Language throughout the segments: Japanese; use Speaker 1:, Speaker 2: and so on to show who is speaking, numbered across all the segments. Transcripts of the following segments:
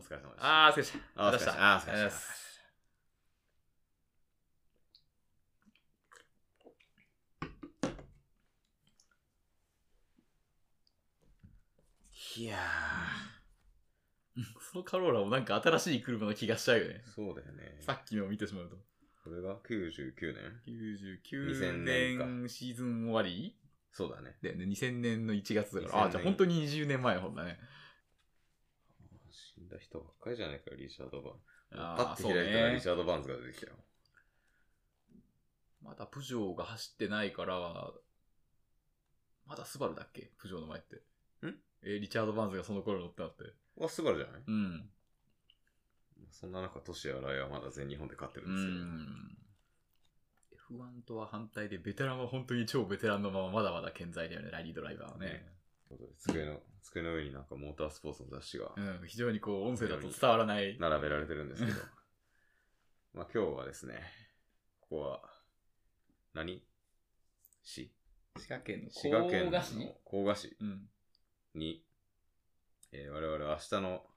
Speaker 1: 疲れ様でした。
Speaker 2: あー、お疲れ様でした。
Speaker 1: あーお疲れ様でした。あーお疲れ様
Speaker 2: ありがとうござい
Speaker 1: で
Speaker 2: ま
Speaker 1: した。
Speaker 2: す。
Speaker 1: いや
Speaker 2: そのカローラもなんか新しい車の気がしちゃうよね
Speaker 1: ー、。そうだよね。
Speaker 2: さっきのを見てしまうと。
Speaker 1: これが99年
Speaker 2: 99
Speaker 1: 2000年か
Speaker 2: 年シーズン終わり
Speaker 1: そうだね。
Speaker 2: だよね、2000年の1月だから。
Speaker 1: 2000
Speaker 2: ああ、
Speaker 1: 年
Speaker 2: じゃあ本当に20年前ほんだね。
Speaker 1: 死んだ人ばっかりじゃないかよ、リチャード・バーンズ。パ
Speaker 2: あ
Speaker 1: ッ
Speaker 2: あ、
Speaker 1: て
Speaker 2: そう
Speaker 1: 開いたらリ
Speaker 2: ね
Speaker 1: チ。ャード・バーンズが出てきたよ。
Speaker 2: まだプジョーが走ってないから、まだスバルだっけプジョーの前って。
Speaker 1: ん
Speaker 2: え、リチャード・バーンズがその頃乗ったのって。
Speaker 1: わ、スバルじゃない
Speaker 2: うん。
Speaker 1: そんな中、トシやライはまだ全日本で勝ってる
Speaker 2: うん
Speaker 1: ですよ。
Speaker 2: ん。F1 とは反対で、ベテランは本当に超ベテランのまままだまだ健在だよね、ラリードライバーはね
Speaker 1: ね。ということで机の、机の上になんかモータースポーツの雑誌が
Speaker 2: うん、非常にこう、音声だと伝わらない。
Speaker 1: 並べられてるんですけど、 まあ今日はですね、ここは何、市
Speaker 2: 滋賀県の
Speaker 1: 滋賀県の
Speaker 2: 甲賀市
Speaker 1: 甲賀市
Speaker 2: うん。
Speaker 1: に、えー我々は明日の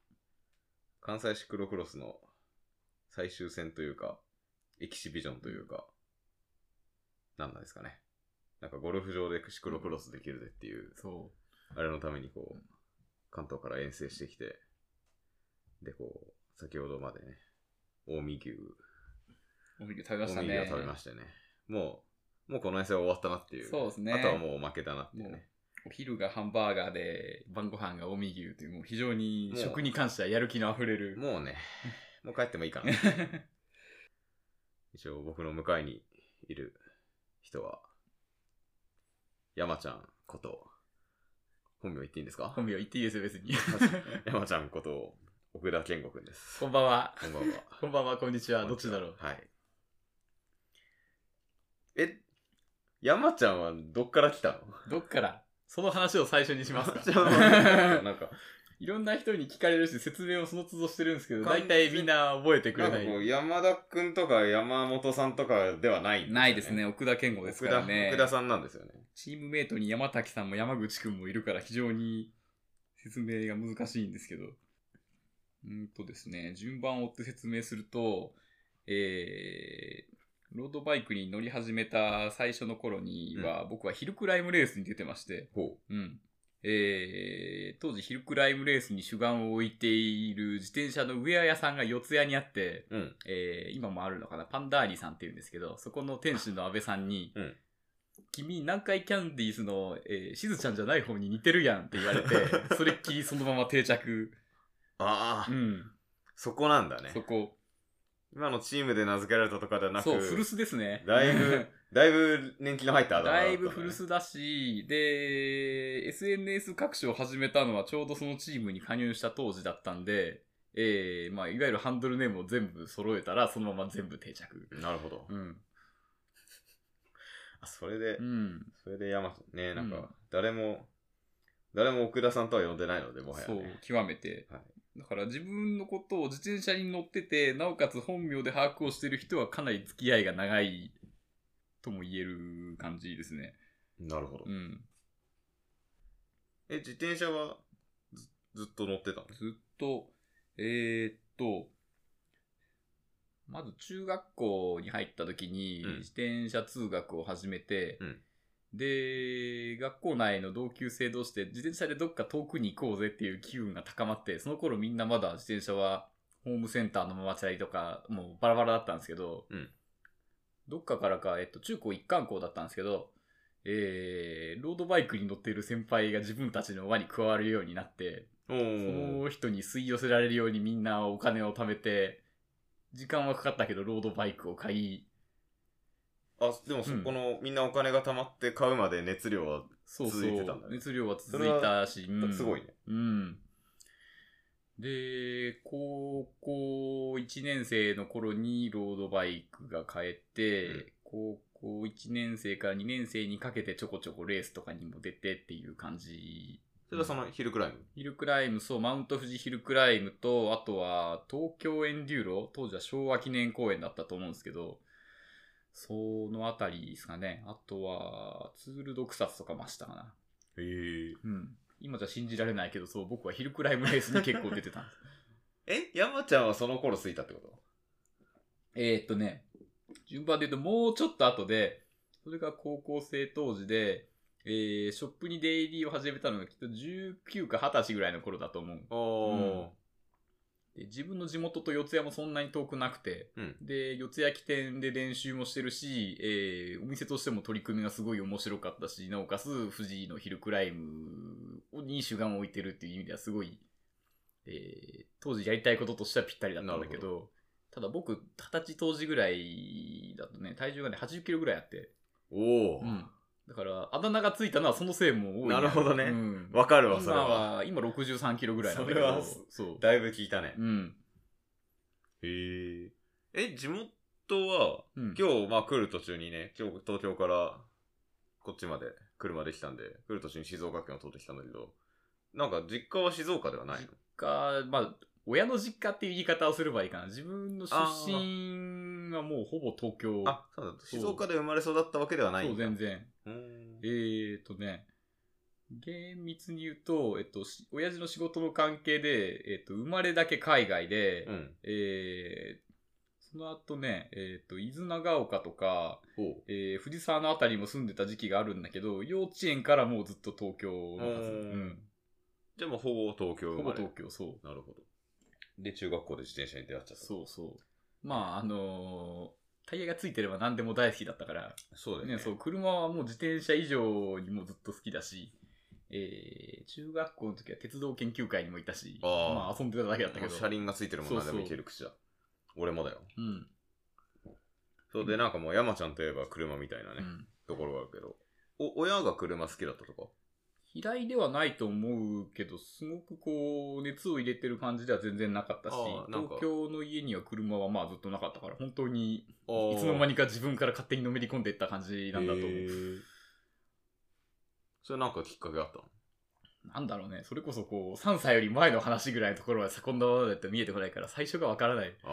Speaker 1: 関西シクロクロスの最終戦というか、エキシビジョンというか、なんなんですかね。なんかゴルフ場でシクロクロスできるでっていう、
Speaker 2: そ
Speaker 1: あれのためにこう、関東から遠征してきて、で、こう、先ほどまでね、近江牛、
Speaker 2: う。おみぎ食べまし
Speaker 1: 近
Speaker 2: た
Speaker 1: 江
Speaker 2: ね。
Speaker 1: 牛を食べましてね、もう、もうこの遠征は終わったなっていう。
Speaker 2: そうですね
Speaker 1: あとはもう負けたなっていうね。
Speaker 2: お昼がハンバーガーで、晩ご飯がおみぎゅうという、もう非常に
Speaker 1: もう
Speaker 2: 食に関してはやる気のあふれる。
Speaker 1: もうね、もう帰ってもいい かな。一応僕の向かいにいる人は、山ちゃんこと、本名言っていいんですか
Speaker 2: 本名言っていいですよ、別に。
Speaker 1: 山ちゃんこと、奥田健吾くんです。
Speaker 2: こんばんは。
Speaker 1: こんばんは。
Speaker 2: こんばんは、こんにちは。どっちだろう。
Speaker 1: はい。え、山ちゃんはどっから来たの
Speaker 2: どっからその話を最初にしますか
Speaker 1: 山ちゃん はなんか、
Speaker 2: いろんな人に聞かれるし、説明をその都度してるんですけど、
Speaker 1: 完
Speaker 2: 大
Speaker 1: 全
Speaker 2: 体みんな覚えてく
Speaker 1: な
Speaker 2: れ
Speaker 1: んか
Speaker 2: な
Speaker 1: こう
Speaker 2: い。
Speaker 1: 山田くんとか山本さんとかではないんよ、
Speaker 2: ないですね、奥田健吾です
Speaker 1: 奥田。
Speaker 2: からね
Speaker 1: 奥。田さんなんですよね。
Speaker 2: チームメイトに山滝さんも山口くんもいるから、非常に説明が難しいんですけど。うーんとですね、順番を追って説明すると、えー、ロードバイクに乗り始めた最初の頃には、僕はヒルクライムレースに出てまして、
Speaker 1: ほ
Speaker 2: うん。えー、当時ヒルクライムレースに主眼を置いている自転車のウェア屋さんが四谷にあって、
Speaker 1: う。うん。
Speaker 2: えー、今もあるのかな、パンダーリさんっていうんですけど、そこの店主の安倍さんに、
Speaker 1: うん
Speaker 2: 君、南海キャンディーズの、えー、しずちゃんじゃない方に似てるやんって言 われて、それっきりそのまま定着。
Speaker 1: ああ、
Speaker 2: うん。
Speaker 1: そこなんだね
Speaker 2: そ。こ。
Speaker 1: 今のチームで名付けられたとかではなく、
Speaker 2: そう、古巣ですね。
Speaker 1: だ いぶ、だいぶ年季の入ったあだ名だった
Speaker 2: だ
Speaker 1: ね
Speaker 2: いぶ古巣だし、で、SNS 各種を始めたのはちょうどそのチームに加入した当時だったんで、えー、まあ、いわゆるハンドルネームを全部揃えたら、そのまま全部定着。
Speaker 1: なるほど。
Speaker 2: うん。
Speaker 1: あそれで
Speaker 2: う、ん。
Speaker 1: それで山ちゃんね、なん
Speaker 2: うん
Speaker 1: か、誰も、誰も奥田さんとは呼んでないので、もはや、
Speaker 2: そ
Speaker 1: ね。
Speaker 2: う、極めて。
Speaker 1: はい
Speaker 2: だから自分のことを自転車に乗ってて、なおかつ本名で把握をしてる人はかなり付き合いが長いとも言える感じですね。
Speaker 1: なるほど
Speaker 2: う。ん。
Speaker 1: え、自転車はずずっと乗ってたの
Speaker 2: ずっと、えーっと、まず中学校に入った時に
Speaker 1: うん
Speaker 2: 自転車通学を始めて、
Speaker 1: うん
Speaker 2: で、学校内の同級生同士で自転車でどっか遠くに行こうぜっていう機運が高まって、その頃みんなまだ自転車はホームセンターのママチャリとか、もうバラバラだったんですけど、
Speaker 1: うん
Speaker 2: どっかからか、えっと、中高一貫校だったんですけど、えー、ロードバイクに乗っている先輩が自分たちの輪に加わるようになって、
Speaker 1: お
Speaker 2: そ
Speaker 1: ー。
Speaker 2: の人に吸い寄せられるようにみんなお金を貯めて、時間はかかったけどロードバイクを買い、
Speaker 1: あ、でもそこの、みんなお金が貯まって買うまで熱量は、
Speaker 2: そうそう
Speaker 1: 続いてたんだね
Speaker 2: 熱量は続いたし、うん
Speaker 1: すごいね。
Speaker 2: うん。で、高校1年生の頃にロードバイクが買えて、
Speaker 1: うん
Speaker 2: 高校1年生から2年生にかけてちょこちょこレースとかにも出てっていう感じ
Speaker 1: それはそのヒルクライム。
Speaker 2: ヒルクライム、そう、マウント富士ヒルクライムと、あとは、東京エンデューロ、当時は昭和記念公園だったと思うんですけど、そのあたりですかね。あとは、ツールド草津とかましたかな。
Speaker 1: へえ。
Speaker 2: うん。今じゃ信じられないけど、そう、僕はヒルクライムレースに結構出てたんです。
Speaker 1: え山ちゃんはその頃着いたってこと
Speaker 2: えーっとね、順番で言うともうちょっと後で、それが高校生当時で、えー、ショップに出入りを始めたのがきっと19か20歳ぐらいの頃だと思う。
Speaker 1: お
Speaker 2: で自分の地元と四谷もそんなに遠くなくて、
Speaker 1: うん
Speaker 2: で、四谷起点で練習もしてるし、えーお店としても取り組みがすごい面白かったし、なおかつ富士のヒルクライムに主眼を置いてるっていう意味ではすごい、えー当時やりたいこととしてはぴったりだったんだけ
Speaker 1: なる
Speaker 2: ど、ただ僕、二十歳当時ぐらいだとね、体重がね、80キロぐらいあって、
Speaker 1: ーおー
Speaker 2: うんだから、あだ名がついたのはそのせいも多い
Speaker 1: なるほどね
Speaker 2: うん
Speaker 1: わかるわ、そ
Speaker 2: 今
Speaker 1: れは。
Speaker 2: は、今63キロぐらいなんだけ
Speaker 1: それは
Speaker 2: ど、そう。
Speaker 1: だいぶ聞いたね。
Speaker 2: うん。
Speaker 1: へえ。え、地元は、
Speaker 2: うん
Speaker 1: 今日、まあ来る途中にね、今日東京からこっちまで車で来たんで、来る途中に静岡県を通ってきたんだけど、なんか実家は静岡ではないの
Speaker 2: か、まあ、親の実家っていう言い方をすればいいかな。自分の出身はもうほぼ東京。
Speaker 1: あ、そうなんだ。静岡で生まれ育ったわけではない
Speaker 2: そ
Speaker 1: ん
Speaker 2: う、
Speaker 1: だ。
Speaker 2: 全然。
Speaker 1: うーん。
Speaker 2: えーとね、厳密に言うと、えっと、し親父の仕事の関係で、えっと、生まれだけ海外で、
Speaker 1: うん。
Speaker 2: えーその後ね、えっと、伊豆長岡とか、
Speaker 1: ほう。
Speaker 2: えー藤沢のあたりも住んでた時期があるんだけど、幼稚園からもうずっと東京のはず。
Speaker 1: お
Speaker 2: う
Speaker 1: ー
Speaker 2: ん。
Speaker 1: じゃあもうほぼ東京
Speaker 2: ほ
Speaker 1: 生
Speaker 2: ぼ
Speaker 1: まれ。
Speaker 2: 東京、そう。
Speaker 1: なるほど。で、中学校で自転車に出会っちゃった。
Speaker 2: そうそう。まあ、あのータイヤがついてれば何でも大好きだったから、
Speaker 1: そうだよね。
Speaker 2: ね、そう、車はもう自転車以上にもずっと好きだし、えー、中学校の時は鉄道研究会にもいたし、
Speaker 1: あー
Speaker 2: まあ遊んでただけだった
Speaker 1: もう
Speaker 2: けど、
Speaker 1: 車輪がついてるもん何でも
Speaker 2: そうそう
Speaker 1: いける口だ。俺もだよ。
Speaker 2: うん、
Speaker 1: そうで、なんかもう山ちゃんといえば車みたいなね、
Speaker 2: うん。
Speaker 1: ところがあるけど。お、親が車好きだったとか
Speaker 2: 嫌いではないと思うけど、すごくこう、熱を入れてる感じでは全然なかったし
Speaker 1: あ、ーなんか
Speaker 2: 東京の家には車はまあずっとなかったから、本当に
Speaker 1: あ
Speaker 2: いつの間
Speaker 1: に
Speaker 2: にか自分から勝手にのめり込んでいった感じなんだと思う。
Speaker 1: それなんかきっかけあったの
Speaker 2: なんだろうね、それこそこう、3歳より前の話ぐらいのところはさこんなままだと見えてこないから、最初がわからない。
Speaker 1: ああ、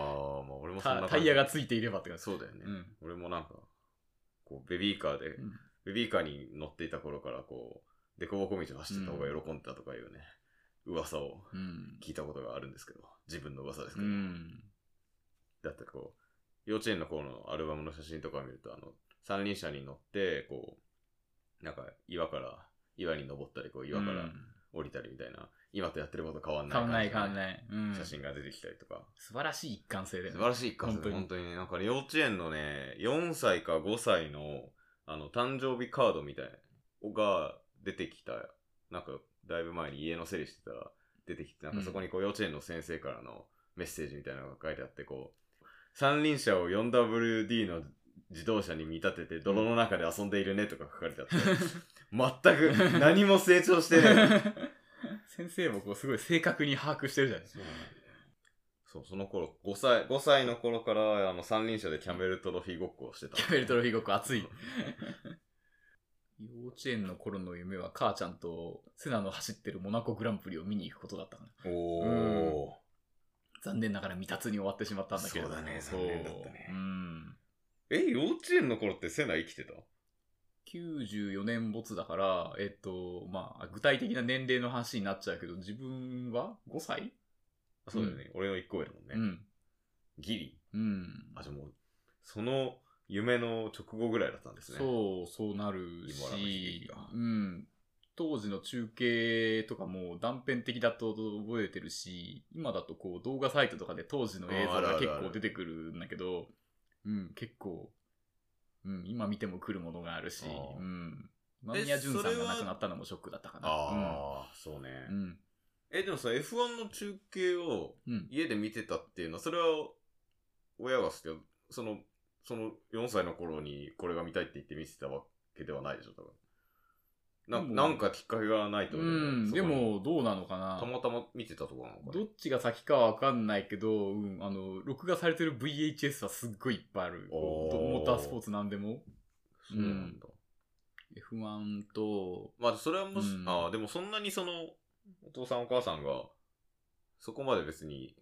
Speaker 1: まあ俺もそんな感
Speaker 2: タ
Speaker 1: じ
Speaker 2: タイヤがついていればって感じ。
Speaker 1: そうだよね。
Speaker 2: うん。
Speaker 1: 俺もなんか、こう、ベビーカーで、
Speaker 2: うん
Speaker 1: ベビーカーに乗っていた頃から、こう、凸凹道を走ってた方が喜んでたとかいうね、噂を
Speaker 2: うん。
Speaker 1: 聞いたことがあるんですけど、自分の噂ですけ
Speaker 2: う
Speaker 1: ど。
Speaker 2: ん。
Speaker 1: だってこう、幼稚園の頃のアルバムの写真とかを見ると、あの、三輪車に乗って、こう、なんか岩から、岩に登ったり、こう岩か
Speaker 2: う
Speaker 1: ら
Speaker 2: ん
Speaker 1: 降りたりみたいな、今とやってること変わんない
Speaker 2: 変わんない変わ
Speaker 1: 感じ
Speaker 2: ん
Speaker 1: のね
Speaker 2: ない。うん。
Speaker 1: 写真が出てきたりとか。
Speaker 2: 素晴らしい一貫性だよ
Speaker 1: 素
Speaker 2: ね。
Speaker 1: 晴らしい一家本
Speaker 2: 本当に
Speaker 1: 当にね、なんかね幼稚園のね、4歳か5歳の、あの、誕生日カードみたいな、が出てきた、なんか、だいぶ前に家の整理してたら、出てきて、なんかそこにこう、幼稚園の先生からのメッセージみたいなのが書いてあって、こう、三輪車を 4WD の自動車に見立てて、泥の中で遊んでいるねとか書かれてあ って、全く何も成長してない。
Speaker 2: 先生もこう、すごい正確に把握してるじゃない
Speaker 1: そうなんだよねそう、その頃、5歳、5歳の頃から、あの、三輪車でキャメルトロフィーごっこをしてた。
Speaker 2: キャメルトロフィーごっこ熱い。幼稚園の頃の夢は、母ちゃんとセナの走ってるモナコグランプリを見に行くことだったかな。
Speaker 1: お
Speaker 2: うん
Speaker 1: お、
Speaker 2: 残念ながら未達に終わってしまったんだけれども
Speaker 1: そうだね残念だったね
Speaker 2: そううん。
Speaker 1: え、幼稚園の頃ってセナ生きてた
Speaker 2: 94年没だから、えっと、まあ、具体的な年齢の話になっちゃうけど、自分は5歳、
Speaker 1: あそうだよね。俺の1個上だもんね。
Speaker 2: うん。
Speaker 1: ギリ。
Speaker 2: うん。
Speaker 1: あ、じゃあもう、その夢の直後ぐらいだったんですね。
Speaker 2: そう、そうなる
Speaker 1: 今らの悲劇
Speaker 2: し
Speaker 1: が、
Speaker 2: うん。当時の中継とかも断片的だと覚えてるし、今だとこう動画サイトとかで当時の映
Speaker 1: ああ
Speaker 2: 像
Speaker 1: るある
Speaker 2: が結
Speaker 1: ある
Speaker 2: 構出てくるんだけど、うん、結構、うん、今見ても来るものがあるし
Speaker 1: ああ、
Speaker 2: うん。間宮淳さんが亡くなったのもショックだったかな。
Speaker 1: ああ、そうね、
Speaker 2: うん。うん。
Speaker 1: え、でもさ、F1 の中継を
Speaker 2: うん。
Speaker 1: 家で見てたっていうのは、それは、親が好きだその、その4歳の頃にこれが見たいって言って見てたわけではないでしょ、多分。な
Speaker 2: でも
Speaker 1: なんかきっかけがないと
Speaker 2: う
Speaker 1: ね
Speaker 2: ん、
Speaker 1: そこ
Speaker 2: で
Speaker 1: に
Speaker 2: も、どうなのかな
Speaker 1: たまたま見てたとこなのか
Speaker 2: ど
Speaker 1: な
Speaker 2: っちが先かは分かんないけど、うん、あの、録画されてる VHS はすっごいいっぱいある。
Speaker 1: おー
Speaker 2: どモータースポーツなんでも。
Speaker 1: そうなんだ。
Speaker 2: F1 と、
Speaker 1: まあ、それはもし、
Speaker 2: うん
Speaker 1: ああ、でもそんなにその、お父さんお母さんが、そこまで別に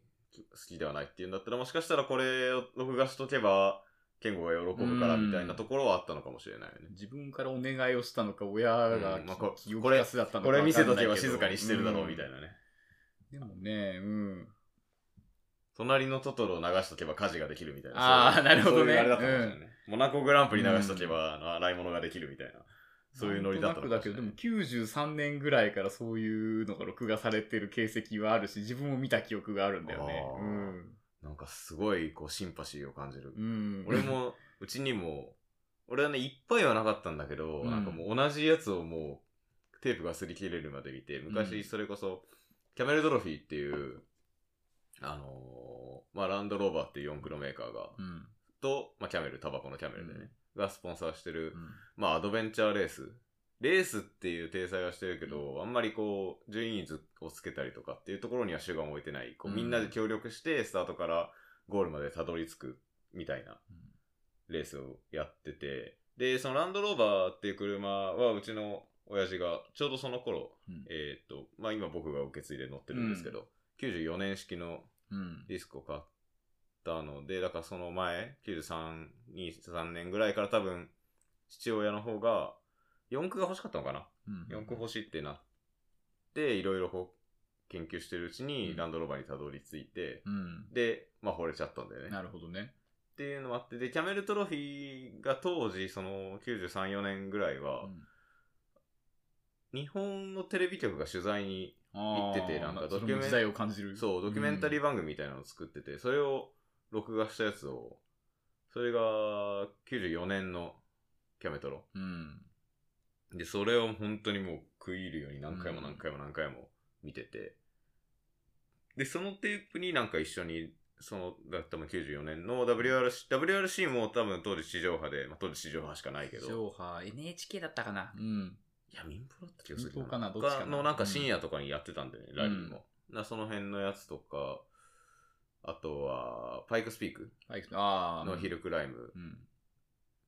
Speaker 1: 好きではないっていうんだったら、もしかしたらこれを録画しとけば、健吾が喜ぶからみたいなところはあったのかもしれないよね。
Speaker 2: 自分からお願いをしたのか、親が
Speaker 1: うんまあこ
Speaker 2: 気を利かせだったのか
Speaker 1: これ見せとけば
Speaker 2: 分かんな
Speaker 1: 静かにしてるだろうみ
Speaker 2: け
Speaker 1: たい
Speaker 2: ど
Speaker 1: なね。
Speaker 2: うんでもね、うん。
Speaker 1: 隣のトトロを流しとけば家事ができるみたいな。
Speaker 2: あー
Speaker 1: そう
Speaker 2: なるほ
Speaker 1: そ
Speaker 2: どね
Speaker 1: ういうあれだったかもしれないね。モナコグランプリ流しとけば、あの洗い物ができるみたいな。そういうノリだった
Speaker 2: なん
Speaker 1: の
Speaker 2: と
Speaker 1: か
Speaker 2: な
Speaker 1: も
Speaker 2: く
Speaker 1: し
Speaker 2: だ
Speaker 1: れな
Speaker 2: けど、
Speaker 1: い
Speaker 2: でも93年ぐらいからそういうのが録画されてる形跡はあるし、自分も見た記憶があるんだよね。
Speaker 1: あーなんかすごい、こう、シンパシーを感じる
Speaker 2: うん。う。ん。
Speaker 1: 俺、も、うちにも、俺はね、いっぱいはなかったんだけど、
Speaker 2: うん
Speaker 1: なんかもう同じやつをもう、テープが擦り切れるまで見て、
Speaker 2: う
Speaker 1: 昔
Speaker 2: ん
Speaker 1: それこそ、キャメルドロフィーっていう、あのーまあ、ランドローバーっていう4クロメーカーが、
Speaker 2: うん。
Speaker 1: と、まあ、キャメル、タバコのキャメルでね、がスポンサーしてる、
Speaker 2: うん
Speaker 1: まあ、アドベンチャーレース。レースっていう体裁はしてるけど、あんまりこう、順位図をつけたりとかっていうところには主眼を置いてない。こう、
Speaker 2: うん
Speaker 1: みんなで協力して、スタートからゴールまでたどり着くみたいなレースをやってて、で、そのランドローバーっていう車は、うちの親父が、ちょうどその頃、
Speaker 2: うん
Speaker 1: えーっと、まあ今僕が受け継いで乗ってるんですけど、94年式の
Speaker 2: うん。
Speaker 1: ディスクを買ったので、だからその前、93、23年ぐらいから多分、父親の方が、四駆が欲しかったのかな、
Speaker 2: うん
Speaker 1: 四駆欲しいってなって、いろいろこう、研究してるうち
Speaker 2: う
Speaker 1: に
Speaker 2: ん
Speaker 1: ランドローバーにたどり着いて、
Speaker 2: うん。
Speaker 1: で、まあ惚れちゃったんだよね。
Speaker 2: なるほどね。
Speaker 1: っていうのもあって、で、キャメルトロフィーが当時、その93、4年ぐらいは、日本のテレビ局が取材に、
Speaker 2: 行
Speaker 1: 行っててなんかド
Speaker 2: ド
Speaker 1: キ
Speaker 2: キ
Speaker 1: ュメン
Speaker 2: ュメン時代を感じる。
Speaker 1: そう、ドキュメンタリー番組みたいなのを作ってて、それを録画したやつを、それが94年のキャメトロ。
Speaker 2: うん。
Speaker 1: で、それを本当にもう食い入るように何回も何回も何回も見てて、で、そのテープになんか一緒に、その、だ多分94年の WRC、WRC も多分当時地上波で、まあ、当時地上波しかないけど、
Speaker 2: 上波、NHK だったかな。うん。
Speaker 1: いや、民放だった気がするけど
Speaker 2: 民放かなどっちかな
Speaker 1: のなんか深夜とかにやってたんでね、ラリーも。なその辺のやつとか、あとは、パイクスピーク
Speaker 2: バイクああ。
Speaker 1: のヒルクライム
Speaker 2: うん。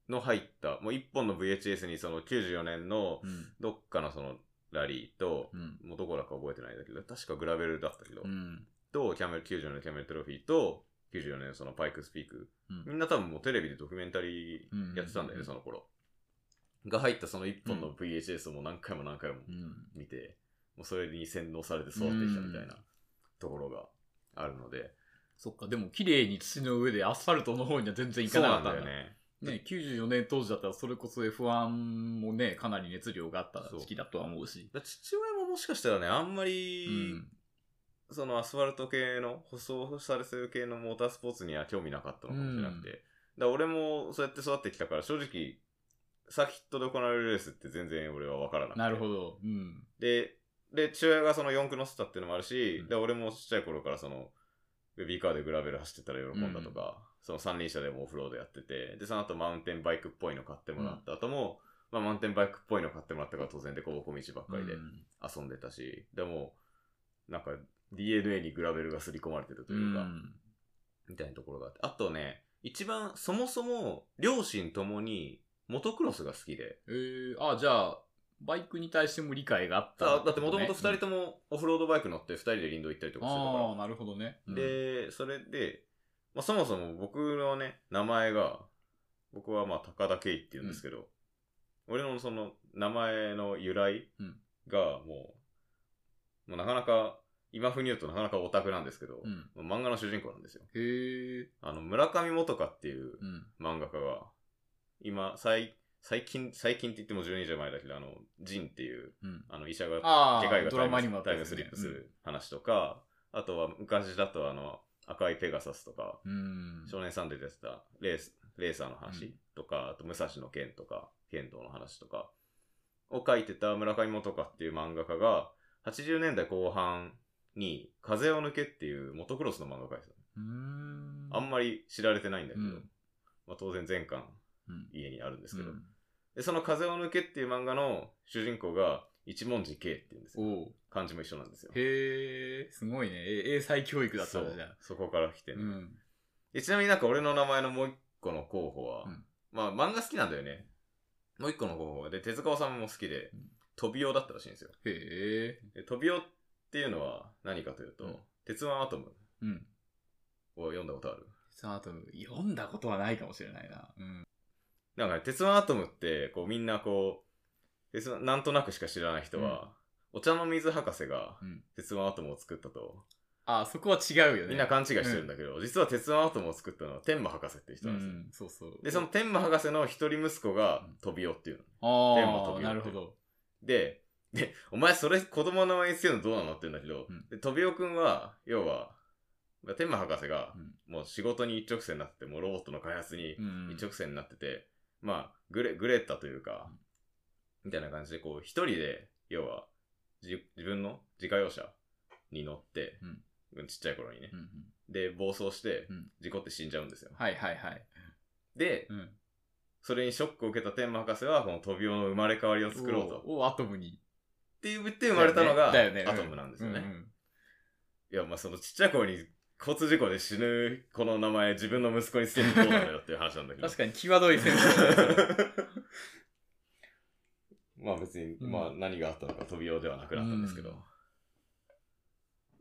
Speaker 1: の入った、もう一本の VHS にその94年の
Speaker 2: うん。
Speaker 1: どっかのそのラリーと、
Speaker 2: うん。
Speaker 1: もうどこだか覚えてないんだけど、確かグラベルだったけど、
Speaker 2: うん。
Speaker 1: と、キャメル、94年のキャメルトロフィーと、94年のそのパイクスピーク。
Speaker 2: うん
Speaker 1: みんな多分もうテレビでドキュメンタリーやってたんだよね、
Speaker 2: うん
Speaker 1: その頃。が入ったその一本の VHS をもう何回も何回も
Speaker 2: うん。
Speaker 1: 見て、もうそれに洗脳されて育ってきたみたいなところがあるので、
Speaker 2: そっか、でも綺麗に土の上でアスファルトの方には全然行
Speaker 1: そ
Speaker 2: か
Speaker 1: う
Speaker 2: な
Speaker 1: な
Speaker 2: か
Speaker 1: ん
Speaker 2: ったん
Speaker 1: だ
Speaker 2: だ
Speaker 1: よ。ね。
Speaker 2: ね、94年当時だったらそれこそ F1 もね、かなり熱量があった
Speaker 1: そう
Speaker 2: 時期だとは思うし。
Speaker 1: だから父親ももしかしたらね、あんま
Speaker 2: う
Speaker 1: り、
Speaker 2: ん。
Speaker 1: そのアスファルト系の、舗装されてる系のモータースポーツには興味なかったのかもしれなくて。
Speaker 2: うん
Speaker 1: だから俺もそうやって育ってきたから、正直、サーキットで行われるレースって全然俺は分からなくて。
Speaker 2: なるほど。うん。
Speaker 1: で、で、父親がその四駆乗せたっていうのもあるし、
Speaker 2: うん
Speaker 1: で、俺もちっちゃい頃からその、ベビーカーでグラベル走ってたら喜んだとか、その三輪車でもオフロードやってて、で、その後マウンテンバイクっぽいの買ってもらった後も、まあマウンテンバイクっぽいの買ってもらったから当然で、こう、小道ばっかりで
Speaker 2: うん
Speaker 1: 遊んでたし、でも、なんか DNA にグラベルが刷り込まれてるというか、
Speaker 2: うん
Speaker 1: みたいなところがあって、あとね、一番そもそも両親ともにモトクロスが好きで、
Speaker 2: えー、あ、じゃあ、バイクに対しても理解があった、
Speaker 1: だだってもともと2
Speaker 2: 二
Speaker 1: 人ともオフロードバイク乗って2人で林道行ったりとかしてたから、
Speaker 2: ああ、なるほどね。うん、
Speaker 1: で、それで、まあ、そもそも僕のね、名前が、僕はまあ、高田圭って言うんですけど、俺のその名前の由来
Speaker 2: うん
Speaker 1: がもう、もうなかなか、今風に言うとなかなかオタクなんですけど
Speaker 2: う、ん。
Speaker 1: 漫画の主人公なんですよ。
Speaker 2: へえ、
Speaker 1: あの、村上元香っていう
Speaker 2: うん。
Speaker 1: 漫画家が、今、最、最近、最近って言っても10年以上前だけど、あの、ジンっていう、
Speaker 2: うん。
Speaker 1: あの、医者が
Speaker 2: あ
Speaker 1: 世界
Speaker 2: あ、
Speaker 1: が
Speaker 2: ドラマにもあっ
Speaker 1: タ
Speaker 2: た
Speaker 1: イ
Speaker 2: や
Speaker 1: ム
Speaker 2: つ
Speaker 1: ス
Speaker 2: ね
Speaker 1: リップす。る話とか、あとは昔だとあの、赤いペガサスとか、
Speaker 2: うん。
Speaker 1: 少年サンデーでやってたレース、レーサーの話とか、あと武蔵の剣とか、剣道の話とか、を書いてた村上元香っていう漫画家が、80年代後半に、風を抜けっていうモトクロスの漫画を書いて
Speaker 2: うん。
Speaker 1: た。あんまり知られてないんだけど、
Speaker 2: うん
Speaker 1: まあ当然全巻
Speaker 2: うん。
Speaker 1: 家にあるんです
Speaker 2: う
Speaker 1: けど、
Speaker 2: ん
Speaker 1: で、その風を抜けっていう漫画の主人公が、一文字圭っていうんですよ。
Speaker 2: おう
Speaker 1: 漢字も一緒なんですよ。
Speaker 2: へえ、すごいね。え英才教育だった
Speaker 1: そ
Speaker 2: んだ
Speaker 1: う
Speaker 2: じゃあ。
Speaker 1: そこから来て
Speaker 2: う
Speaker 1: ね、
Speaker 2: ん。
Speaker 1: でちなみになんか俺の名前のもう一個の候補は、
Speaker 2: うん
Speaker 1: まあ漫画好きなんだよね。もう一個の候補は、で、手塚治虫も好きで
Speaker 2: うん、
Speaker 1: トビオだったらしいんですよ。
Speaker 2: へえ。
Speaker 1: でトビオっていうのは何かというと、
Speaker 2: うん
Speaker 1: 鉄腕アトム
Speaker 2: うん。
Speaker 1: を読んだことある。
Speaker 2: その後、読んだことはないかもしれないな。うん。
Speaker 1: なんかね、鉄腕アトムって、こうみんなこう、鉄腕なんとなくしか知らない人は、お茶の水博士が
Speaker 2: うん
Speaker 1: 鉄腕アトムを作ったと、
Speaker 2: ああ、そこは違うよね。
Speaker 1: みんな勘違いしてるんだけど、実は鉄腕アトムを作ったのは天馬博士っていう人
Speaker 2: う
Speaker 1: なんですよ。
Speaker 2: ん、そうそう。
Speaker 1: で、その天馬博士の一人息子が、トビオっていうの。天馬
Speaker 2: あ
Speaker 1: 飛
Speaker 2: あ、
Speaker 1: び降
Speaker 2: な
Speaker 1: り
Speaker 2: る
Speaker 1: て
Speaker 2: ほ
Speaker 1: る
Speaker 2: ど。
Speaker 1: で、で、お前それ子供の名前につけるのどうなのって言うんだけど、
Speaker 2: うん
Speaker 1: で、トビオくんは、要は、まあ天馬博士が
Speaker 2: う、ん
Speaker 1: もう仕事に一直線になってて、もうロボットの開発に
Speaker 2: うん
Speaker 1: 一直線になってて、まあ、グレ、グレッタというか、みたいな感じで、こう、一人で、要は、じ、自分の自家用車に乗って、うんちっちゃい頃にね
Speaker 2: う、んうん
Speaker 1: で、暴走して
Speaker 2: うん、
Speaker 1: 事故って死んじゃうんですよ。
Speaker 2: はいはいはい。
Speaker 1: で、
Speaker 2: うん。
Speaker 1: それにショックを受けた天馬博士は、このトビオの生まれ変わりを作ろうと。っ
Speaker 2: おおアトムに。
Speaker 1: て言って生まれたのが、
Speaker 2: だよねだよね
Speaker 1: アトムなんですよね。
Speaker 2: うんうん
Speaker 1: いや、まあそのちっちゃい頃に、交通事故で死ぬこの名前、自分の息子につけてどうなのよっていう話なんだけど。
Speaker 2: 確かに、際どい戦争だ よね。
Speaker 1: まあ別に、
Speaker 2: うん
Speaker 1: まあ何があったのか飛びようではなくなったんですけど。
Speaker 2: うん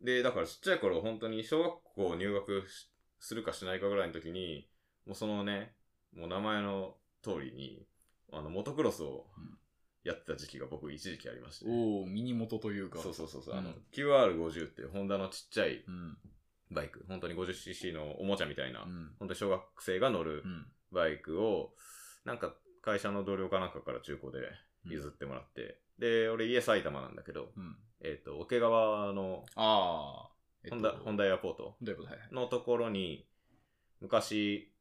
Speaker 1: で、だからちっちゃい頃本当に小学校入学しするかしないかぐらいの時に、もうそのね、もう名前の通りに、あの、モトクロスを
Speaker 2: うん
Speaker 1: やってた時期が僕一時期ありまして。
Speaker 2: おお、ミニ元というか。
Speaker 1: そうそうそうそう、あの
Speaker 2: うん
Speaker 1: QR50 っていうホンダのちっちゃい
Speaker 2: うん。
Speaker 1: バイク、本当に 50cc のおもちゃみたいな、
Speaker 2: うん。
Speaker 1: 本当に小学生が乗る
Speaker 2: うん。
Speaker 1: バイクを、なんか会社の同僚かなんかから中古で譲ってもらって、で、俺家埼玉なんだけど、
Speaker 2: うん。
Speaker 1: えっ、と、桶川の
Speaker 2: ああ。えっと
Speaker 1: ホンダ、ホンダエアポート
Speaker 2: ホンダエアポートはいはい。
Speaker 1: のところに、昔、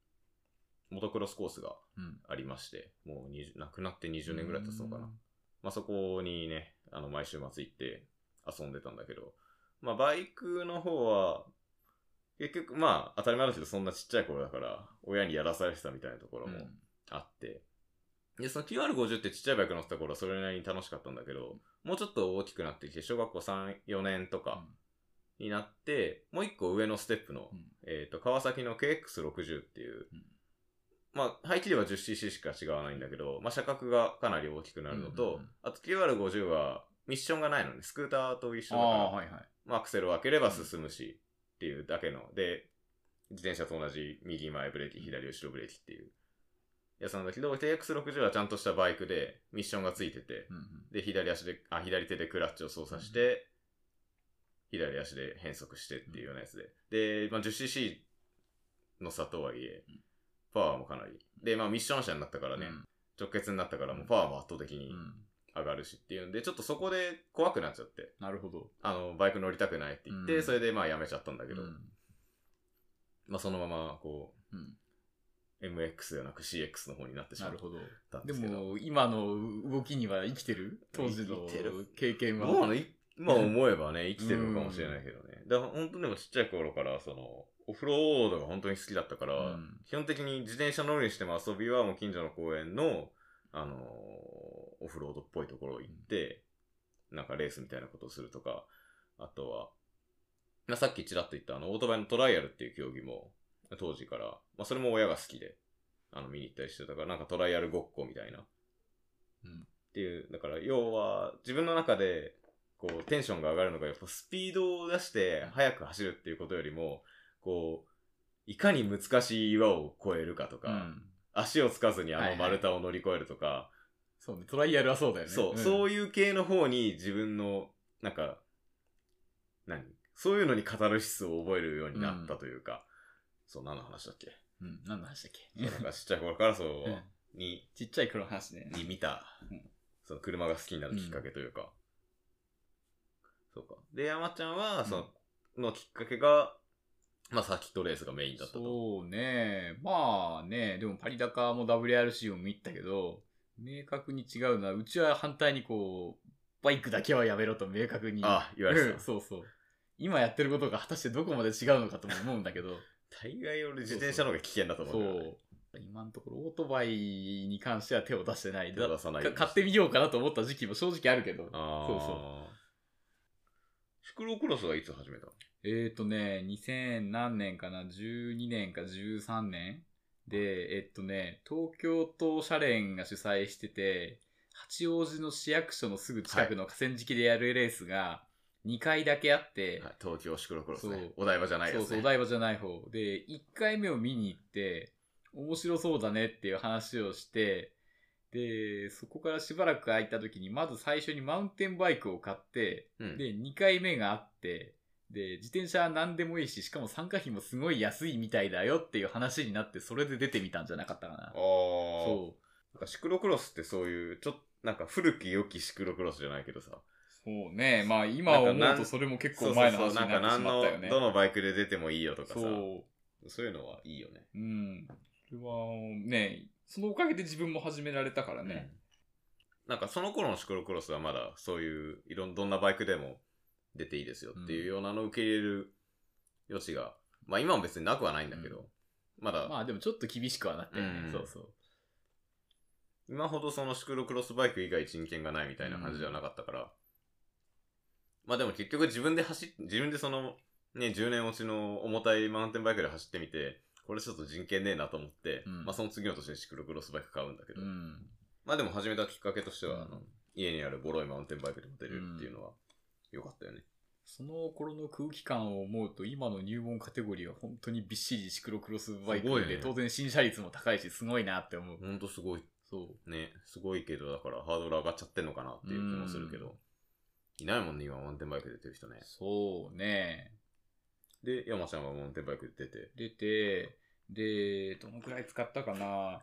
Speaker 1: モトクロスコースが
Speaker 2: うん。
Speaker 1: ありまして、もう20、なくなって20年ぐらい経つのかな。
Speaker 2: うん。
Speaker 1: まあそこにね、あの、毎週末行って遊んでたんだけど、まあバイクの方は、結局まあ当たり前だけどそんなちっちゃい頃だから、親にやらされてたみたいなところもあって、で、その QR50 ってちっちゃいバイク乗ってた頃はそれなりに楽しかったんだけど、もうちょっと大きくなってきて、小学校3、4年とかになって、もう一個上のステップの、
Speaker 2: うん
Speaker 1: えっ、と、川崎の KX60 っていう、
Speaker 2: うん
Speaker 1: まあ、排気量は 10cc しか違わないんだけど、まあ、車格がかなり大きくなるのと、
Speaker 2: うんうんうん
Speaker 1: あと QR50 はミッションがないのね、スクーターと一緒だ
Speaker 2: あ
Speaker 1: から、
Speaker 2: あ、はいはい。
Speaker 1: まあ、アクセルを開ければ進むし、っていうだけの、で、自転車と同じ右前ブレーキ、左後ろブレーキっていうやつなんだけど、KX60 はちゃんとしたバイクで、ミッションがついてて、
Speaker 2: うんうん。
Speaker 1: で、左足で、あ、左手でクラッチを操作して、左足で変速してっていうようなやつで。で、まあ、10cc の差とはいえ、パワーもかなり。で、まあ、ミッション車になったからね、直結になったからもうパワーも圧倒的
Speaker 2: う
Speaker 1: に
Speaker 2: ん。うん。
Speaker 1: 上がるしっていうんで、ちょっとそこで怖くなっちゃって、
Speaker 2: なるほど。
Speaker 1: あの、バイク乗りたくないって言って、
Speaker 2: うん
Speaker 1: それでまあやめちゃったんだけど、
Speaker 2: うん
Speaker 1: まあそのまま、こ
Speaker 2: うん。
Speaker 1: う、MX ではなく CX の方になってしま
Speaker 2: な
Speaker 1: っ
Speaker 2: るほど。
Speaker 1: たんで
Speaker 2: です
Speaker 1: けど。
Speaker 2: も、今の動きには生きてる当時
Speaker 1: 生
Speaker 2: の
Speaker 1: きてる
Speaker 2: 経験は。
Speaker 1: どうなのい今思えばね、生きてるのかもしれないけどね。だから本当でもちっちゃい頃から、その、オフロードが本当に好きだったから、
Speaker 2: うん
Speaker 1: 基本的に自転車乗りにしても遊びはもう近所の公園の、あのーオフロードっぽいところ行って、なんかレースみたいなことをするとか、あとは、まあ、さっきちらっと言ったあの、オートバイのトライアルっていう競技も、当時から、まあ、それも親が好きで、あの、見に行ったりしてたから、なんかトライアルごっこみたいな。
Speaker 2: うん
Speaker 1: っていう、だから、要は、自分の中で、こう、テンションが上がるのが、やっぱスピードを出して、速く走るっていうことよりも、こう、いかに難しい岩を越えるかとか、
Speaker 2: うん
Speaker 1: 足をつかずに
Speaker 2: は
Speaker 1: あ
Speaker 2: い
Speaker 1: の
Speaker 2: はい
Speaker 1: 丸太を乗り越えるとか、
Speaker 2: そうね、トライアルはそうだよね。
Speaker 1: そう、そう
Speaker 2: い
Speaker 1: いう系の方に自分の、なんか、何そういうのにカタルシスを覚えるようになったというか、そう、何の話だっけ
Speaker 2: うん。うん、何の話だっけ
Speaker 1: そうなんかちっちゃい頃からそう、
Speaker 2: うん
Speaker 1: に、
Speaker 2: ちっちゃい頃の話ね。
Speaker 1: に見た
Speaker 2: うん、
Speaker 1: その車が好きになるきっかけというか。そうか。で、山ちゃんは、その、のきっかけが、まあ、サーキットレースがメインだったと。
Speaker 2: そうね。まあね、でもパリ高も WRC を見たけど、明確に違うのは、うちは反対にこう、バイクだけはやめろと明確に。
Speaker 1: あ言われて
Speaker 2: うん
Speaker 1: た。
Speaker 2: そうそう。今やってることが果たしてどこまで違うのかとも思うんだけど、
Speaker 1: 大概俺自転車の方が危険だと思う
Speaker 2: そ
Speaker 1: んだよね
Speaker 2: う。今のところオートバイに関しては手を出してない。
Speaker 1: 手を出さないよう
Speaker 2: か
Speaker 1: に
Speaker 2: 買ってみようかなと思った時期も正直あるけど。
Speaker 1: ああ。
Speaker 2: そう
Speaker 1: う。シクロクロスはいつ始めたの
Speaker 2: えーとね、2000何年かな、12年か13年で、えっとね、東京都社連が主催してて、八王子の市役所のすぐ近くの河川敷でやるレースが2回だけあって、
Speaker 1: はい、東京シクロクロスね
Speaker 2: そう。
Speaker 1: お台場じゃないやつ、
Speaker 2: そ
Speaker 1: ね。
Speaker 2: うそう、お台場じゃない方。で、1回目を見に行って、面白そうだねっていう話をして、で、そこからしばらく空いた時に、まず最初にマウンテンバイクを買って、
Speaker 1: うん
Speaker 2: で、2回目があって、で、自転車何でもいいし、しかも参加費もすごい安いみたいだよっていう話になって、それで出てみたんじゃなかったかな。
Speaker 1: ああ。
Speaker 2: そう。
Speaker 1: なんかシクロクロスってそういう、ちょっと、なんか古き良きシクロクロスじゃないけどさ。
Speaker 2: そうね。まあ今
Speaker 1: なん
Speaker 2: 思う
Speaker 1: か
Speaker 2: と
Speaker 1: なん
Speaker 2: それも結構前の話
Speaker 1: そうそうそう
Speaker 2: になってしまった
Speaker 1: な
Speaker 2: よね
Speaker 1: んか何の、ど。のバイクで出てもいいよとかさ。そう
Speaker 2: そう。
Speaker 1: いうのはいいよね。
Speaker 2: うん。それはね、そのおかげで自分も始められたからね。
Speaker 1: うん。なんかその頃のシクロクロスはまだそういう、いろん、どんなバイクでも出ていいですよっていうようなのを受け入れる余地が、まあ今も別になくはないんだけど、まだ、
Speaker 2: まあでもちょっと厳しくはなったよね。
Speaker 1: うん
Speaker 2: そうそう。
Speaker 1: 今ほどそのシクロクロスバイク以外人権がないみたいな感じではなかったから、まあでも結局自分で走っ、自分でその、ね、10年落ちの重たいマウンテンバイクで走ってみて、これちょっと人権ねえなと思って、
Speaker 2: うん
Speaker 1: まあその次の年にシクロクロスバイク買うんだけど、
Speaker 2: うん。
Speaker 1: まあでも始めたきっかけとしては、
Speaker 2: うん
Speaker 1: あの家にあるボロいマウンテンバイクでも出れるっていうのは良かったよね。
Speaker 2: その頃の空気感を思うと、今の入門カテゴリーは本当にびっしりシクロクロスバイク
Speaker 1: すごい
Speaker 2: で、
Speaker 1: ね
Speaker 2: 当然新車率も高いし、すごいなって思う。
Speaker 1: ほんとすごい、
Speaker 2: そ
Speaker 1: ね、すごいけど、だからハードル上がっちゃってんのかなっていう気もするけど、いないもんね、今マウンテンバイクで出てる人ね
Speaker 2: う。。そうね。
Speaker 1: で、山ちゃんはマウンテンバイクで出て、
Speaker 2: 出て、で、どのくらい使ったかな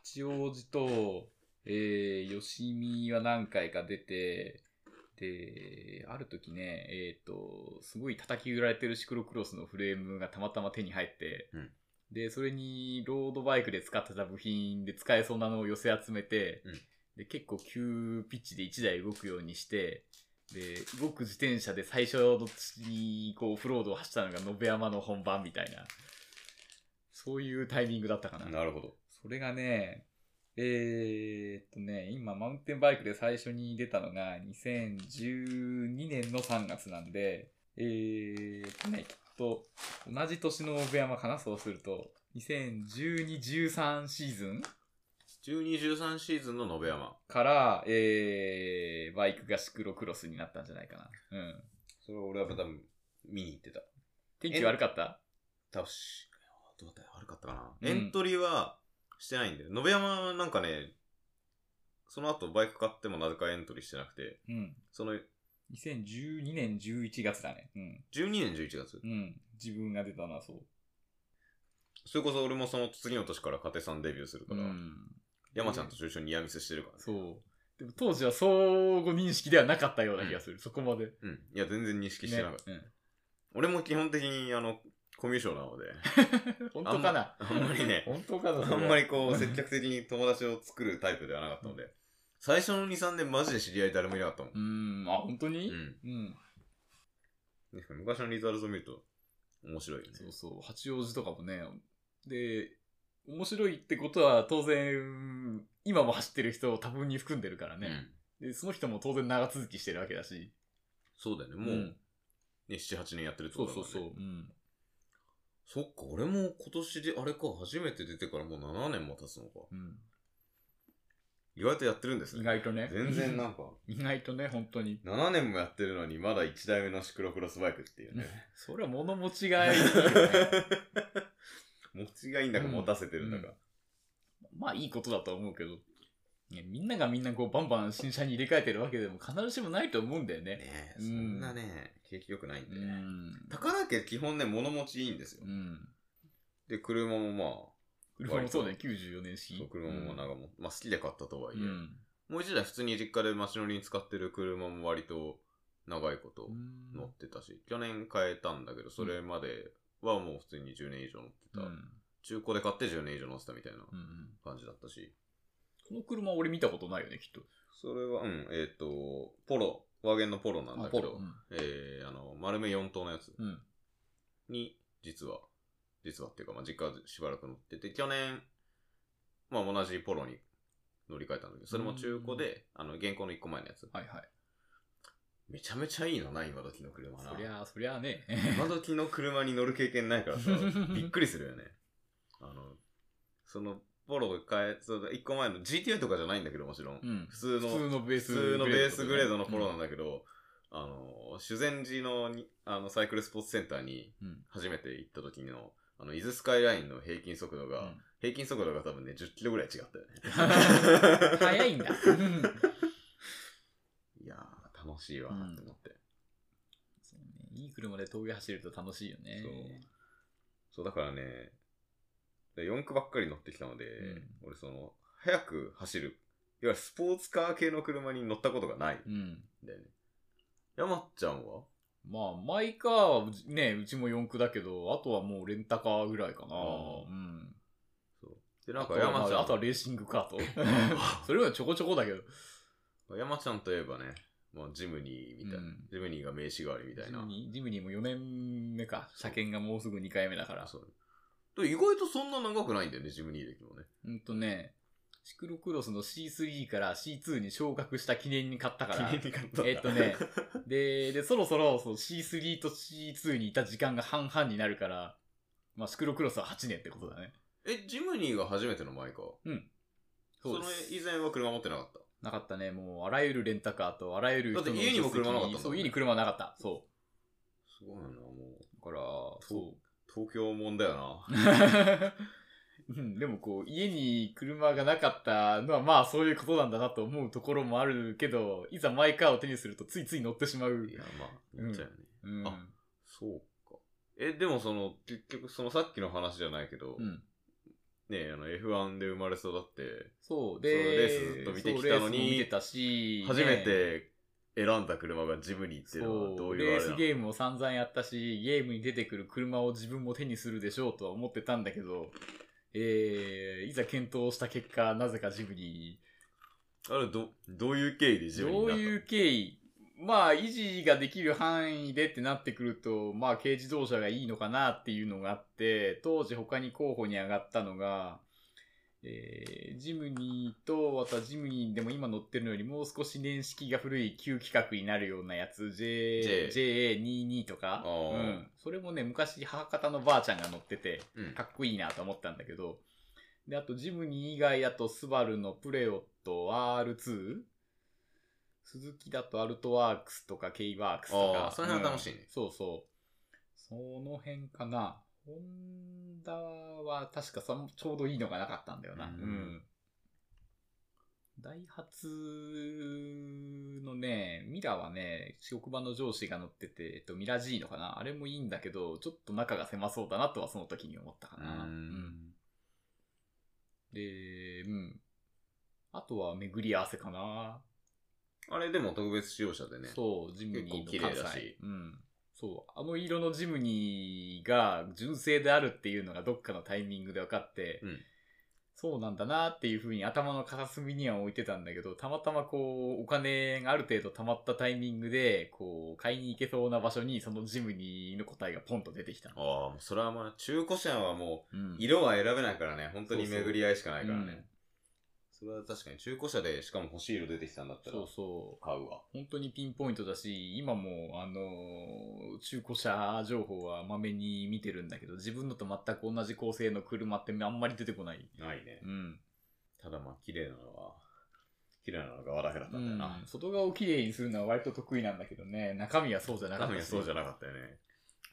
Speaker 2: 八王子と、えー、吉見は何回か出て、で、ある時ね、えっ、と、すごい叩き売られてるシクロクロスのフレームがたまたま手に入って、
Speaker 1: うん
Speaker 2: で、それにロードバイクで使ってた部品で使えそうなのを寄せ集めて、
Speaker 1: うん
Speaker 2: で、結構急ピッチで1台動くようにして、で、動く自転車で最初のにこうオフロードを走ったのが延山の本番みたいな、そういうタイミングだったかな。
Speaker 1: なるほど。
Speaker 2: それがね、えーっとね、今、マウンテンバイクで最初に出たのが、2012年の3月なんで、えーっとね、きっと、同じ年の部山かな、そうすると、2012、13シーズン
Speaker 1: 1213シーズンの延山。
Speaker 2: から、えー、バイクがシクロクロスになったんじゃないかな。うん。
Speaker 1: それは俺は多分見に行ってた。
Speaker 2: 天気悪かった
Speaker 1: 多分し、どうだったよ悪かったか
Speaker 2: うん
Speaker 1: な。エントリーはしてないんだよ。延山なんかね、その後バイク買ってもなぜかエントリーしてなくて、
Speaker 2: うん。
Speaker 1: その
Speaker 2: 2012年11月だね。うん。
Speaker 1: 12年11月
Speaker 2: う。ん。自分が出たな、そう。
Speaker 1: それこそ俺もその次の年から家庭さんデビューするから、
Speaker 2: ん。
Speaker 1: 山ちゃんと一緒にニアミスしてるから、ね。
Speaker 2: そう。でも当時は相互認識ではなかったような気がする、そこまで。
Speaker 1: うん。いや、全然認識してなかった。
Speaker 2: ね
Speaker 1: 俺も基本的に、あの、コミュ障なので、
Speaker 2: うん、本当かな
Speaker 1: あんまあんまりね
Speaker 2: 本当かなそれ
Speaker 1: あんまりこう、積極的に友達を作るタイプではなかったので、最初の2、3年マジで知り合い誰もいなかったもん
Speaker 2: う。ん、あ、本当に
Speaker 1: うん。
Speaker 2: うん。
Speaker 1: ね昔のリザルト見ると面白いよね。
Speaker 2: そうそう、八王子とかもね。で、面白いってことは当然、今も走ってる人を多分に含んでるから
Speaker 1: う
Speaker 2: ね、
Speaker 1: ん
Speaker 2: で。その人も当然長続きしてるわけだし。
Speaker 1: そうだよね。もう、
Speaker 2: ん
Speaker 1: ね、7、8年やってるって
Speaker 2: そ
Speaker 1: こ
Speaker 2: う
Speaker 1: とだか
Speaker 2: そ
Speaker 1: ら、
Speaker 2: う
Speaker 1: ね。
Speaker 2: そう。うん。
Speaker 1: そっか、俺も今年で、あれか、初めて出てからもう7年も経つのか。
Speaker 2: うん、
Speaker 1: 意外とやってるんですね。
Speaker 2: 意外とね。
Speaker 1: 全然なんか、
Speaker 2: 意外とね、本当に。
Speaker 1: 7年もやってるのに、まだ1台目のシクロクロスバイクっていうね。
Speaker 2: それは物持ちがいい よね。
Speaker 1: 持ちがいいんだか、
Speaker 2: うん
Speaker 1: 持たせてるんだか。
Speaker 2: まあいいことだと思うけど、ね、みんながみんなこうバンバン新車に入れ替えてるわけでも必ずしもないと思うんだよね。
Speaker 1: ねえ、
Speaker 2: うん
Speaker 1: そんなね、景気良くないん
Speaker 2: う
Speaker 1: で。
Speaker 2: ん。
Speaker 1: 高田家基本ね、物持ちいいんですよ
Speaker 2: う。ん。
Speaker 1: で、車もまあ、
Speaker 2: 車もそうだね、94年式。
Speaker 1: そう車もなんか
Speaker 2: か
Speaker 1: もう、まあ好きで買ったとはいうえ、
Speaker 2: ん。
Speaker 1: もう一台普通に実家で街乗りに使ってる車も割と長いこと
Speaker 2: うん
Speaker 1: 乗ってたし、去年変えたんだけど、それまではもう普通に10年以上乗って
Speaker 2: う
Speaker 1: た。
Speaker 2: ん。
Speaker 1: 中古で買って10年以上乗ってたみたいな
Speaker 2: うん。
Speaker 1: 感じだったし、
Speaker 2: この車俺見たことないよね、きっと。
Speaker 1: それは、うん、えっ、と、ポロ、ワーゲンのポロなんだけど、
Speaker 2: うん。
Speaker 1: えー、あの、丸目4灯のやつ
Speaker 2: うん。
Speaker 1: に、実は、実はっていうか、まあ、実家はしばらく乗ってて、去年、まあ同じポロに乗り換えたんだけど、それも中古で、あの、現行の1個前のやつ。
Speaker 2: はいはい。
Speaker 1: めちゃめちゃいいのな、今時の車な。
Speaker 2: そりゃあ、そりゃあね。
Speaker 1: 今時の車に乗る経験ないから さ、びっくりするよね。あの、その、ポロが変え、その一個前の GTI とかじゃないんだけど、もちろん。
Speaker 2: うん。
Speaker 1: 普通の
Speaker 2: 普通のベー
Speaker 1: 普
Speaker 2: ス
Speaker 1: 通のベースグレードのポ
Speaker 2: 頃
Speaker 1: ロなんだけど、あの、修善寺のにあのサイクルスポーツセンターに
Speaker 2: うん。
Speaker 1: 初めて行った時の、あの、伊豆スカイラインの平均速度が、
Speaker 2: うん
Speaker 1: 平均速度が多分ね、10キロぐらい違ったよね。
Speaker 2: 早いんだ。うん
Speaker 1: いやー、楽しいわーって思って。
Speaker 2: そうねいい車で峠走ると楽しいよね。
Speaker 1: そう、だからね、4区ばっかり乗ってきたので、
Speaker 2: ん
Speaker 1: 俺その、速く走る、いわゆるスポーツカー系の車に乗ったことがないん
Speaker 2: うん。
Speaker 1: だよね。山ちゃんは
Speaker 2: まあ、マイカーはうちね、うちも四駆だけど、あとはもうレンタカーぐらいかな。
Speaker 1: あ
Speaker 2: うん。
Speaker 1: そう。で、なんか
Speaker 2: あとは
Speaker 1: 山ちゃん、
Speaker 2: あとはレーシングカート。
Speaker 1: あ
Speaker 2: それはちょこちょこだけ ど。
Speaker 1: 山ちゃんといえばね、まあ、ジムニーみたいな、
Speaker 2: うん
Speaker 1: ジムニーが名刺代わりみたいな
Speaker 2: ジム。ニージムニーも4年目か。車検がもうすぐ2回目だから。
Speaker 1: そうで意外とそんな長くないんだよね、ジムニー歴もね。
Speaker 2: うんとね、シクロクロスの C3 から C2 に昇格した記念に買ったから。
Speaker 1: 記念に買ったんだ
Speaker 2: えっとね、 で、で、そろそろその C3 と C2 にいた時間が半々になるから、まあ、シクロクロスは8年ってことだね。
Speaker 1: え、ジムニーが初めてのマイカーそ
Speaker 2: で
Speaker 1: の
Speaker 2: す
Speaker 1: 以前は車持ってなかった。
Speaker 2: なかったね。もう、あらゆるレンタカーと、あらゆる人の
Speaker 1: だって家にも車なかったんだもんね
Speaker 2: そう、家に車なかった。そ
Speaker 1: すごいな、もう。
Speaker 2: う。だから、
Speaker 1: そ。
Speaker 2: そう
Speaker 1: 東京もんだよ
Speaker 2: う。うん、でもこう、家に車がなかったのは、まあ、そういうことなんだなと思うところもあるけど、いざマイカーを手にすると、ついつい乗ってしまう
Speaker 1: な。い。や、まあ、
Speaker 2: うん
Speaker 1: 言っちゃうよね。
Speaker 2: うん。
Speaker 1: あそうか。え、でもその、結局、そのさっきの話じゃないけど、
Speaker 2: うん。
Speaker 1: ねえ、あの、F1 で生まれ育って、そ
Speaker 2: そう、
Speaker 1: の
Speaker 2: で、
Speaker 1: レースずっと見てきたのに
Speaker 2: そうレースも見てたし、
Speaker 1: 初め
Speaker 2: ね
Speaker 1: て選んだ車がジムニーっていうのはど
Speaker 2: そうう、
Speaker 1: いう
Speaker 2: レ
Speaker 1: あれ
Speaker 2: ー
Speaker 1: な
Speaker 2: ス
Speaker 1: の
Speaker 2: ゲームを散々やったし、ゲームに出てくる車を自分も手にするでしょうとは思ってたんだけど、えー、いざ検討した結果、なぜかジムに、
Speaker 1: あれ、ど、どういう経緯でジムニー
Speaker 2: ど
Speaker 1: に
Speaker 2: う
Speaker 1: なったの
Speaker 2: いう経緯まあ、維持ができる範囲でってなってくると、まあ、軽自動車がいいのかなっていうのがあって、当時他に候補に上がったのが、えージムニーと、あとはジムニーでも今乗ってるのよりもう少し年式が古い旧規格になるようなやつ、J、JA22 とか
Speaker 1: あ、ー
Speaker 2: うん。それもね、昔母方のばあちゃんが乗ってて、
Speaker 1: うん
Speaker 2: かっこいいなと思ったんだけど、で、あとジムニー以外だとスバルのプレオット R2? 鈴木だとアルトワークスとか K ワークスと
Speaker 1: あ
Speaker 2: か
Speaker 1: ー。その辺は楽しいね
Speaker 2: うんそうそう。その辺かな。ホンダは確かさちょうどいいのがなかったんだよな。
Speaker 1: う
Speaker 2: うんん。ダイハツのね、ミラはね、職場の上司が乗ってて、えっと、ミラ G のかなあれもいいんだけど、ちょっと中が狭そうだなとはその時に思ったか
Speaker 1: う
Speaker 2: な。うん
Speaker 1: ん。
Speaker 2: で、うん。あとは巡り合わせかな。
Speaker 1: あれ、でも特別使用車でね。
Speaker 2: そう、ジムニー
Speaker 1: 結
Speaker 2: の
Speaker 1: 構綺麗だ
Speaker 2: 関
Speaker 1: し
Speaker 2: 西うん。そう、あの色のジムニーが純正であるっていうのがどっかのタイミングで分かって、
Speaker 1: うん
Speaker 2: そうなんだなっていうふうに頭の片隅には置いてたんだけど、たまたまこう、お金がある程度貯まったタイミングで、こう、買いに行けそうな場所にそのジムニーの答えがポンと出てきたの。
Speaker 1: ああ、それはまあ、中古車はも
Speaker 2: うん
Speaker 1: う、色は選べないからね、本当に
Speaker 2: そうそう
Speaker 1: 巡り合いしかないからね。
Speaker 2: うん
Speaker 1: それは確かに中古車で、しかも欲しい色出てきたんだったら
Speaker 2: そう、そう。
Speaker 1: 買うわ。
Speaker 2: 本当にピンポイントだし、今も、あのー中古車情報はまめに見てるんだけど、自分のと全く同じ構成の車ってあんまり出てこない。
Speaker 1: ないね
Speaker 2: う。ん。
Speaker 1: ただまあ、綺麗なのは、綺麗なのが和だけだったんだよな
Speaker 2: うん。外側をきれいにするのは割と得意なんだけどね、中身はそうじゃなか
Speaker 1: 中
Speaker 2: った
Speaker 1: 身はそうじゃ
Speaker 2: な
Speaker 1: なかったよね。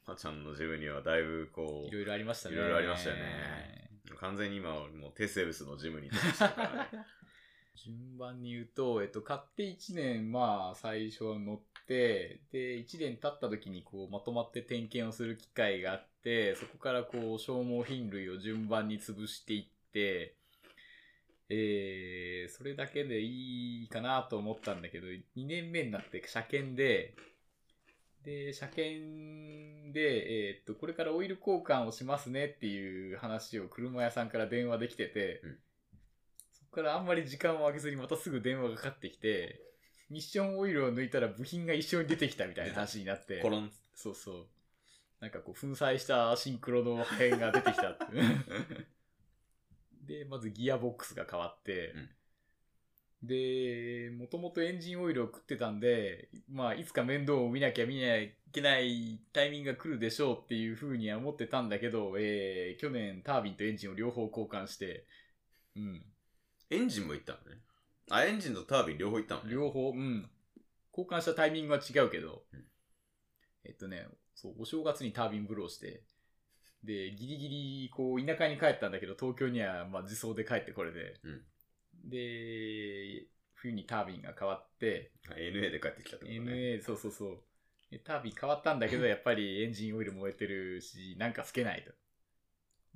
Speaker 1: まあちゃんの自分にはだいぶこ
Speaker 2: いろいろありましたね。
Speaker 1: いろいろありましたよね。う、完全に今はもうテセウスのジムにしてるから ね。
Speaker 2: 順番に言うと、えっと、買って1年、まあ、最初は乗って、で、1年経った時に、こう、まとまって点検をする機会があって、そこから、こう、消耗品類を順番に潰していって、えー、それだけでいいかなと思ったんだけど、2年目になって車検で、で、車検で、えーっと、これからオイル交換をしますねっていう話を車屋さんから電話できてて、
Speaker 1: うん
Speaker 2: そこからあんまり時間を空けずにまたすぐ電話がかかってきて、ミッションオイルを抜いたら部品が一緒に出てきたみたいな話になって
Speaker 1: コ、ロン。
Speaker 2: そうそう。なんかこう、粉砕したシンクロの破片が出てきたっていうで、まずギアボックスが変わって、で、もともとエンジンオイルを食ってたんで、まあ、いつか面倒を見なきゃ見なきゃいけないタイミングが来るでしょうっていうふうには思ってたんだけど、えー去年タービンとエンジンを両方交換して、うん、
Speaker 1: エンジンも行ったのね。あ、エンジンとタービン両方行ったのね。
Speaker 2: 両方、うん。交換したタイミングは違うけど、
Speaker 1: うん
Speaker 2: えっとね、そう、お正月にタービンブローして、で、ギリギリ、こう、田舎に帰ったんだけど、東京には、まあ、自走で帰ってこれで、で、冬にタービンが変わって、
Speaker 1: NA で帰ってきたってことね。
Speaker 2: NA、そうそうそう。でタービン変わったん だけど、やっぱりエンジンオイル燃えてるし、なんかつけないと。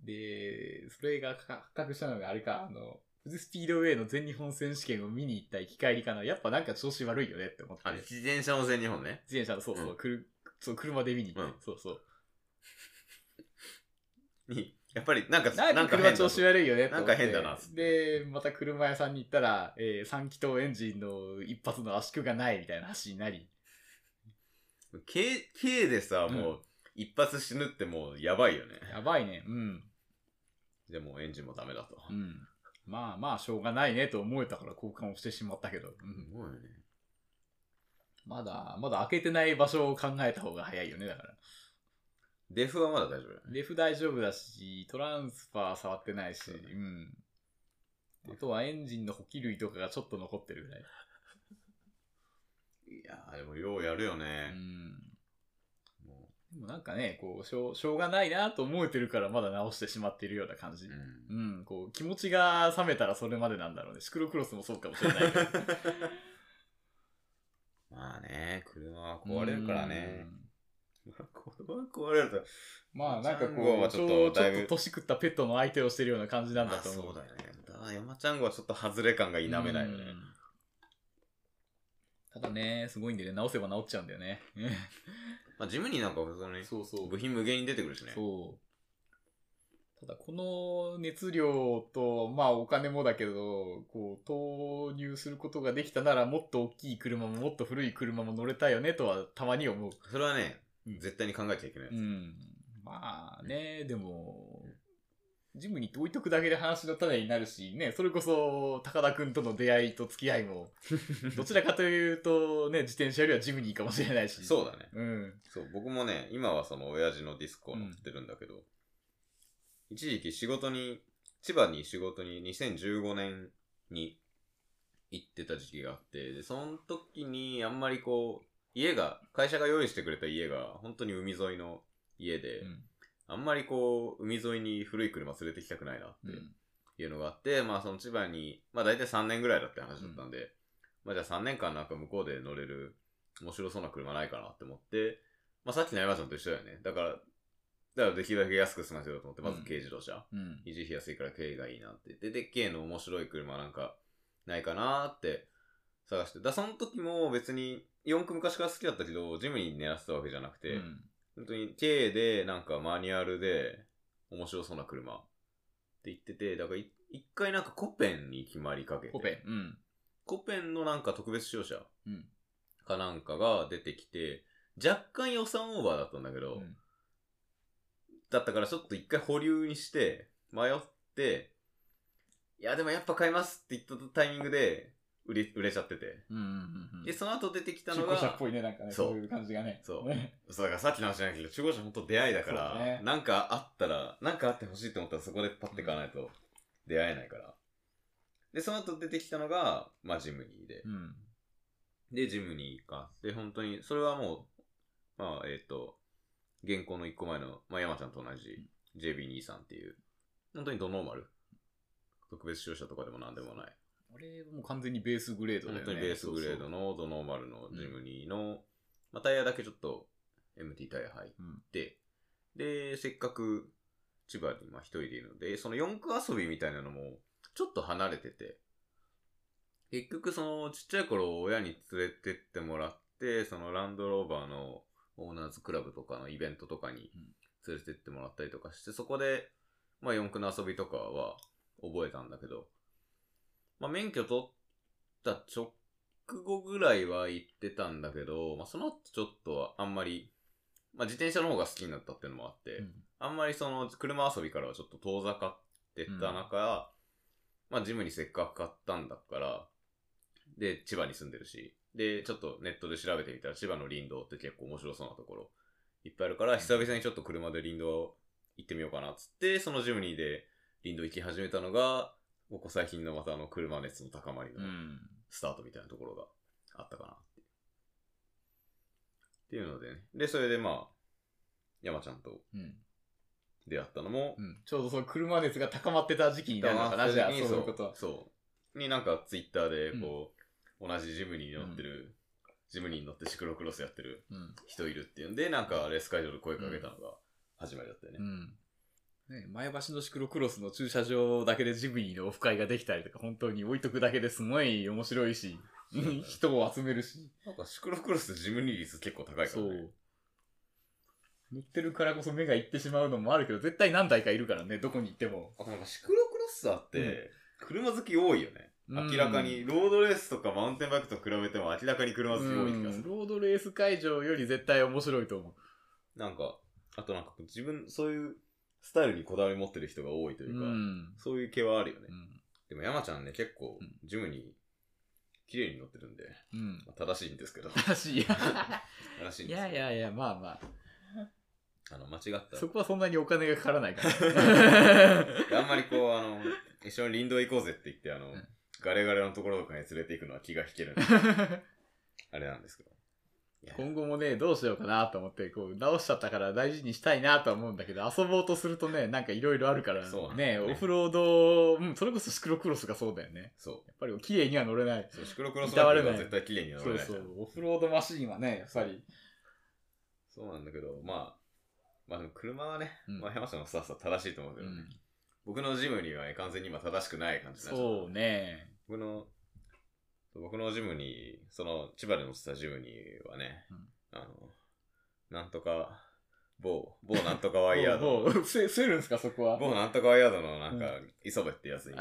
Speaker 2: で、それがか発覚したのが、あれか、あの、富士スピードウェイの全日本選手権を見に行った行き帰りかな。やっぱなんか調子悪いよねって思って。
Speaker 1: あ、自転車の全日本ね。
Speaker 2: 自転車の、そうそう、
Speaker 1: うん
Speaker 2: くるそう車で見に行って、
Speaker 1: うん
Speaker 2: そうそう。
Speaker 1: に、やっぱりなんか、
Speaker 2: なんか車
Speaker 1: 変だ
Speaker 2: 調子悪いよねと思って
Speaker 1: なんか変だな
Speaker 2: で、また車屋さんに行ったら、えー、3気筒エンジンの一発の圧縮がないみたいな話になり、
Speaker 1: K、K でさ、
Speaker 2: うん
Speaker 1: もう、一発死ぬってもうやばいよね。
Speaker 2: やばいね。うん。
Speaker 1: でもうエンジンもダメだと。
Speaker 2: う
Speaker 1: す
Speaker 2: ん。まあまあ、しょうがないねと思えたから交換をしてしまったけど、うん、
Speaker 1: ごいね。
Speaker 2: まだ、まだ開けてない場所を考えた方が早いよね、だから。
Speaker 1: デフはまだ大丈夫だね。
Speaker 2: レフ大丈夫だし、トランスファー触ってないし、
Speaker 1: そう
Speaker 2: う
Speaker 1: だね
Speaker 2: ん。あとはエンジンの補給類とかがちょっと残ってるぐらい。
Speaker 1: いやー、でもようやるよ
Speaker 2: う
Speaker 1: ね。
Speaker 2: ん。
Speaker 1: も
Speaker 2: でもなんかね、こう、しょう、しょうがないなと思えてるからまだ直してしまっているような感じ。
Speaker 1: う、うん
Speaker 2: う。ん、こう、気持ちが冷めたらそれまでなんだろうね。シクロクロスもそうかもしれない けど。
Speaker 1: まあね、車は壊れるからね
Speaker 2: う。ん。
Speaker 1: 車は壊れると。
Speaker 2: まあなんか
Speaker 1: ジャンゴ
Speaker 2: こ
Speaker 1: は
Speaker 2: う、
Speaker 1: ち
Speaker 2: ち
Speaker 1: ょ
Speaker 2: ょ
Speaker 1: っ
Speaker 2: う
Speaker 1: と
Speaker 2: どち
Speaker 1: だ
Speaker 2: ょ
Speaker 1: いぶ
Speaker 2: っと年食ったペットの相手をしてるような感じなんだと思う。
Speaker 1: まあそうだよね。だから山ちゃんはちょっと外れ感が否めないよね。
Speaker 2: うんただね、すごいんでね、直せば直っちゃうんだ よね。
Speaker 1: まあジムになんか普通に
Speaker 2: そうそ
Speaker 1: 部品無限に出てくるしね。
Speaker 2: そう。ただ、この熱量と、まあお金もだけど、こう、投入することができたなら、もっと大きい車ももっと古い車も乗れたよねとはたまに思う。
Speaker 1: それはね、
Speaker 2: うん
Speaker 1: 絶対に考えちゃいけないやつ。
Speaker 2: うん。まあね、でも、ジムに行って置いとくだけで話の種になるし、ね、それこそ、高田くんとの出会いと付き合い も、どちらかというと、ね、自転車よりはジムにいいかもしれないし。
Speaker 1: そうだね。
Speaker 2: う。うん。
Speaker 1: そう、僕もね、今はその親父のディスコを乗ってるんだけど、一時期仕事に、千葉に仕事に2015年に行ってた時期があって、で、その時にあんまりこう、家が、会社が用意してくれた家が、本当に海沿いの家で、
Speaker 2: うん
Speaker 1: あんまりこう、海沿いに古い車連れてきたくないなっ
Speaker 2: うん
Speaker 1: ていうのがあって、まあその千葉に、まあ大体3年ぐらいだって話だったんで、まあじゃあ3年間なんか向こうで乗れる面白そうな車ないかなって思って、まあさっきの山ちゃんと一緒だよね。だから、だからできるだけ安く済ませようと思って、まず軽自動車。
Speaker 2: うん。
Speaker 1: 維持費安いから軽がいいなって。で、でっけえの面白い車なんかないかなーって探して。だ、その時も別に四駆昔から好きだったけど、ジムに狙ってたわけじゃなくて、
Speaker 2: うん
Speaker 1: 本当に K で、なんかマニュアルで、面白そうな車って言ってて、だからい一回なんかコペンに決まりかけて。
Speaker 2: コペン。うん。
Speaker 1: コペンのなんか特別使用車
Speaker 2: うん
Speaker 1: かなんかが出てきて、若干予算オーバーだったんだけど、
Speaker 2: うん
Speaker 1: だったからちょっと一回保留にして、迷って、いやでもやっぱ買いますって言ったタイミングで、売れ、売れちゃってて。
Speaker 2: うんうんうんうん
Speaker 1: で、その後出てきた
Speaker 2: 中
Speaker 1: の
Speaker 2: 古
Speaker 1: が、
Speaker 2: 車っぽいね、なんかね、
Speaker 1: そう
Speaker 2: そういう感じがね。
Speaker 1: そう
Speaker 2: ね
Speaker 1: そうだからさっきの話じゃないけど、中古車本当出会いだから、
Speaker 2: そうだね
Speaker 1: なんかあったら、なんかあってほしいと思ったらそこでパッて買わないと出会えないから。で、その後出てきたのが、まあジムニーで
Speaker 2: う。ん。
Speaker 1: で、ジムニーか。で、本当に、それはもう、まあ、えっ、と、現行の1個前の、まあ、山ちゃんと同じ JB23 っていう、本当にドノーマル。特別使用者とかでもなんでもない。
Speaker 2: あれ、もう完全にベースグレードだよ
Speaker 1: 本
Speaker 2: ね。
Speaker 1: 当にベースグレード
Speaker 2: の。
Speaker 1: のドノーマルのジムニーの、まあ、タイヤだけちょっと MT タイヤ入って、で、せっかく千葉にまあ一人でいるので、その四駆遊びみたいなのもちょっと離れてて、結局そのちっちゃい頃親に連れてってもらって、そのランドローバーのオーナーズクラブとかのイベントとかに
Speaker 2: うん
Speaker 1: 連れてってもらったりとかして、そこで、まあ四駆の遊びとかは覚えたんだけど、まあ免許取った直後ぐらいは行ってたんだけど、まあその後ちょっとはあんまり、まあ自転車の方が好きになったっていうのもあって、
Speaker 2: うん
Speaker 1: あんまりその車遊びからはちょっと遠ざかってった中、まあジムにせっかく買ったんだから、で、千葉に住んでるし、で、ちょっとネットで調べてみたら千葉の林道って結構面白そうなところいっぱいあるから、久々にちょっと車で林道行ってみようかなっつって、そのジムニーで林道行き始めたのが、ここ最近のまたあの車熱の高まりの
Speaker 2: うん。
Speaker 1: スタートみたいなところがあったかなって。っていうのでね。で、それでまあ、山ちゃんと
Speaker 2: うん。
Speaker 1: 出会ったのも
Speaker 2: う、ん。ちょうどその車熱が高まってた時期になるのかな、じゃあ、そういうことは。
Speaker 1: そう。になんかツイッターで、こう、同じジムに乗ってるジムニーに乗ってシクロクロスやってる
Speaker 2: うん。
Speaker 1: 人いるっていうんで、なんかレース会場で声かけたのが始まりだったよね。
Speaker 2: うん。ね、前橋のシクロクロスの駐車場だけでジムニーのオフ会ができたりとか、本当に置いとくだけですごい面白いし、
Speaker 1: そうだね
Speaker 2: 人を集めるし。
Speaker 1: なんかシクロクロスってジムニー率結構高いか
Speaker 2: そ
Speaker 1: らね。
Speaker 2: う。乗ってるからこそ目が行ってしまうのもあるけど、絶対何台かいるからね、どこに行っても。
Speaker 1: あとなんかシクロクロスターって、車好き多いよね。明らかに、ロードレースとかマウンテンバイクと比べても明らかに車
Speaker 2: う
Speaker 1: 好き多い気
Speaker 2: ん、
Speaker 1: がする。
Speaker 2: ロードレース会場より絶対面白いと思う。
Speaker 1: なんか、あとなんか自分、そういうスタイルにこだわり持ってる人が多いというか、
Speaker 2: うん
Speaker 1: そういう系はあるよね
Speaker 2: う。ん
Speaker 1: でも山ちゃんね、結構
Speaker 2: うん、
Speaker 1: ジムに綺麗に乗ってるんで、
Speaker 2: うん。
Speaker 1: まあ正しいんですけど、
Speaker 2: らし
Speaker 1: 正しいん
Speaker 2: い。い
Speaker 1: ですけ
Speaker 2: や
Speaker 1: ど
Speaker 2: いやいや、ま あまあ。
Speaker 1: あの、間違った
Speaker 2: そこはそんなにお金がかからな いから。
Speaker 1: であんまりこう、 あの、一緒に林道行こうぜって言って、あの、
Speaker 2: うん
Speaker 1: ガレガレのところとかに連れて行くのは気が引けるん であれなんですけど。いや
Speaker 2: 今後もね、どうしようかなと思って、こう、直しちゃったから大事にしたいなとは思うんだけど、遊ぼうとするとね、なんかいろいろあるから、
Speaker 1: そうなんだ
Speaker 2: ね、
Speaker 1: よね
Speaker 2: オフロード、うん、それこそシクロクロスがそうだよね。
Speaker 1: そ。。
Speaker 2: やっぱり綺麗には乗れないう
Speaker 1: そう、シクロクロスバイクは絶対綺麗に乗
Speaker 2: そ
Speaker 1: れ
Speaker 2: う
Speaker 1: ないじ
Speaker 2: そ
Speaker 1: ゃん
Speaker 2: う。オフロードマシーンはね、やっぱり。
Speaker 1: そうなんだけど、まあ、まあでも車はね、
Speaker 2: うん
Speaker 1: まあ山下のスタッフは正しいと思うけどね、僕のジムにはね、完全に今正しくない感じになっちゃった
Speaker 2: そうね。
Speaker 1: 僕の、僕のジムに、その、千葉で乗ってたジムにはね、
Speaker 2: うん
Speaker 1: あの、なんとか、某、某なんとかワイヤー ド、
Speaker 2: もう、せ、せるんですか、そこは。
Speaker 1: 某なんとかワイヤードのなんか
Speaker 2: う、
Speaker 1: 磯部ってやつに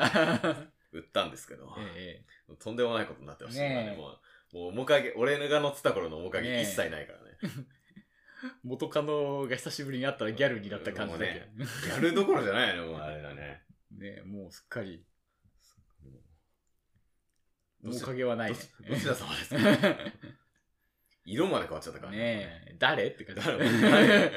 Speaker 1: 売ったんですけど、
Speaker 2: え
Speaker 1: とんでもないことになってましたね
Speaker 2: ねえ
Speaker 1: もう、もう面影、俺が乗ってた頃の面
Speaker 2: ね
Speaker 1: 影
Speaker 2: え
Speaker 1: 一切ないからね。
Speaker 2: え元カノが久しぶりに会ったらギャルになった感じだけど。
Speaker 1: やるどころじゃないの、もうあれだね。
Speaker 2: ねもうすっかり、
Speaker 1: ど
Speaker 2: 面
Speaker 1: ち
Speaker 2: 影はないね。
Speaker 1: どちら様ですか 色まで変わっちゃったから
Speaker 2: ねえ、誰って 感じ。
Speaker 1: 誰誰っ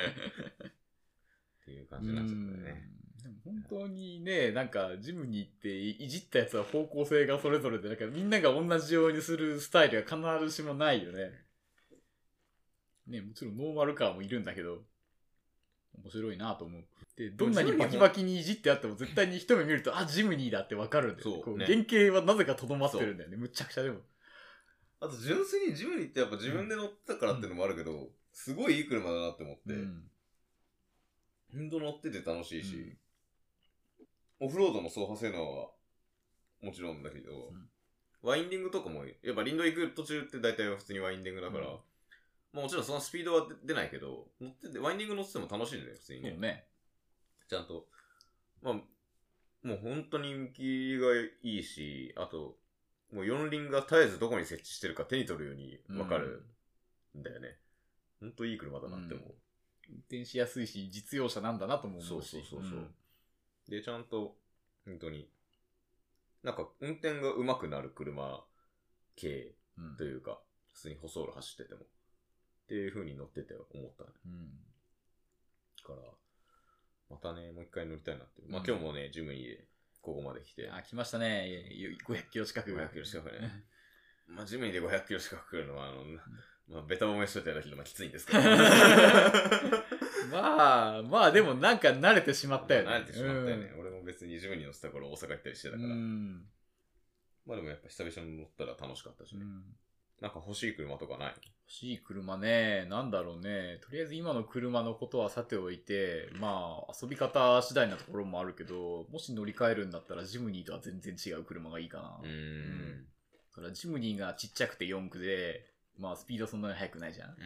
Speaker 1: ていう感じになっちゃったよね。
Speaker 2: うんでも本当にね、なんか、ジムに行っていじったやつは方向性がそれぞれで、なんかみんなが同じようにするスタイルが必ずしもないよね。ね、もちろんノーマルカーもいるんだけど、面白いなと思う。で、どんなにバキバキにいじってあっても絶対に一目見ると、あ、ジムニーだってわかるんだよね、
Speaker 1: そう
Speaker 2: こう
Speaker 1: ね
Speaker 2: 原型はなぜかとどまってるんだよね。むちゃくちゃでも。
Speaker 1: あと純粋にジムに行ってやっぱ自分で乗ってたからっていうのもあるけど、すごいいい車だなって思って、
Speaker 2: うん
Speaker 1: インド乗ってて楽しいし、オフロードの走破性能はもちろんだけど、
Speaker 2: うん
Speaker 1: ワインディングとかも、やっぱ林道行く途中って大体は普通にワインディングだから、
Speaker 2: うん
Speaker 1: まあもちろんそのスピードは出ないけど、乗ってて、ワインディング乗ってても楽しいんだよ、普通にね。
Speaker 2: そうね。
Speaker 1: ちゃんと、まあ、もう本当に向きがいいし、あと、もう四輪が絶えずどこに設置してるか手に取るように分かるんだよね。ほんといい車だなって思う。
Speaker 2: 運転しやすいし、実用車なんだなとも思
Speaker 1: そうう
Speaker 2: し。
Speaker 1: そうそうそう、で、ちゃんと、本当に、なんか運転が上手くなる車系
Speaker 2: うん。うん
Speaker 1: というか、普通に舗装路走ってても、っていう風に乗ってて思ったね。
Speaker 2: うん
Speaker 1: から、またね、もう一回乗りたいなって。まあ、
Speaker 2: うん
Speaker 1: 今日もね、ジムニーでここまで来て、
Speaker 2: あ、来ましたね。500キロ近く。
Speaker 1: 500キロ近くね。まあ、ジムニーで500キロ近く来るのは、あの、まあ、ベタ褒めしといただけど、まあ、きついん ですけど。
Speaker 2: まあ、まあでもなんか慣れてしまったよね。
Speaker 1: 慣れてしまったよね。俺も別にジムニー乗せた頃大阪行ったりして
Speaker 2: う
Speaker 1: た
Speaker 2: ん。
Speaker 1: から。
Speaker 2: うん。
Speaker 1: まあでもやっぱ久々に乗ったら楽しかったし
Speaker 2: う
Speaker 1: ね。
Speaker 2: ん
Speaker 1: なんか欲しい車とかない
Speaker 2: 欲しい車ね。なんだろうね。とりあえず今の車のことはさておいて、まあ遊び方次第なところもあるけど、もし乗り換えるんだったらジムニーとは全然違う車がいいかな。
Speaker 1: うー
Speaker 2: だ
Speaker 1: ん。
Speaker 2: からジムニーがちっちゃくて4駆で、まあスピードそんなに速くないじゃん。
Speaker 1: うん。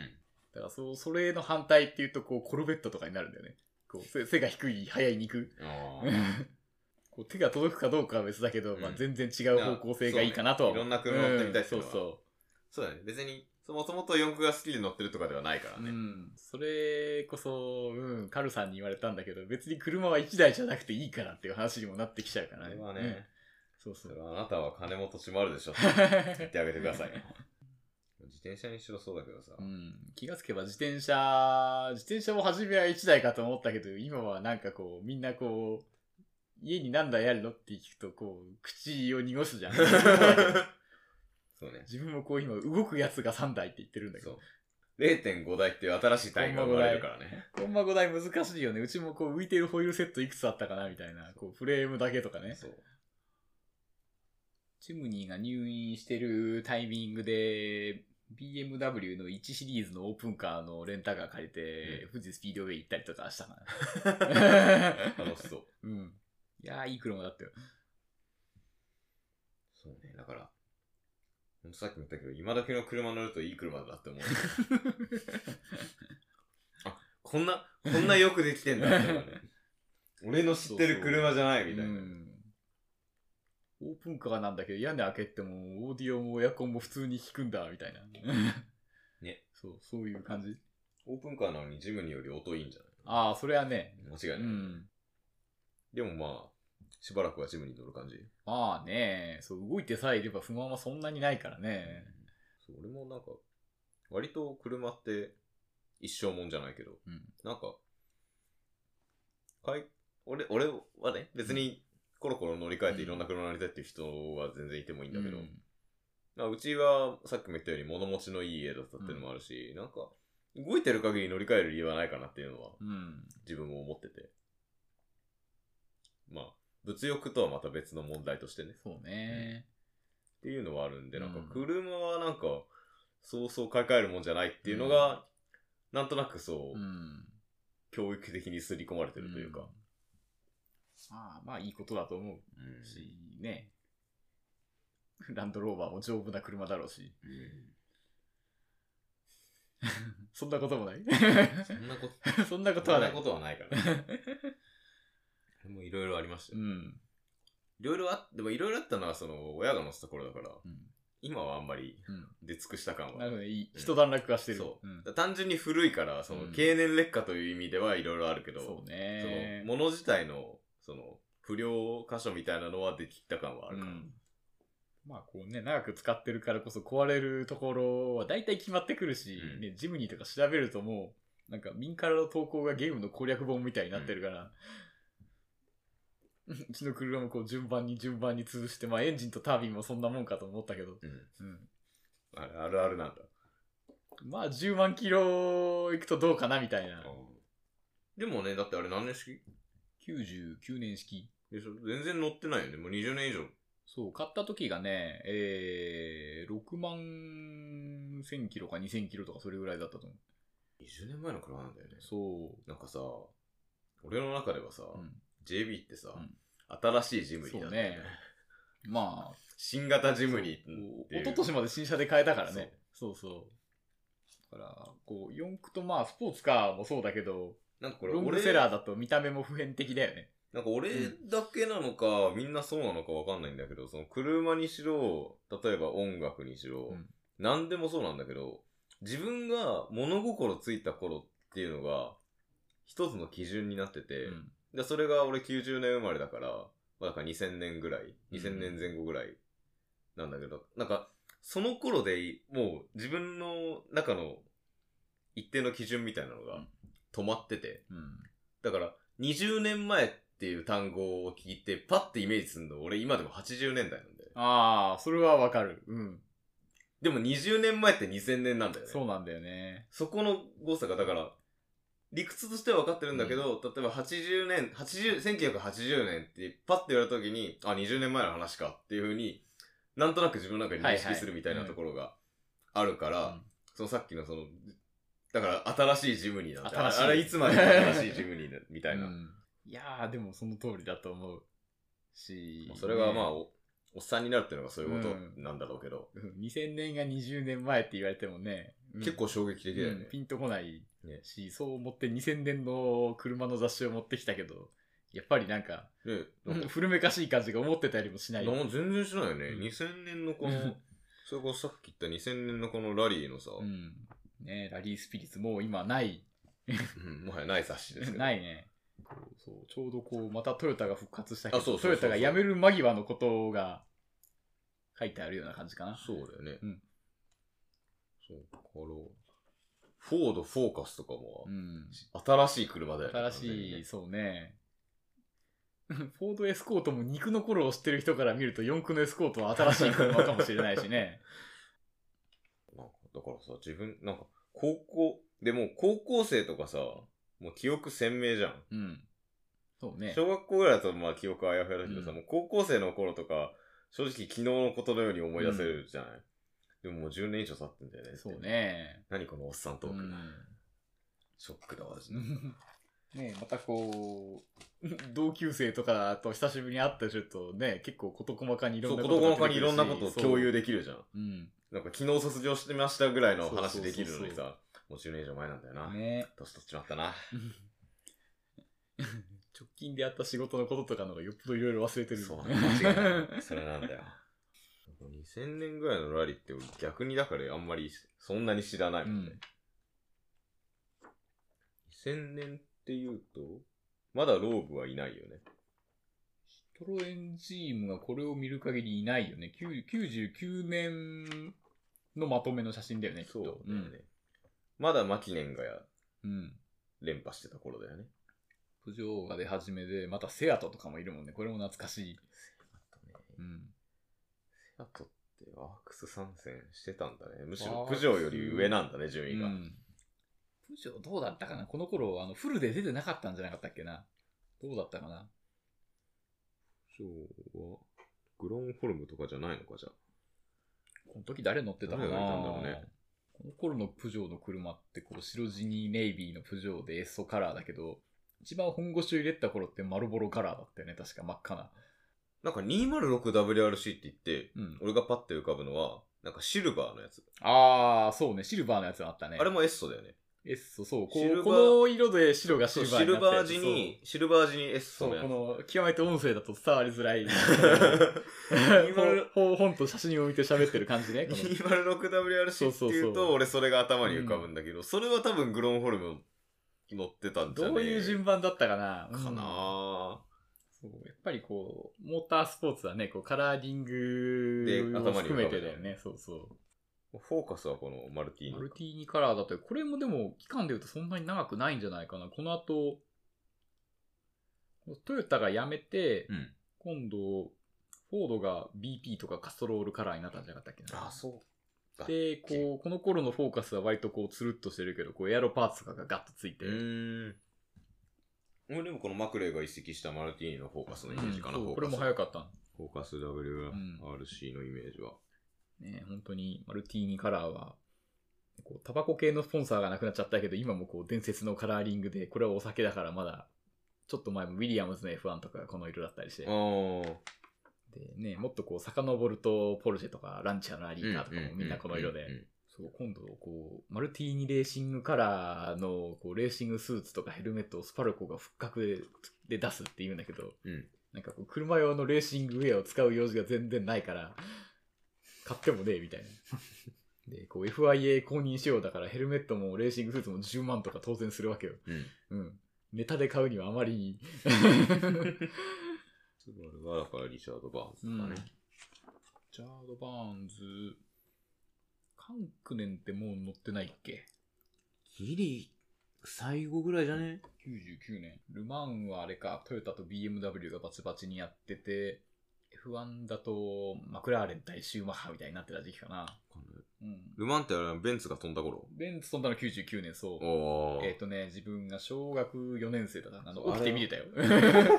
Speaker 2: だからそう、それの反対っていうと、こう、コルベットとかになるんだよね。こう、背背が低い、速い肉。
Speaker 1: あー
Speaker 2: こう手が届くかどうかは別だけど、
Speaker 1: うん
Speaker 2: まあ全然違う方向性がいいかなとは思う。
Speaker 1: いやそうねいろんな車乗ってみたいって
Speaker 2: そ
Speaker 1: いう
Speaker 2: う
Speaker 1: のは
Speaker 2: そ
Speaker 1: そうだね。別に、そもともと四駆が好きで乗ってるとかではないから
Speaker 2: う。う
Speaker 1: ね。
Speaker 2: ん。それこそ、うん、カルさんに言われたんだけど、別に車は1台じゃなくていいからっていう話にもなってきちゃうか
Speaker 1: あ
Speaker 2: ら
Speaker 1: れ
Speaker 2: ね。
Speaker 1: は
Speaker 2: うん
Speaker 1: ね、
Speaker 2: そうそ
Speaker 1: そうれ。はあなたは金持ちまる でしょって言ってあげてくださいよ。自転車にしろそうだけどさ。
Speaker 2: うん、気がつけば自転車、自転車も初めは1台かと思ったけど、今はなんかこう、みんなこう、家に何台あるのって聞くと、こう、口を濁 すじゃん。
Speaker 1: そうね。
Speaker 2: 自分もこう今、動くやつが3台って言ってるんだけ
Speaker 1: そ
Speaker 2: ど
Speaker 1: う。。0.5台っていう新しい単位が生まれるからね。
Speaker 2: コンマ5台難しいよね。うちもこう浮いてるホイールセットいくつあったかなみたいな。こうフレームだけとかね。
Speaker 1: そう。
Speaker 2: チムニーが入院してるタイミングで、 BMW の1シリーズのオープンカーのレンタカー借りて、富士スピードウェイ行ったりとかしたかな。
Speaker 1: 楽しそう。
Speaker 2: うん。いやー、いい車だったよ。
Speaker 1: そうね、だから、ほんとさっきも言ったけど、今だけの車乗るといい車だって 思う。あ、こんな、こんなよくできてんだって思う ね。俺の知ってる車じゃないみたいな。
Speaker 2: うんオープンカーなんだけど、屋根開けても、オーディオもエアコンも普通に効くんだ、みたいな。
Speaker 1: ね。
Speaker 2: そう、そういう感じ。
Speaker 1: オープンカーなのにジムニーより音いいんじゃ
Speaker 2: ああ、それはね。
Speaker 1: ない間違
Speaker 2: う
Speaker 1: いない。
Speaker 2: ん。
Speaker 1: でもまあ、しばらくはジムニー乗る感じ。
Speaker 2: まあね、そう、動いてさえいれば不満はそんなにないからね。
Speaker 1: そう俺もなんか、割と車って一生もんじゃないけど、
Speaker 2: うん。
Speaker 1: なんか、かい俺俺はね、別にコロコロ乗り換えていろんな車乗りたいっていう人は全然いてもいいんだけど、
Speaker 2: う
Speaker 1: うんうちはさっきも言ったように物持ちのいい家だったっていうのもあるし、なんか、動いてる限り乗り換える理由はないかなっていうのは
Speaker 2: うん。
Speaker 1: 自分も思ってて。まあ、物欲とはまた別の問題としてね。
Speaker 2: そうね。
Speaker 1: っていうのはあるんで、なんか
Speaker 2: うん
Speaker 1: 車はなんか、そうそう買い替えるもんじゃないっていうのが、なんとなくそうう、
Speaker 2: ん。
Speaker 1: 教育的に刷り込まれてるというか。
Speaker 2: うん。まあ、まあ、いいことだと思う
Speaker 1: し
Speaker 2: し、ね。ランドローバーも丈夫な車だろうし。 そんなこと もない
Speaker 1: そんなこと、
Speaker 2: そんなこと
Speaker 1: そ
Speaker 2: は
Speaker 1: ん
Speaker 2: な。
Speaker 1: ないことはないから。 でもいろいろありました
Speaker 2: う
Speaker 1: よ。
Speaker 2: ん。
Speaker 1: いろいろあ、でもいろいろあったのはその、親が乗ってた頃だから、
Speaker 2: うん
Speaker 1: 今はあんまり
Speaker 2: うん
Speaker 1: 出尽くした感は。
Speaker 2: なるほどね、いい。一段落はしてる。
Speaker 1: そ
Speaker 2: ん
Speaker 1: う。単純に古いから、その
Speaker 2: うん、
Speaker 1: 経年劣化という意味ではいろいろあるけど、
Speaker 2: そう
Speaker 1: そ
Speaker 2: ね
Speaker 1: の。もの自体のその不良箇所みたいなのはできた感はある
Speaker 2: う
Speaker 1: から、
Speaker 2: んまあこうね、長く使ってるからこそ壊れるところは大体決まってくるし、
Speaker 1: うん
Speaker 2: ね、ジムニーとか調べるともう、なんか民からの投稿がゲームの攻略本みたいになってるから、 うちの車もこう順番に順番に潰して、まあエンジンとタービンもそんなもんかと思ったけど、
Speaker 1: うん
Speaker 2: うん
Speaker 1: あれあるあるなんだ、
Speaker 2: まあ10万キロ行くとどうかなみたいな。
Speaker 1: でもねだってあれ何年式
Speaker 2: 99年式。
Speaker 1: でしょ全然乗ってないよねもう20年以上
Speaker 2: そう、買った時がね、えー、6万1000キロか2000キロとかそれぐらいだったと思う。
Speaker 1: 20年前の車なんだよね
Speaker 2: そう。
Speaker 1: なんかさ俺の中ではさ、
Speaker 2: う
Speaker 1: JB ってさ、
Speaker 2: うん
Speaker 1: 新しいジムニーだったよね
Speaker 2: そうねん、まあ、
Speaker 1: 新型ジムニーってい
Speaker 2: 一
Speaker 1: う
Speaker 2: 昨年まで新車で買えたからね。そうそう。だから、こう、四駆とまあ、スポーツカーもそうだけど、
Speaker 1: なんかこれ
Speaker 2: ロン
Speaker 1: 俺
Speaker 2: グセラーだと見た目も普遍的だよね。
Speaker 1: なんか俺だけなのか、みんなそうなのかわかんないんだけど、その車にしろ、例えば音楽にしろ、
Speaker 2: うん
Speaker 1: 何でもそうなんだけど、自分が物心ついた頃っていうのが、一つの基準になってて、
Speaker 2: うん
Speaker 1: でそれが俺90年生まれだから、まあ、だから2000年ぐらい、
Speaker 2: うん
Speaker 1: 2000年前後ぐらいなんだけど、なんか、その頃でいもう自分の中の一定の基準みたいなの
Speaker 2: う
Speaker 1: が
Speaker 2: ん
Speaker 1: 止まってて、
Speaker 2: うん。
Speaker 1: だから、20年前っていう単語を聞いて、パッてイメージするの、俺今でも80年代なんだよ。
Speaker 2: ああ、それはわかる。うん。
Speaker 1: でも20年前って2000年なんだよね。
Speaker 2: そうなんだよね。
Speaker 1: そこの誤差が、だから、理屈としては分かってるんだけど、例えば80年、80、1980年ってパッて言われた時に、あ、20年前の話かっていうふうに、なんとなく自分の中で認
Speaker 2: はいは
Speaker 1: 識
Speaker 2: い
Speaker 1: するみたいなところがあるから、
Speaker 2: うん
Speaker 1: そのさっきのその、だから新しいジムニーなんだ。
Speaker 2: 新しい
Speaker 1: あれいつまでも新しいジムニーだみたいな。
Speaker 2: うんいやー、でもその通りだと思うし。
Speaker 1: まあそれはまあ
Speaker 2: ね
Speaker 1: お、おっさんになるっていうのがそういうことなんだろうけど、
Speaker 2: うん2000年が20年前って言われてもね、うん
Speaker 1: 結構衝撃的だよ
Speaker 2: うん
Speaker 1: ね。
Speaker 2: ピンとこない
Speaker 1: ね
Speaker 2: し、そう思って2000年の車の雑誌を持ってきたけど、やっぱりなんか、
Speaker 1: ねなんか、
Speaker 2: 古めかしい感じが思ってたよりもしない。
Speaker 1: なんか全然しないよね。
Speaker 2: うん
Speaker 1: 2000年のこの
Speaker 2: うん、
Speaker 1: それこそさっき言った2000年のこのラリーのさ、
Speaker 2: うん。ねラリースピリッツもう今ない。
Speaker 1: うんもはやない冊子ですけど。
Speaker 2: ないね。こうそうちょうどこう、またトヨタが復活したけ
Speaker 1: あそ
Speaker 2: ど、
Speaker 1: うそうそ
Speaker 2: トヨ
Speaker 1: うそう
Speaker 2: タが辞める間際のことが書いてあるような感じかな。
Speaker 1: そうだよね。
Speaker 2: うん
Speaker 1: そう、これ、フォードフォーカスとかも
Speaker 2: う、ん。
Speaker 1: 新しい車だよね。
Speaker 2: 新
Speaker 1: 完全に
Speaker 2: しい、
Speaker 1: ね。
Speaker 2: そうね。フォードエスコートも肉の頃を知ってる人から見ると四駆のエスコートは新しい車かもしれないしね。
Speaker 1: なんかだからさ、自分、なんか、高校、でもう高校生とかさ、もう記憶鮮明じゃん。
Speaker 2: うん。そうね。
Speaker 1: 小学校ぐらいだとまあ記憶はあやふやだけどさ、
Speaker 2: うん
Speaker 1: もう高校生の頃とか、正直昨日のことのように思い出せるじゃない。でももう10年以上経ってんだよね。
Speaker 3: そう。ね。
Speaker 1: 何このおっさんトーク。
Speaker 3: う
Speaker 1: ショックだ わ、
Speaker 3: ん ねまたこう、 同級生とかと久しぶりに会ったらちょっとね、結構事細かにいろ
Speaker 1: そ
Speaker 3: ん
Speaker 1: う、
Speaker 3: な
Speaker 1: 子
Speaker 3: こと
Speaker 1: 供
Speaker 3: が
Speaker 1: の間にいろんな
Speaker 3: 出
Speaker 1: こ
Speaker 3: てく
Speaker 1: と
Speaker 3: る
Speaker 1: を
Speaker 3: しそう
Speaker 1: 共有できるじゃん。
Speaker 3: うん。
Speaker 1: なんか昨日卒業してましたぐらいの
Speaker 3: そ
Speaker 1: 話
Speaker 3: うそうそうそう
Speaker 1: できるのにさ、もう10年以上前なんだよな。
Speaker 3: ね
Speaker 1: 年取っちまったな。
Speaker 3: 直近でやった仕事のこととかの方がよっぽどいろいろ忘れてる。
Speaker 1: そう、間違 いない。それなんだよ。2000年ぐらいのラリーって俺逆にだからあんまりそんなに知らないもんね。2000年っていうと、まだローブはいないよね。
Speaker 2: ヒトロエンジームがこれを見る限りいないよね。9 99年のまとめの写真だよね、きっと。
Speaker 1: そうだよね。まだマキネンがや
Speaker 2: うん。うん。
Speaker 1: 連覇してた頃だよね。
Speaker 2: プジョーが出始めで、またセアトとかもいるもんね。これも懐かしい。
Speaker 1: あとね、
Speaker 2: うん。
Speaker 1: セアトってワークス参戦してたんだね。むし
Speaker 2: ワ
Speaker 1: ろ
Speaker 2: ーク
Speaker 1: プ
Speaker 2: ス
Speaker 1: ジョーより上なんだね、順
Speaker 2: う
Speaker 1: 位が。
Speaker 2: ん。プジョーどうだったかなこの頃、あの、フルで出てなかったんじゃなかったっけな。どうだったかな
Speaker 1: プジョーは、グロンフォルムとかじゃないのか、じゃあ。
Speaker 2: この時誰乗ってたかな
Speaker 1: 誰がいたんだろうね
Speaker 2: この頃のプジョーの車って、こう、白地にネイビーのプジョーでエッソカラーだけど、一番本腰を入れてた頃って丸ボロカラーだったよね。確か真っ赤な。
Speaker 1: なんか 206WRC って言って、
Speaker 2: うん。
Speaker 1: 俺がパッて浮かぶのは、なんかシルバーのやつ。
Speaker 2: あー、そうね。シルバーのやつあったね。
Speaker 1: あれもエッソだよね。
Speaker 2: エッソ、そう。こ
Speaker 1: シルバ
Speaker 2: う
Speaker 1: ー
Speaker 3: この色で白がシ
Speaker 1: そう
Speaker 3: ルバーになっ
Speaker 1: シル
Speaker 3: た
Speaker 1: バ
Speaker 3: や
Speaker 1: ー
Speaker 3: つ
Speaker 1: 地に、シルバー地にエッソ
Speaker 3: そう
Speaker 1: の
Speaker 3: そう、
Speaker 1: や
Speaker 3: こ
Speaker 1: つ。
Speaker 3: の、極めて音声だと伝わりづらい。
Speaker 1: 206
Speaker 3: ほ本と写真を見て喋ってる感じね。この
Speaker 1: 206WRC っていうと、俺それが頭に浮かぶんだけど、それは多分グロンホルム乗ってたんじゃね
Speaker 3: どういう順番だったかな
Speaker 1: かな
Speaker 3: うん
Speaker 1: ぁ
Speaker 3: そうやっぱりこう、モータースポーツはね、こう、カラーリン
Speaker 1: で
Speaker 3: グを
Speaker 1: 頭に浮か
Speaker 3: 含
Speaker 1: ぶ
Speaker 3: めてだよね。そうそう。
Speaker 1: フォーカスはこのマルティー
Speaker 2: マ
Speaker 1: ニ
Speaker 2: ル。ティーニカラーだと、これもでも期間で言うとそんなに長くないんじゃないかな。この後、トヨタが辞めて、
Speaker 1: うん
Speaker 2: 今度、フォードが BP とかカストロールカラーになったんじゃなかったっけな。
Speaker 1: そうで、
Speaker 2: で、こう、この頃のフォーカスは割とこう、つるっとしてるけど、こう、エアロパーツとかがガッとついて
Speaker 1: うーん。俺でもこのマクレーが移籍したマルティーニのフォーカスのイメージかな、
Speaker 2: うん
Speaker 1: フ
Speaker 2: そ
Speaker 1: ォ
Speaker 2: う
Speaker 1: ーカ
Speaker 2: これ
Speaker 1: ス
Speaker 2: も早かった。
Speaker 1: フォーカス WRC のイメージは。
Speaker 2: ね、本当に、マルティーニカラーは、こう、タバコ系のスポンサーがなくなっちゃったけど、今もこう、伝説のカラーリングで、これはお酒だからまだ、ちょっと前もウィリアムズの F1 とかがこの色だったりして。
Speaker 1: ああ。
Speaker 2: でね、もっとこう、遡ると、ポルシェとか、ランチャーのアリータとかもみんなこの色
Speaker 1: うんうんうんう
Speaker 2: で、
Speaker 1: ん。
Speaker 2: そう、今度、こう、マルティーニレーシングカラーの、こう、レーシングスーツとかヘルメットをスパルコが復刻でで出すって言うんだけど、
Speaker 1: うん
Speaker 2: なんかこう、車用のレーシングウェアを使う用事が全然ないから、買ってもねえ、みたい な。で、こう、FIA 公認仕様だから、ヘルメットもレーシングスーツも10万とか当然するわけよ。
Speaker 1: うん。
Speaker 2: うん。ネタで買うにはあまり に、
Speaker 1: スバルはだからリチャード・バーンズとかね。
Speaker 2: ジャード・バーンズ、カンクネンってもう乗ってないっけ
Speaker 1: ギリ、最後ぐらいじゃね
Speaker 2: ?99 年。ルマンはあれか、トヨタと BMW がバチバチにやってて、F1 だとマクラーレン対シューマッハみたいになってた時期かな。うん。
Speaker 1: ルマンってあれ、ベンツが飛んだ頃
Speaker 2: ベンツ飛んだの99年、そう。
Speaker 1: お
Speaker 2: えっ、とね、自分が小学4年生だったかな。あの
Speaker 1: そう
Speaker 2: 起きて見てたよ。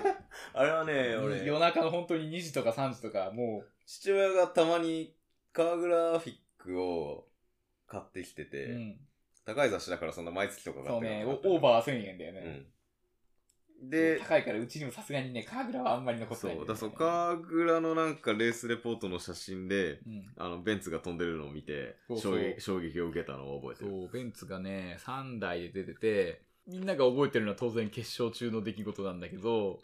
Speaker 1: あれはね、
Speaker 2: 夜
Speaker 1: 俺、
Speaker 2: 中の本当に2時とか3時とか、も
Speaker 1: 父親がたまにカーグラフィックを買ってきて
Speaker 2: う、
Speaker 1: て、
Speaker 2: うん、
Speaker 1: 高い雑誌だからそんな毎月とか買
Speaker 2: そ
Speaker 1: っ
Speaker 2: う
Speaker 1: て
Speaker 2: ね、
Speaker 1: こなかった
Speaker 2: オーバー1000円だよね。
Speaker 1: うん。で、
Speaker 2: 高いからうちにもさすがにね、カーグラはあんまり残って
Speaker 1: そう
Speaker 2: ない、、
Speaker 1: だからそう、カーグラのなんかレースレポートの写真で、
Speaker 2: うん。
Speaker 1: あの、ベンツが飛んでるのを見て、
Speaker 2: そうそ
Speaker 1: 衝
Speaker 2: う
Speaker 1: 撃衝撃を受けたのを覚えて
Speaker 2: そ
Speaker 1: る。
Speaker 2: う、ベンツがね、3台で出てて、みんなが覚えてるのは当然決勝中の出来事なんだけど、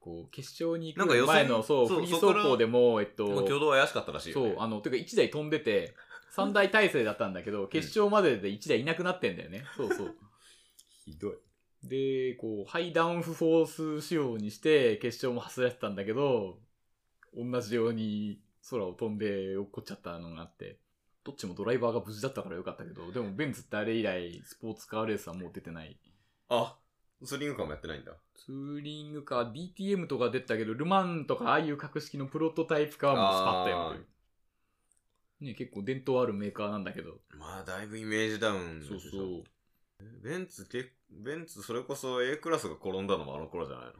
Speaker 2: こう、決勝に行
Speaker 1: なんか
Speaker 2: く
Speaker 1: 予選
Speaker 2: 前の、そう、
Speaker 1: そう
Speaker 2: フリー
Speaker 1: そこ
Speaker 2: 走
Speaker 1: ら
Speaker 2: 行でも、えっ
Speaker 1: もう挙
Speaker 2: と、
Speaker 1: 動怪しかったらしいよ、
Speaker 2: そ
Speaker 1: ね。
Speaker 2: う、あの、てか1台飛んでて、3台体制だったんだけど、決勝までで1台いなくなってんだよね。そうそう。
Speaker 1: ひどい。
Speaker 2: で、こう、ハイダウンフフォース仕様にして、決勝も走らせてたんだけど、同じように空を飛んで落っこっちゃったのがあって、どっちもドライバーが無事だったからよかったけど、でもベンツってあれ以来、スポーツカーレースはもう出てない。
Speaker 1: あ、スリングカーもやってないんだ。
Speaker 2: ツーリングカー、DTM とか出てたけど、ルマンとかああいう格式のプロトタイプカーもスパッとやめてる。ね、結構伝統あるメーカーなんだけど。
Speaker 1: まあ、だいぶイメージダウン。
Speaker 2: そうそう。
Speaker 1: ベンツ、けベンツ、それこそ A クラスが転んだのもあの頃じゃないの、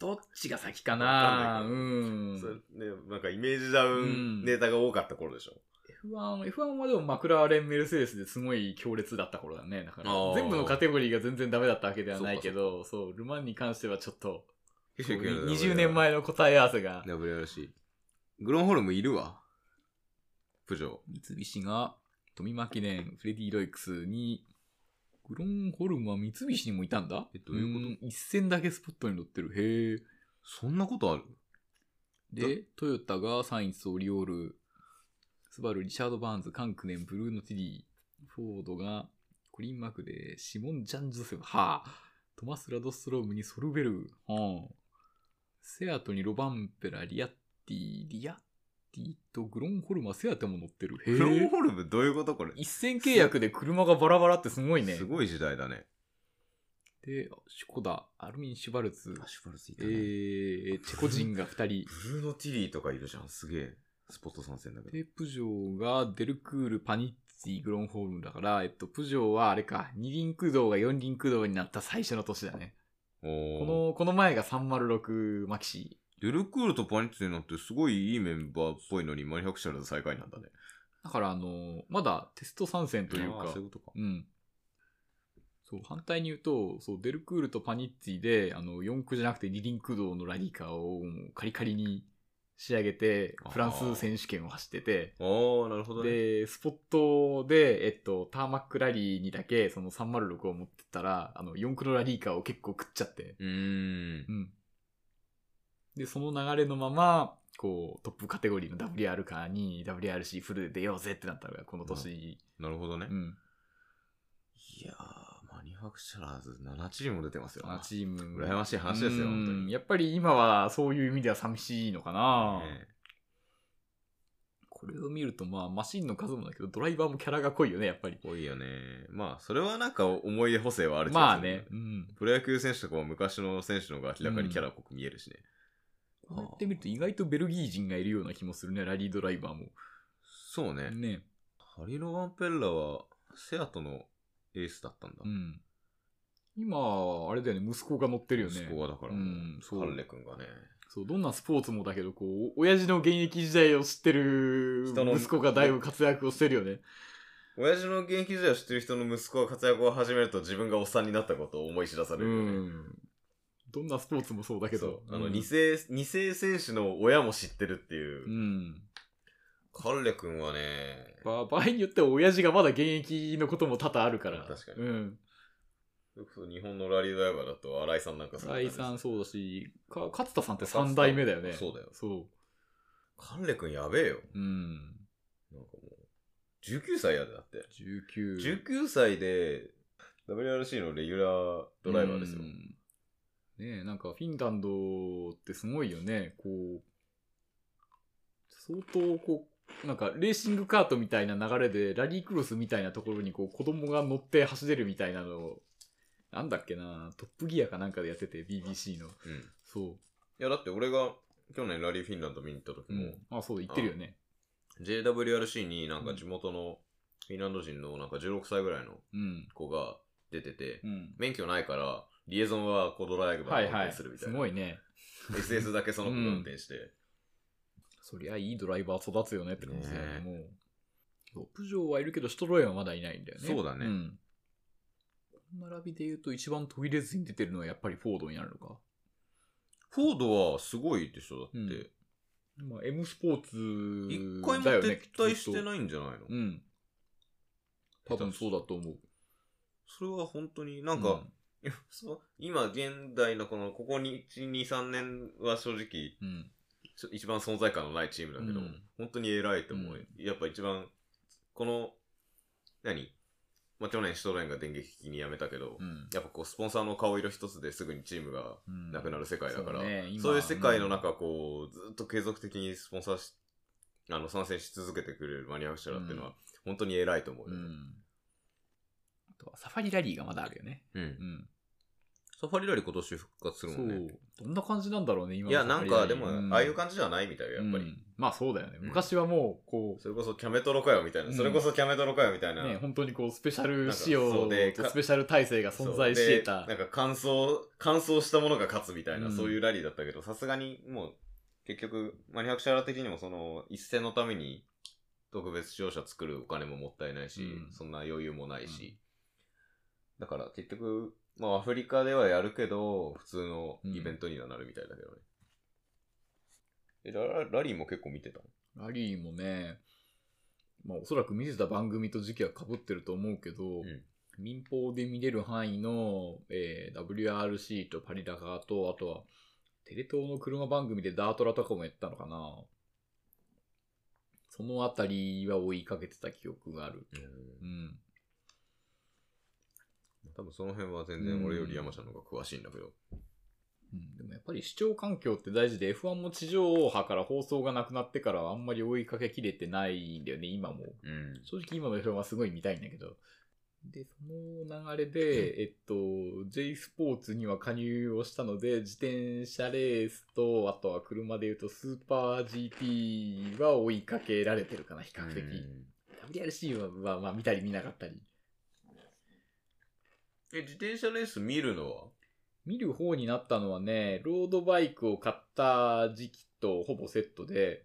Speaker 2: どっちが先か
Speaker 1: わか
Speaker 2: なん
Speaker 1: ないけ
Speaker 2: うん。
Speaker 1: それね、なんかイメージダウンネタが多かった頃でしょ。
Speaker 2: F1、F1 はでもマクラーレン、メルセデスですごい強烈だった頃だね。だから
Speaker 1: あー、
Speaker 2: 全部のカテゴリーが全然ダメだったわけではないけ
Speaker 1: そ
Speaker 2: ど、そう、ルマンに関してはちょっと、
Speaker 1: 結局
Speaker 2: 20年前の答え合わせが、
Speaker 1: WRC。グロンホルムいるわ。プジョー。
Speaker 2: 三菱が、富間記念、フレディ・ロイクスに、グロンホルムは三菱にもいたんだ
Speaker 1: えどういうこと
Speaker 2: こと一戦だけスポットに乗ってる。へえ。
Speaker 1: そんなことある
Speaker 2: で、トヨタがサインス、オリオール、スバル、リチャード・バーンズ、カンクネン、ブルーノ・ティディ、フォードがコリン・マクで、シモン・ジャン・ジョセフ、はあ、トマス・ラドストロームにソルベル、はあ、セアトにロバンペラ、リアッティ、リアッティとグロンホルマ、セアテも乗ってる。
Speaker 1: グロン
Speaker 2: へえ。
Speaker 1: ホルムどういうことこれ。
Speaker 2: 一戦契約で車がバラバラってすごいね。
Speaker 1: すごい時代だね。
Speaker 2: で、シュコダ、アルミン・シュバルツ、
Speaker 1: シュバルツい
Speaker 2: えー、チェコ人が2人。
Speaker 1: ブルーノ・ティリーとかいるじゃん。すげえ。スポット参戦だけど。
Speaker 2: で、プジョーがデルクール、パニッツィ、グロンホールムだから、えっと、プジョーはあれか、二輪駆動が四輪駆動になった最初の年だね。こ
Speaker 1: この
Speaker 2: の、この前が306マキシ。
Speaker 1: デルクールとパニッツになってすごいいいメンバーっぽいのにマニアクシャルで最下位なんだね。
Speaker 2: だからあの、まだテスト参戦という
Speaker 1: あ
Speaker 2: か
Speaker 1: ー、そういうことか。
Speaker 2: うん。そう、反対に言うと、そう、デルクールとパニッツィで、あの、四駆じゃなくて二輪駆動のラリーカーをもうカリカリに仕上げて
Speaker 1: あー、
Speaker 2: フランス選手権を走ってて、
Speaker 1: ああ、なるほどね。
Speaker 2: で、スポットで、えっと、ターマックラリーにだけ、その306を持ってったら、あの、4クロラリーカーを結構食っちゃって。
Speaker 1: うーん
Speaker 2: う。ん。で、その流れのまま、こう、トップカテゴリーの WR カーに WRC フルで出ようぜってなったのが、この年。
Speaker 1: なるほどね。
Speaker 2: うん。
Speaker 1: いやー、マニファクチャラーズ7チーム出てますよ。
Speaker 2: あチーム。
Speaker 1: 羨ましい話ですよ
Speaker 2: うん
Speaker 1: 本当に
Speaker 2: やっぱり今は、そういう意味では寂しいのかな、
Speaker 1: ね
Speaker 2: これを見ると、まあ、マシンの数もだけど、ドライバーもキャラが濃いよね、やっぱり。
Speaker 1: 多いよね。まあ、それはなんか思い出補正はある気
Speaker 2: ま
Speaker 1: が
Speaker 2: あ
Speaker 1: する
Speaker 2: ね。。うん。
Speaker 1: プロ野球選手とかも昔の選手の方が明らかにキャラ濃く見えるしね。
Speaker 2: こうやって見ると意外とベルギー人がいるような気もするね、ラリードライバーも。
Speaker 1: そうね。
Speaker 2: ね。
Speaker 1: ハリロ・ワンペッラはセアトのエースだったんだ。
Speaker 2: うん。今、あれだよね、息子が乗ってるよね。
Speaker 1: 息子がだからもう、
Speaker 2: うんそう
Speaker 1: カルレ君がね。
Speaker 2: そう、どんなスポーツもだけど、こう、親父の現役時代を知ってる
Speaker 1: 人の
Speaker 2: 息子がだいぶ活躍をしてるよね。
Speaker 1: 親父の現役時代を知ってる人の息子が活躍を始めると自分がおっさんになったことを思い知らされ
Speaker 2: う
Speaker 1: るよね。
Speaker 2: ん。どんなスポーツもそうだけど
Speaker 1: そ。うあの、
Speaker 2: うん
Speaker 1: 二世、二世選手の親も知ってるっていう。
Speaker 2: うん。
Speaker 1: カルレ君はね、
Speaker 2: ば場合によっては親父がまだ現役のことも多々あるから。
Speaker 1: 確かに
Speaker 2: うん。
Speaker 1: それこそ日本のラリードライバーだと新井さんなんか
Speaker 2: 再三
Speaker 1: う
Speaker 2: そうだし、か勝田さんって3代目だよね。
Speaker 1: そうだよ。
Speaker 2: そ
Speaker 1: カルレ君やべえよ。
Speaker 2: う。うん。
Speaker 1: なんかもう、19歳やで、だって。
Speaker 2: 19。
Speaker 1: 19歳で、WRC のレギュラードライバーですよ
Speaker 2: う。んねえ、なんかフィンランドってすごいよね。こう、相当こう、なんかレーシングカートみたいな流れで、ラリークロスみたいなところにこう子供が乗って走れるみたいなのを、なんだっけな、トップギアかなんかでやってて、BBC の。
Speaker 1: うん。い
Speaker 2: そ
Speaker 1: や、だって俺が去年ラリーフィンランド見に行った時
Speaker 2: う。
Speaker 1: も、
Speaker 2: あ、そうだ、言ってるよね。
Speaker 1: JWRC になんか地元のフィンランド人のなんか16歳ぐらいの
Speaker 2: うん。
Speaker 1: 子が出てて、
Speaker 2: うん。
Speaker 1: 免許ないから、リエゾンはコドライバーが
Speaker 2: はい
Speaker 1: 運
Speaker 2: はい。
Speaker 1: 転す
Speaker 2: す
Speaker 1: るみたいな。
Speaker 2: ごいね。
Speaker 1: SS だけその子が運転して。
Speaker 2: そりゃいいドライバー育つよねって感じだよ
Speaker 1: ねえ
Speaker 2: ね、もう。そうプジョーはいるけど、シトロエンはまだいないんだよね。
Speaker 1: そうだね
Speaker 2: ん。この並びで言うと、一番途切れずに出てるのはやっぱりフォードになるのか。
Speaker 1: フォードはすごいでしょ、だって。
Speaker 2: うんまあ、M スポーツ
Speaker 1: 一回も
Speaker 2: だよ
Speaker 1: 撤
Speaker 2: ね
Speaker 1: 退して
Speaker 2: きっ
Speaker 1: ないんじゃないの、
Speaker 2: とうん。多分そうだと思う。
Speaker 1: それは本当になんか、いやそう今現代のこのここに1、2、3年は正直
Speaker 2: うん、うん。
Speaker 1: ちょ一番存在感のないチームだけど、
Speaker 2: うん
Speaker 1: 本当に偉いと思う。
Speaker 2: うん
Speaker 1: やっぱ一番、この、何まあ、去年シトレンが電撃的に辞めたけど、
Speaker 2: うん。
Speaker 1: やっぱこうスポンサーの顔色一つですぐにチームがなくなる世界だから、
Speaker 2: そうね今
Speaker 1: そういう世界の中、こう、ずっと継続的にスポンサーし、あの、参戦し続けてくれるマニアファクチャラーっていうのは、本当に偉いと思う
Speaker 2: う
Speaker 1: よ、
Speaker 2: ん。あとはサファリラリーがまだあるよね。
Speaker 1: うん
Speaker 2: うん。
Speaker 1: サファリラリ今年復活する
Speaker 2: そ
Speaker 1: もんね。
Speaker 2: う。どんな感じなんだろうね、今の
Speaker 1: いや、
Speaker 2: サ
Speaker 1: な
Speaker 2: ファ
Speaker 1: ん
Speaker 2: リラリ
Speaker 1: か、
Speaker 2: ー
Speaker 1: でも、
Speaker 2: うん
Speaker 1: ああいう感じではないみたいよ、やっぱり。
Speaker 2: うんまあそうだよね。
Speaker 1: うん
Speaker 2: 昔はもう、こ
Speaker 1: それこそキャメトロかよ、みたいな。
Speaker 2: うん、
Speaker 1: それこそキャメトロかよ、みたいうな。
Speaker 2: ね、本当にこう、スペシャ
Speaker 1: なん
Speaker 2: ル
Speaker 1: か
Speaker 2: 仕
Speaker 1: そう
Speaker 2: 様
Speaker 1: で
Speaker 2: と
Speaker 1: か
Speaker 2: スペシャル体制が存在していた
Speaker 1: そうで。なんか、乾燥、乾燥したものが勝つみたいな、
Speaker 2: うん
Speaker 1: そういうラリーだったけど、さすがに、もう、結局、マニアファクチャラー的にも、その、一戦のために、特別商社作るお金ももったいないし、
Speaker 4: うん
Speaker 1: そんな余裕もないし、だから結局、まあアフリカではやるけど、普通のイベントにはなるみたいだけどね。えラ、ラリーも結構見てたの
Speaker 2: ラリーもね、まあおそらく見てた番組と時期は被ってると思うけど、
Speaker 1: ん
Speaker 2: 民放で見れる範囲の、えー WRC とパリダカと、あとはテレ東の車番組でダートラとかもやったのかな。そのあたりは追いかけてた記憶がある。うん。
Speaker 1: 多分その辺は全然俺より山ちゃんの方が詳しいんだけど。
Speaker 2: うんでもやっぱり視聴環境って大事で F1 も地上波から放送がなくなってからはあんまり追いかけきれてないんだよね、今も。
Speaker 1: うん。
Speaker 2: 正直今の F1 はすごい見たいんだけど。で、その流れで、えっと、J スポーツには加入をしたので、自転車レースと、あとは車で言うとスーパー GT は追いかけられてるかな、比較的。WRC は、まあ、まあ、見たり見なかったり。
Speaker 1: え、自転車レース見るのは
Speaker 2: 見る方になったのはね、ロードバイクを買った時期とほぼセットで、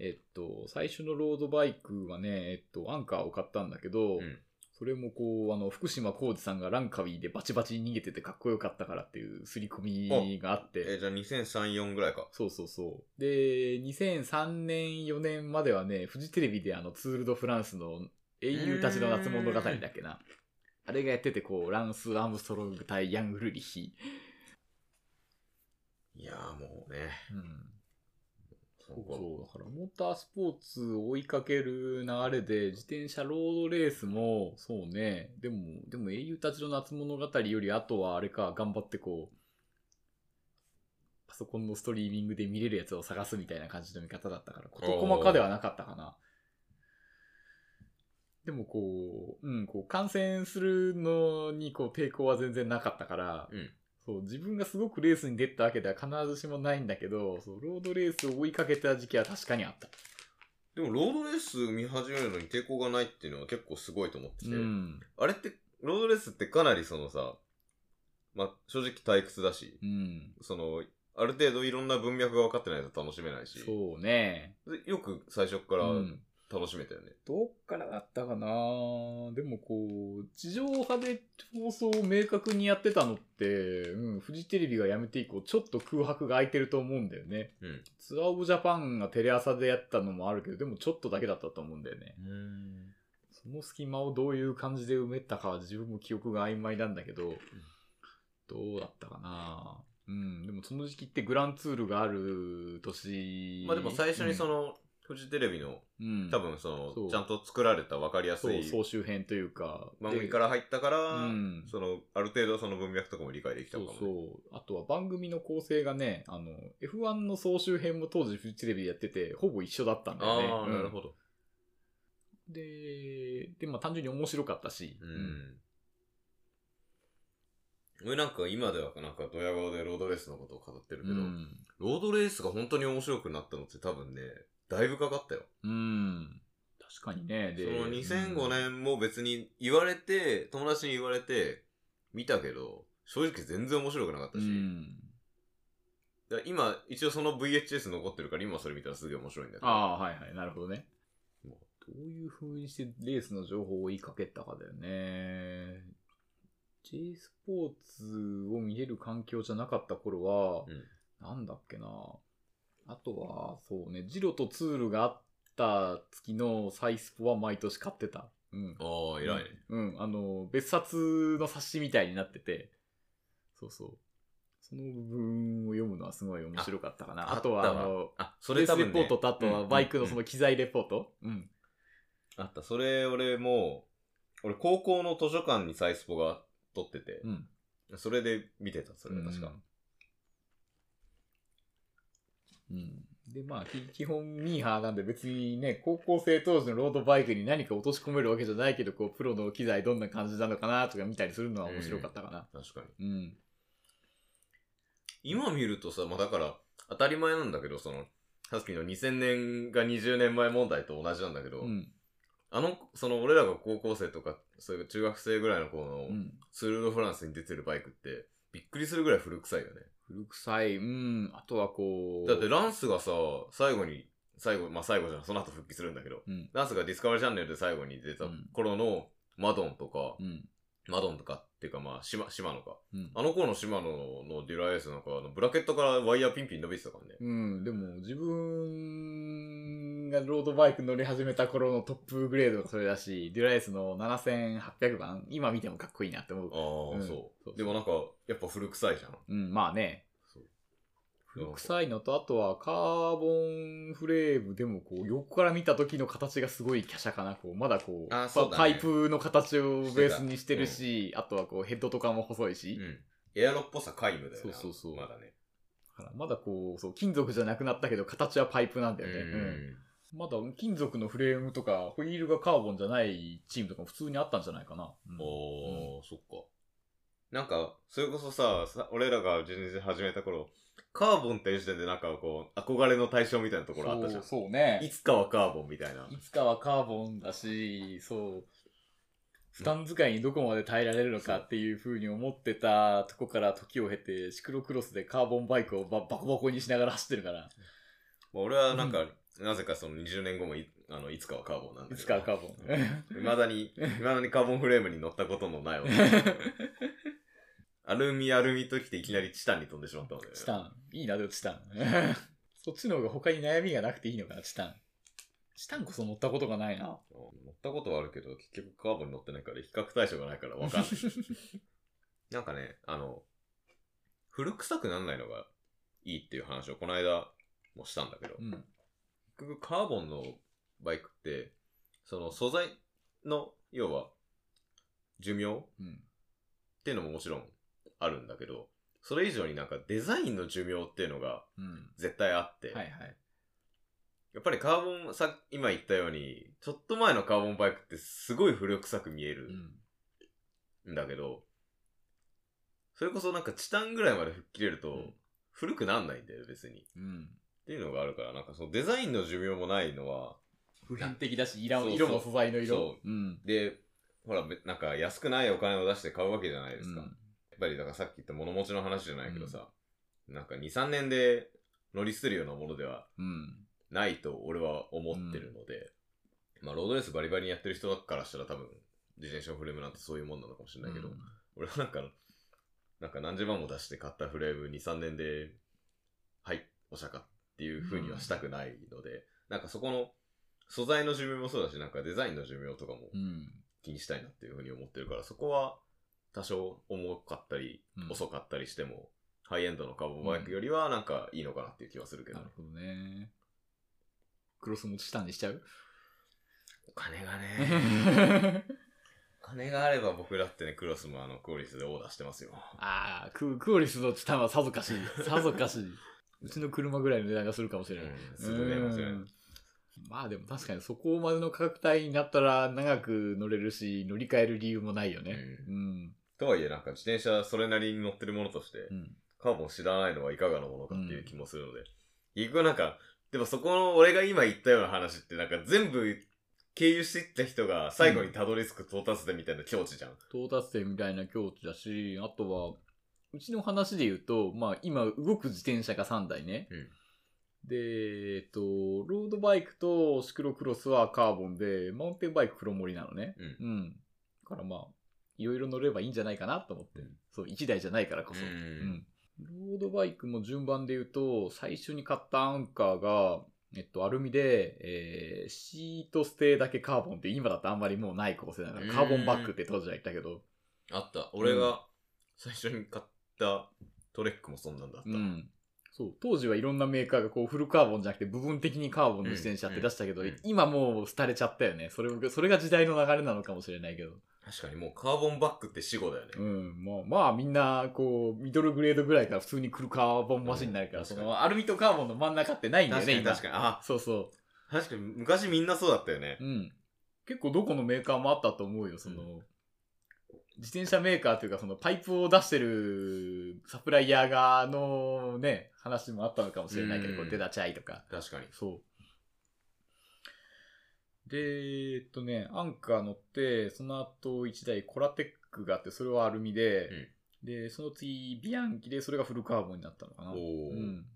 Speaker 2: えっと、最初のロードバイクはね、えっと、アンカーを買ったんだけど、
Speaker 1: うん
Speaker 2: それもこう、あの、福島浩二さんがランカウィーでバチバチ逃げててかっこよかったからっていう刷り込みがあって、
Speaker 1: え、じゃあ2003、4ぐらいか。
Speaker 2: そうそうそう。で、2003年、4年まではね、フジテレビであの、ツール・ド・フランスの英雄たちの夏物語だっけな。あれがやってて、こう、ランス・アームストロング対ヤング・ルリヒ。
Speaker 1: いやーもうね。
Speaker 2: うんそう
Speaker 1: なんか
Speaker 2: そう。だから、モータースポーツを追いかける流れで、自転車ロードレースも、そうね。でも、でも英雄たちの夏物語より、あとはあれか、頑張ってこう、パソコンのストリーミングで見れるやつを探すみたいな感じの見方だったから、事細かではなかったかな。でもこう、うん、こう、観戦するのに、こう、抵抗は全然なかったから、
Speaker 1: うん
Speaker 2: そう、自分がすごくレースに出たわけでは必ずしもないんだけど、そう、ロードレースを追いかけた時期は確かにあった。
Speaker 1: でも、ロードレース見始めるのに抵抗がないっていうのは結構すごいと思ってて。
Speaker 2: ん。
Speaker 1: あれって、ロードレースってかなりそのさ、まあ、正直退屈だし、
Speaker 2: うん。
Speaker 1: その、ある程度いろんな文脈が分かってないと楽しめないし、
Speaker 2: そうね。
Speaker 1: でよく最初か
Speaker 2: う
Speaker 1: ら
Speaker 2: ん。
Speaker 1: 楽しめたよね。
Speaker 2: どっからだったかなでもこう、地上波で放送を明確にやってたのって、うん、フジテレビがやめて以降、ちょっと空白が空いてると思うんだよね。
Speaker 1: うん
Speaker 2: ツアーオブジャパンがテレ朝でやったのもあるけど、でもちょっとだけだったと思うんだよね。その隙間をどういう感じで埋めたかは自分も記憶が曖昧なんだけど、どうだったかなうん、でもその時期ってグランツールがある年。
Speaker 1: まあでも最初にその、フジテレビの、
Speaker 2: うん、うん
Speaker 1: 多分そ
Speaker 2: そ
Speaker 1: の、
Speaker 2: う
Speaker 1: ちゃんと作られた分かりやす
Speaker 2: そう、
Speaker 1: い
Speaker 2: 総集編というか。
Speaker 1: 番組から入ったから、
Speaker 2: うん
Speaker 1: その、ある程度その文脈とかも理解できた
Speaker 2: そ
Speaker 1: か
Speaker 2: う
Speaker 1: も、ね。
Speaker 2: そう。あとは番組の構成がね、あの、F1 の総集編も当時フジテレビでやってて、ほぼ一緒だったんだよね。
Speaker 1: ああ、
Speaker 2: うん
Speaker 1: なるほど。
Speaker 2: で、で、まあ単純に面白かったし。
Speaker 1: うん。俺なんか今ではなんかドヤ顔でロードレースのことを語ってるけ
Speaker 2: う
Speaker 1: ど、
Speaker 2: ん。
Speaker 1: ロードレースが本当に面白くなったのって多分ね、だいぶかかったよ。
Speaker 2: うん。確かにね。
Speaker 1: そ
Speaker 2: で、
Speaker 1: の2005
Speaker 2: うん
Speaker 1: 年も別に言われて、友達に言われて、見たけど、正直全然面白くなかったし、
Speaker 2: うん。
Speaker 1: だから今一応その VHS 残ってるから今それ見たらすげえ面白いんだけど、
Speaker 2: ああ、はいはい、なるほどね。どういう風にしてレースの情報を追いかけたかだよね。J スポーツを見れる環境じゃなかった頃は、
Speaker 1: うん
Speaker 2: なんだっけな。あとは、そうね、ジロとツールがあった月のサイスポは毎年買ってた。うん。
Speaker 1: ああ、偉いね。
Speaker 2: うん、あの、別冊の冊子みたいになってて、そうそう。その部分を読むのはすごい面白かったかな。
Speaker 1: あ
Speaker 2: あとは、
Speaker 1: あ
Speaker 2: あ
Speaker 1: ったわ
Speaker 2: の、
Speaker 1: あ、そ
Speaker 2: そレ
Speaker 1: れ
Speaker 2: ー
Speaker 1: 多
Speaker 2: スレ
Speaker 1: 分、
Speaker 2: ポ
Speaker 1: ね、
Speaker 2: ートとあとはバイクのその機材レポート、うん
Speaker 1: あった。それ、俺もう、俺高校の図書館にサイスポが撮ってて、
Speaker 2: うん
Speaker 1: それで見てた、それは確か。
Speaker 2: うん。で、まあ、き基本ミーハーなんで別にね、高校生当時のロードバイクに何か落とし込めるわけじゃないけど、こう、プロの機材どんな感じなのかなとか見たりするのは面白かったかな。
Speaker 1: 確かに。
Speaker 2: うん。
Speaker 1: 今見るとさ、まあ、だから、当たり前なんだけど、その、さっきの2000年が20年前問題と同じなんだけど、
Speaker 2: うん。
Speaker 1: あの、その俺らが高校生とか、そういう中学生ぐらいの頃の、
Speaker 2: うん。
Speaker 1: ツール・ド・フランスに出てるバイクって、びっくりするぐらい古臭いよね。
Speaker 2: 古臭い、うん。あとはこう、
Speaker 1: だってランスがさ、最後に最後、まあ最後じゃん、その後復帰するんだけど、
Speaker 5: うん
Speaker 1: ナースがディスカバリーチャンネルで最後に出た頃のマドンとか、
Speaker 5: うん。
Speaker 1: マドンとかっていうかまあ、島、島野か。
Speaker 5: うん。
Speaker 1: あの頃の島野のデュラエースなんか、あのブラケットからワイヤーピンピン伸びてたからね。
Speaker 2: うん、でも自分がロードバイク乗り始めた頃のトップグレードがそれだし、デュラエースの7800番、今見てもかっこいいなって思う。
Speaker 1: ああ、
Speaker 2: うん
Speaker 1: そう
Speaker 2: そう
Speaker 1: でもなんか、やっぱ古臭いじゃん。
Speaker 2: うん、まあね。
Speaker 1: そう
Speaker 2: 臭いのと、あとはカーボンフレームでもこう、横から見た時の形がすごい華奢かな、こう、まだこう、
Speaker 1: あそうだね
Speaker 2: パパイプの形をベースにしてるし、あとはこう、ヘッドとかも細いし、
Speaker 1: うん。エアロっぽさ皆無だよね。
Speaker 2: そうそうそう
Speaker 1: まだね。
Speaker 2: だからまだこう、そう、金属じゃなくなったけど、形はパイプなんだよね。うん
Speaker 1: ん。
Speaker 2: まだ金属のフレームとか、ホイールがカーボンじゃないチームとかも普通にあったんじゃないかな。うん
Speaker 1: おー、そっか。なんか、それこそさ、さ俺らが全然始めた頃、カーボンっていう時点でなんかこう、憧れの対象みたいなところあったじゃん。
Speaker 2: そうそうね
Speaker 1: いつかはカーボンみたいな。
Speaker 2: いつかはカーボンだし、そう、負担使いにどこまで耐えられるのかっていうふうに思ってたとこから時を経て、シクロクロスでカーボンバイクをババコバコにしながら走ってるから、
Speaker 1: まあ俺はなんか、なぜかその20年後もいあのいつかはカーボンなん
Speaker 2: い
Speaker 1: だ
Speaker 2: つかはカ
Speaker 1: ー
Speaker 2: ーボン。
Speaker 1: ボン。いまだ に、いまだにカーボンフレームに乗ったことのない男アルミアルミときていきなりチタンに飛んでしまったので、
Speaker 2: チタン。いいな、でもチタン。そっちの方が他に悩みがなくていいのかな、チタン。チタンこそ乗ったことがないな。
Speaker 1: 乗ったことはあるけど、結局カーボンに乗ってないから、比較対象がないからわかんない。なんかね、あの、古臭くならないのがいいっていう話をこの間もしたんだけど、
Speaker 2: うん。
Speaker 1: 結局カーボンのバイクって、その素材の、要は、寿命
Speaker 2: うん。
Speaker 1: っていうのももちろんあるんだけど、それ以上になんかデザインの寿命っていうのが
Speaker 2: うん。
Speaker 1: 絶対あって、
Speaker 2: はいはい。
Speaker 1: やっぱりカーボン、さ、今言ったように、ちょっと前のカーボンバイクってすごい古臭く見える
Speaker 2: うん。
Speaker 1: んだけど、それこそなんかチタンぐらいまで吹っ切れると、
Speaker 2: うん
Speaker 1: 古くなんないんだよ、別に。っ
Speaker 2: うん。
Speaker 1: ていうのがあるから、なんかそのデザインの寿命もないのは、
Speaker 2: 普遍的だし、色
Speaker 1: そうそう
Speaker 2: 色も素材の色。
Speaker 1: そ
Speaker 2: うん。
Speaker 1: で、ほら、べなんか安くないお金を出して買うわけじゃないですか。
Speaker 2: う
Speaker 1: やっ
Speaker 2: ん
Speaker 1: ぱり、だからさっき言った物持ちの話じゃないけどさ、なんか2、3年で乗り捨てるようなものでは
Speaker 2: うん。
Speaker 1: ないと俺は思ってるので、まあロードレースバリバリにやってる人からしたら多分自転車のフレームなんてそういうもんなのかもしれないけど、
Speaker 2: うん
Speaker 1: 俺はなんかなんか何十万も出して買ったフレーム23年ではいおしゃかっていうふうにはしたくないので、なんかそこの素材の寿命もそうだしなんかデザインの寿命とかも
Speaker 2: うん。
Speaker 1: 気にしたいなっていうふうに思ってるからそこは多少重かったり
Speaker 2: うん
Speaker 1: 遅かったりしても、ハイエンドのカーボンバイクよりはなんかいいのかなっていう気はするけど
Speaker 2: な
Speaker 1: ね
Speaker 2: るほどね。クロス持ちしたんにしちゃ う
Speaker 1: お金が ねお金があれば僕だってね、クロスもあの、クオリスでオーダーしてますよ。
Speaker 2: ああ、ククオリスのチタンはさぞかしい。さぞかしい。うちの車ぐらいの値段がするかもしれない。
Speaker 1: すぐね、間違いない
Speaker 2: うんまあでも確かにそこまでの価格帯になったら長く乗れるし、乗り換える理由もないよね。うん。
Speaker 1: とはいえ、なんか自転車それなりに乗ってるものとして
Speaker 2: う、ん。
Speaker 1: カーボン知らないのはいかがなものかっていう気もするので、結局なんか、でもそこの俺が今言ったような話ってなんか全部経由していった人が最後にたどり着く到達点みたいな境地じゃん。
Speaker 2: 到達点みたいな境地だし、あとは、うちの話で言うと、まあ今動く自転車が3台ね。
Speaker 1: うん
Speaker 2: で、えっと、ロードバイクとシクロクロスはカーボンで、マウンテンバイク黒森なのね。
Speaker 1: うん。
Speaker 2: うん。だからまあ、いろいろ乗ればいいんじゃないかなと思って。
Speaker 1: うん
Speaker 2: そう、1台じゃないからこそ。うんロードバイクも順番で言うと、最初に買ったアンカーが、えっと、アルミで、えーシートステーだけカーボンって、今だとあんまりもうない構成だから、カーボンバッグって当時は言ったけど、
Speaker 1: あった。俺が最初に買ったトレックもそんなんだった。
Speaker 2: うん。そう、当時はいろんなメーカーがこうフルカーボンじゃなくて部分的にカーボンの自転車って出したけど、
Speaker 1: うんうん
Speaker 2: 今もう廃れちゃったよね。それもそれが時代の流れなのかもしれないけど。
Speaker 1: 確かにもうカーボンバックって死後だよね。
Speaker 2: うん。まあ、まあみんな、こう、ミドルグレードぐらいから普通に来るカーボンマシンになるから、
Speaker 1: うん
Speaker 2: そ
Speaker 1: 確かに
Speaker 2: のアルミとカーボンの真ん中ってないんだよ
Speaker 1: 確か
Speaker 2: ね、
Speaker 1: に
Speaker 2: 今
Speaker 1: 確かに。あ、
Speaker 2: そうそ
Speaker 1: 確かに昔みんなそうだったよね
Speaker 2: う。。うん。結構どこのメーカーもあったと思うよ、その、
Speaker 1: う
Speaker 2: 自転車メーカーというか、そのパイプを出してるサプライヤー側のね、話もあったのかもしれないけど、
Speaker 1: うん
Speaker 2: こう出だちゃいとか。
Speaker 1: 確かに。
Speaker 2: そう。で、えっとね、アンカー乗って、その後1台コラテックがあって、それはアルミで、で、その次、ビアンキで、それがフルカーボンになったのかな。
Speaker 1: お
Speaker 2: う
Speaker 1: ー
Speaker 2: ん。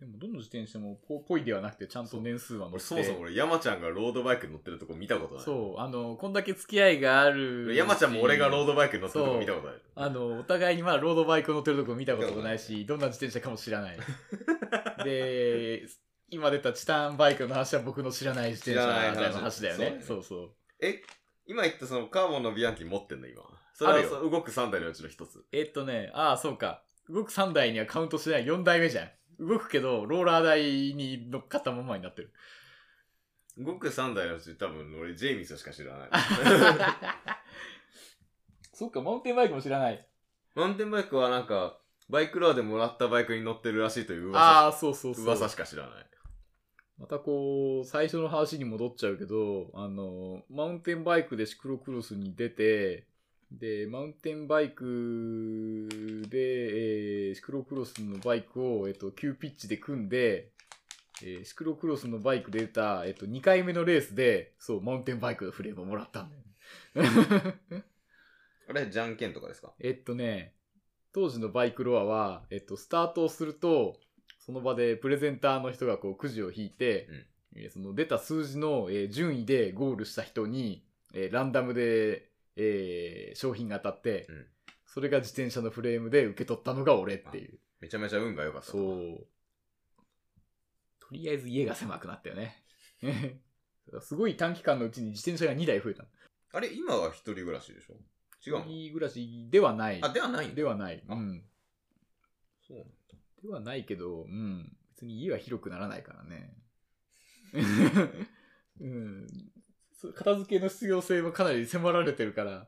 Speaker 2: でも、どの自転車もぽ、ぽいではなくて、ちゃんと年数は乗
Speaker 1: 俺
Speaker 2: って。
Speaker 1: そもそも俺山ちゃんがロードバイク乗ってるとこ見たことない。
Speaker 2: そう、あの、こんだけ付き合いがある。
Speaker 1: 俺山ちゃんも俺がロー
Speaker 2: ド。
Speaker 1: ドバイク乗ってるとこ見たことない。
Speaker 2: あの、お互いにまあ、ロードバイク乗ってるとこ見たこともないし、どんな自転車かも知 らない。で、今出たチタンバイクの話は僕の知らない自転車みたいな話だよね。
Speaker 1: 知ら
Speaker 2: そ
Speaker 1: な
Speaker 2: うそう。
Speaker 1: え、今言ったそのカーボンのビアンキ持ってんの今。それ
Speaker 2: あ
Speaker 1: は
Speaker 2: るよ
Speaker 1: その動く3台のうちの一つ。
Speaker 2: えっとね、ああ、そうか。動く3台にはカウントしない4台目じゃん。動くけど、ローラー台に乗っかったままに なってる。
Speaker 1: 動く3台のうち多分俺ジェイミスしか知ら ない。
Speaker 2: そっか、マウンテンバイクも知らない。
Speaker 1: マウンテンバイクはなんか、バイクロアでもらったバイクに乗ってるらしいという
Speaker 2: あ
Speaker 1: 噂
Speaker 2: あ、そうそうそう。
Speaker 1: 噂しか知らない。
Speaker 2: またこう、最初の話に戻っちゃうけど、あの、マウンテンバイクでシクロクロスに出て、で、マウンテンバイクで、えーシクロクロスのバイクを、えっと、急ピッチで組んで、えーシクロクロスのバイクで出た、えっと、2回目のレースで、そう、マウンテンバイクのフレームをもらったんだよね。
Speaker 1: あれ、じゃんけんとかですか
Speaker 2: えっとね、当時のバイクロアは、えっと、スタートをすると、その場でプレゼンターの人がこうくじを引いて、えーその出た数字の、えー順位でゴールした人に、えーランダムで、えー商品が当たって、
Speaker 1: うん
Speaker 2: それが自転車のフレームで受け取ったのが俺っていう。
Speaker 1: めちゃめちゃ運が良かった。
Speaker 2: そ。う。とりあえず家が狭くなったよね。 すごい短期間のうちに自転車が2台増えた。
Speaker 1: あれ、今は一人暮らしでしょ違うの
Speaker 2: いい暮らしではない。
Speaker 1: あ、ではないんだ
Speaker 2: ではない。う
Speaker 1: あ
Speaker 2: ん。
Speaker 1: そうなんだ
Speaker 2: ではないけど、うん、別に家は広くならないから ね。うん、そう片付けの必要性もかなり迫られてるから、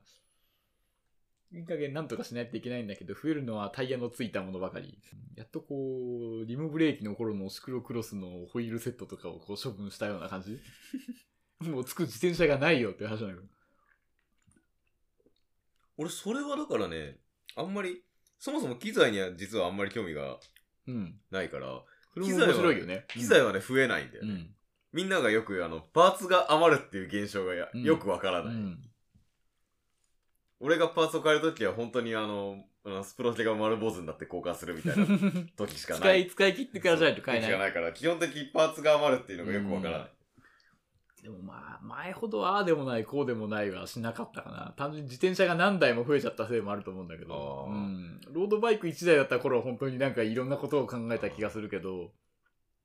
Speaker 2: いい加減なんとかしないといけないんだけど、増えるのはタイヤのついたものばかり。やっとこう、リムブレーキの頃のシクロクロスのホイールセットとかをこう処分したような感 じもうつく自転車がないよっていう話なのよ。
Speaker 1: 俺、それはだからね、あんまり、そもそも機材には実はあんまり興味が
Speaker 2: うん。
Speaker 1: ないから、
Speaker 2: それも面白いよね。
Speaker 1: 機材はね、増えないんだよ
Speaker 2: う
Speaker 1: ね。
Speaker 2: ん。
Speaker 1: みんながよく、あの、パーツが余るっていう現象がや
Speaker 2: うん
Speaker 1: よくわから
Speaker 2: う
Speaker 1: ない。
Speaker 2: ん。
Speaker 1: 俺がパーツを変えるときは、本当にあの、あのスプロテが丸坊主になって交換するみたいな時しかない。
Speaker 2: 使い、使い切ってからじゃないと買え
Speaker 1: 時しか
Speaker 2: ない。
Speaker 1: ないから、基本的にパーツが余るっていうのがよくわからない。
Speaker 2: でもまあ、前ほどああでもない、こうでもないはしなかったかな。単純に自転車が何台も増えちゃったせいもあると思うんだけど。
Speaker 1: あ
Speaker 2: う
Speaker 1: ー
Speaker 2: ん。ロードバイク1台だった頃は本当になんかいろんなことを考えた気がするけど、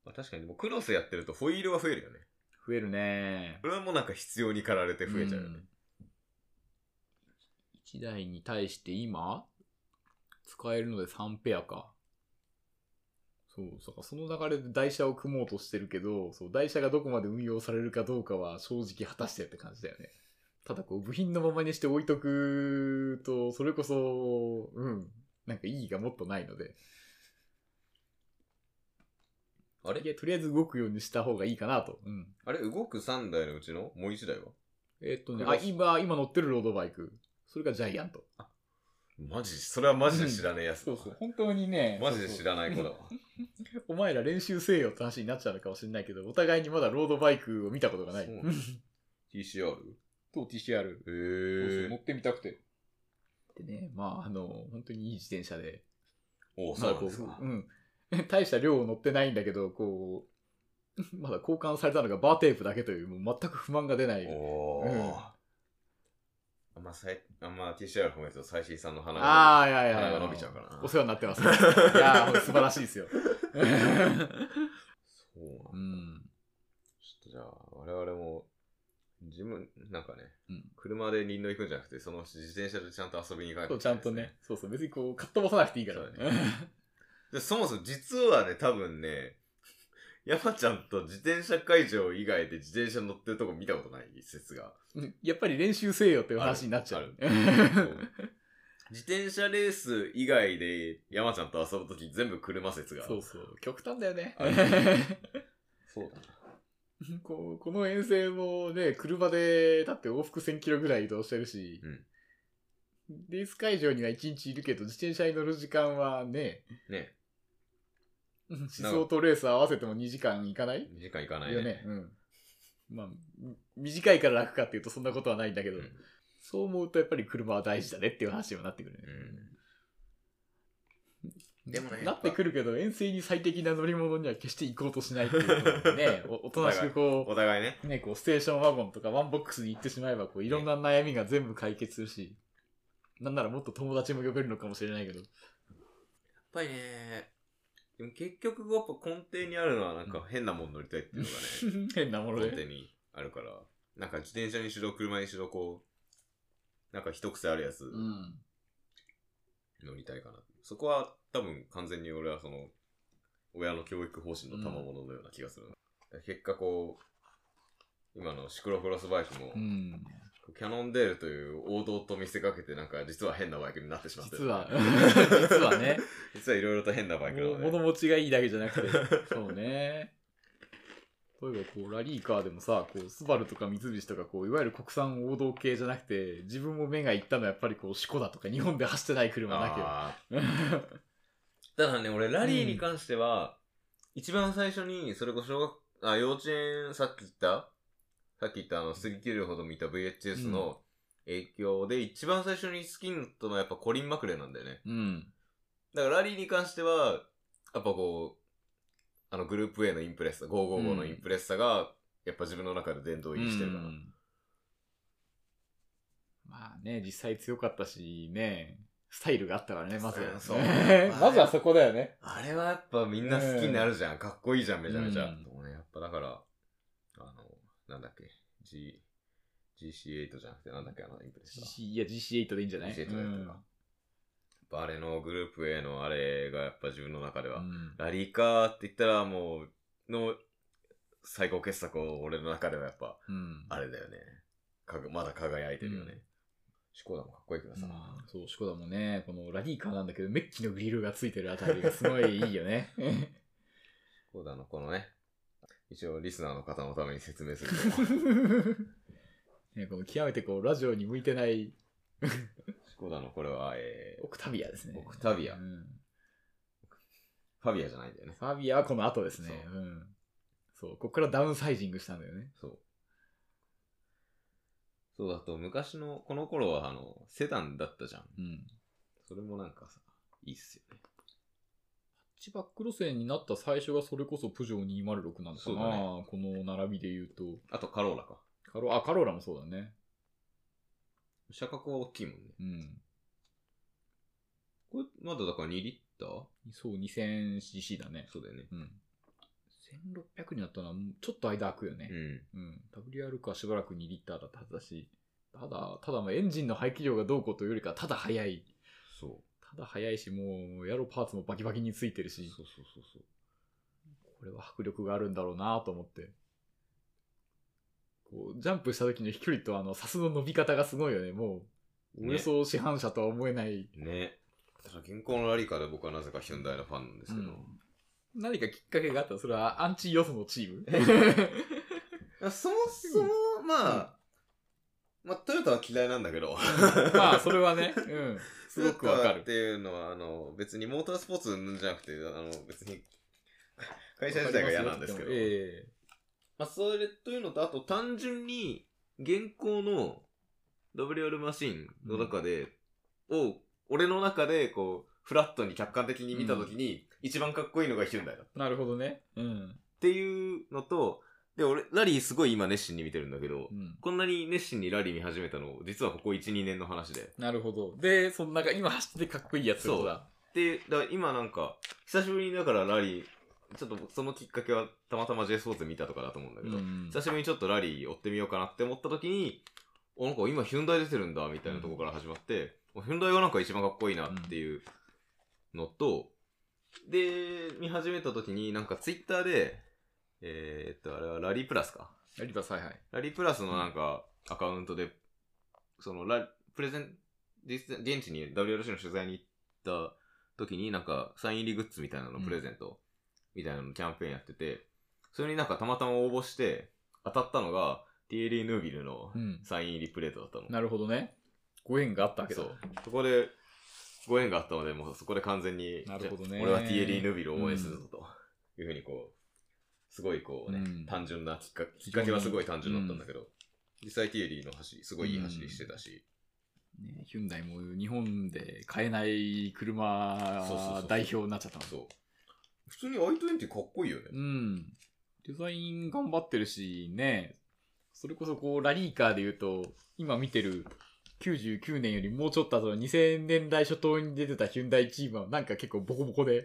Speaker 1: まあ、確かに、もうクロスやってるとホイールは増えるよね。
Speaker 2: 増えるね
Speaker 1: こ。れはもうなんか必要に駆られて増えちゃうよね。
Speaker 2: 1台に対して今、使えるので3ペアか。そう、だからその流れで台車を組もうとしてるけど、そう、台車がどこまで運用されるかどうかは正直果たしてって感じだよね。ただこう、部品のままにして置いとくと、それこそ、うん、なんか意義がもっとないので。
Speaker 1: あれ
Speaker 2: いや、とりあえず動くようにした方がいいかなと。うん。
Speaker 1: あれ動く3台のうちのもう1台は
Speaker 2: えっとね、
Speaker 1: ク
Speaker 2: あ、
Speaker 1: ロス
Speaker 2: 今、今乗ってるロードバイク。それがジャイアント。
Speaker 1: マジそれはマジで知らねえやつだ、
Speaker 2: 本当にね
Speaker 1: マジで知らない子だわ。
Speaker 2: お前ら練習せえよって話になっちゃうのかもしれないけど、お互いにまだロードバイクを見たことがない。
Speaker 1: そうなんだ TCR?
Speaker 2: と TCR。
Speaker 1: へえ
Speaker 6: 乗。ってみたくて。
Speaker 2: でね、まあ、あの、本当にいい自転車で。
Speaker 1: おそう
Speaker 2: まあ、
Speaker 1: なん
Speaker 2: こ
Speaker 1: ですか。
Speaker 2: う、うん。 大した量を乗ってないんだけど、こう、 まだ交換されたのがバーテープだけという、もう全く不満が出ない。
Speaker 1: お
Speaker 2: うん
Speaker 1: ー。あんまさいあんま TCR 褒めると最新さんの鼻
Speaker 2: あ
Speaker 1: が
Speaker 2: あ、いやいやいや
Speaker 1: 鼻が伸びちゃうからな。
Speaker 2: お世話に なってます。いやー素晴らしいですよ。
Speaker 1: そうなんだ
Speaker 2: うん。
Speaker 1: ちょっとじゃあ、我々も、自分、なんかね、
Speaker 2: うん
Speaker 1: 車で林道行くんじゃなくて、その自転車でちゃんと遊びに行かない
Speaker 2: そう、
Speaker 1: い
Speaker 2: ちゃんとね。、そうそう、別にこう、かっ飛ばさなくていいから。
Speaker 1: そうだで、そもそも実はね、多分ね、 山ちゃんと自転車会場以外で自転車乗ってるとこ見たことない説が。
Speaker 2: うんやっぱり練習せえよっていう話になっちゃう。
Speaker 1: あるあ る自転車レース以外で山ちゃんと遊ぶとき全部車説が。
Speaker 2: そうそう。極端だよね
Speaker 1: あ。そうだな。
Speaker 2: こうこの遠征もね、車で、だって往復1000キロぐらい移動してるし、レース会場には1日いるけど、自転車に乗る時間はね、
Speaker 1: ね、
Speaker 2: 思想とレース合わせても2時間いかない
Speaker 1: 2時間行かないね。
Speaker 2: よね。うん。まあ、み短いから楽かっていうとそんなことはないんだけ
Speaker 1: う
Speaker 2: ど、
Speaker 1: ん
Speaker 2: そう思うとやっぱり車は大事だねっていう話にもなってくるね。
Speaker 1: でもね
Speaker 2: なってくるけど、遠征に最適な乗り物には決して行こうとしないっていうこと でね、おおとなしくこ
Speaker 1: お互いね。
Speaker 2: う、ね、こう、ステーションワゴンとかワンボックスに行ってしまえば、こう、いろんな悩みが全部解決するし、なんならもっと友達も呼べるのかもしれ ないけど。
Speaker 1: やっぱりね、でも結局やっぱ根底にあるのはなんか変なもん乗りたいっていうのがね。
Speaker 2: 変なもの
Speaker 1: 根底
Speaker 2: で。
Speaker 1: にあるから、なんか自転車にしろ車にしろこう、なんか一癖あるやつ
Speaker 2: うん。
Speaker 1: 乗りたいかな。そこは多分完全に俺はその、親の教育方針の賜物のような気がするな。結果こう、今のシクロクロスバイクも、
Speaker 2: うん。
Speaker 1: キャノンデールという王道と見せかけてなんか実は変なバイクになってしまってる
Speaker 2: 実は、 実はね、
Speaker 1: 実はいろいろと変なバイクな
Speaker 2: も
Speaker 1: ので
Speaker 2: 物持ちがいいだけじゃなく て、そうね。例えばこう、ラリーカーでもさ、こう、スバルとか三菱とか、こう、いわゆる国産王道系じゃなくて、自分も目がいったのはやっぱりこう、シコだとか、日本で走ってない車だけど。
Speaker 1: あーただね俺ラリーに関しては、一番最初にそれこそ小学あ幼稚園さっき言ったさっき言ったあの杉切るほど見た VHS の影響で、一番最初に好きになったのはやっぱコリン・マクレーなんだよね
Speaker 2: うん。
Speaker 1: だからラリーに関してはやっぱこうあのグループ A のインプレッサ555のインプレッサが、やっぱ自分の中で殿堂入りしてるから、
Speaker 2: うんまあね、実際強かったし、ね、スタイルがあったからね、まずは。
Speaker 1: そう
Speaker 2: まずはそこだよね。
Speaker 1: あれはやっぱみんな好きになるじゃん。かっこいいじゃん、めちゃめちゃ。
Speaker 2: うん
Speaker 1: でもねやっぱだから、あの、なんだっけ、G、GC8 じゃなくて、なんだっけ、あの、インプレッサー。や
Speaker 2: GC いや、GC8 でいいんじゃない
Speaker 1: GC8 でやってるかっぱあれのグループ A のあれがやっぱ自分の中では、
Speaker 2: うんうん
Speaker 1: ラリーカーって言ったらもう、の最高傑作を俺の中ではやっぱ、
Speaker 2: うん
Speaker 1: あれだよね。かぐまだ輝いてるよね。
Speaker 2: うん
Speaker 1: シコダもかっこいいけどさ。
Speaker 2: うんそう、シコダもね、このラリーカーなんだけど、メッキのグリルがついてるあたりがすごいいいよね。
Speaker 1: シコダのこのね、一応リスナーの方のために説明すると。
Speaker 2: ねこの極めてこう、ラジオに向いてない
Speaker 1: シコダのこれは、え
Speaker 2: オクタビアですね。
Speaker 1: オクタビア
Speaker 2: うん
Speaker 1: ー、ファビアじゃないんだよね。
Speaker 2: ファビアはこの後ですね。
Speaker 1: そ
Speaker 2: うんそう、ここからダウンサイジングしたんだよね。
Speaker 1: そう。そうだと、昔の、この頃は、あの、セダンだったじゃん。
Speaker 2: うん。
Speaker 1: それもなんかさ、いいっすよね。
Speaker 2: 一バック路線になった最初がそれこそプジョー206なのか
Speaker 1: そう
Speaker 2: な、
Speaker 1: だ
Speaker 2: この並びで言うと。
Speaker 1: あと、カローラか。
Speaker 2: カロ、あ、カローラもそうだね。
Speaker 1: 車格は大きいもんね。
Speaker 2: うん。
Speaker 1: これ、まだだから2リッター
Speaker 2: そう、2000cc だね。
Speaker 1: そうだよね。
Speaker 2: うん。1600になったのは、ちょっと間空くよね。
Speaker 1: うん。
Speaker 2: うん。WR かしばらく2リッターだったはずだし、ただ、ただまあエンジンの排気量がどうこうというよりかは、ただ速い。
Speaker 1: そう。
Speaker 2: ただ速いし、もう、エアロパーツもバキバキについてるし、
Speaker 1: そうそうそうそう。
Speaker 2: これは迫力があるんだろうなと思って。こう、ジャンプした時の飛距離とあの、サスの伸び方がすごいよね、もう。
Speaker 1: ね
Speaker 2: およそ市販車とは思えない。
Speaker 1: ね。ただ、現行のラリカで僕はなぜかヒュンダイのファンなんですけど。
Speaker 2: うん何かきっかけがあったらそれはアンチ要素のチー ム
Speaker 1: あそもそも、まあ、まあ、トヨタは嫌いなんだけど。
Speaker 2: まあ、それはね、うん。すごくわか
Speaker 1: スーパーっ
Speaker 2: る
Speaker 1: て。いうのは、あの、別にモータースポーツうんぬんじゃなくて、あの、別に、会社自体が嫌なんですけど。
Speaker 2: ええ
Speaker 1: まあ、それというのと、あと単純に、現行の WR マシンの中で、を、俺の中で、こう、フラットに客観的に見たときに、一番かっこいいのがヒュンダイだっ
Speaker 2: なるほどね。うん。
Speaker 1: ていうのと、で、俺、ラリーすごい今熱心に見てるんだけど、
Speaker 2: うん。
Speaker 1: こんなに熱心にラリー見始めたの、実はここ1、2年の話で。
Speaker 2: なるほど。で、その中、今走っててかっこいいやつってことだ。
Speaker 1: で、だから今なんか、久しぶりにだからラリー、ちょっとそのきっかけはたまたま J スポーツ見たとかだと思うんだけど、
Speaker 2: ん
Speaker 1: 久しぶりにちょっとラリー追ってみようかなって思った時に、お、なんか今ヒュンダイ出てるんだ、みたいなとこから始まって、おヒュンダイがなんか一番かっこいいなっていうのと、で、見始めた時になんかツイッターで、えー、っと、あれはラリープラスか。
Speaker 2: やりばさいはい。
Speaker 1: ラリープラスのなんかアカウントで、そのラ、プレゼン、実現地に WRC の取材に行った時になんかサイン入りグッズみたいなのプレゼントみたいなのキャンペーンやってて、それになんかたまたま応募して当たったのがティエリー・ヌービルの
Speaker 2: うん。
Speaker 1: サイン入りプレートだったの。
Speaker 2: なるほどね。ご縁があったわけだ。
Speaker 1: そう。そこでご縁があったので、もうそこで完全に、
Speaker 2: なるほどね
Speaker 1: 俺はティエリー・ヌービルを応援するぞと、いうふうにこう、すごいこうね、
Speaker 2: うん
Speaker 1: 単純なきっかけ、きっかけはすごい単純だったんだけど、実際ティエリーの走り、すごいいい走りしてたし、
Speaker 2: ね、ヒュンダイも日本で買えない車
Speaker 1: そうそうそうそう
Speaker 2: 代表になっちゃったの
Speaker 1: そう。普通に i20 かっこいいよね。
Speaker 2: うん。デザイン頑張ってるし、ね。それこそこう、ラリーカーで言うと、今見てる99年よりもうちょっと後の2000年代初頭に出てたヒュンダイチームはなんか結構ボコボコで、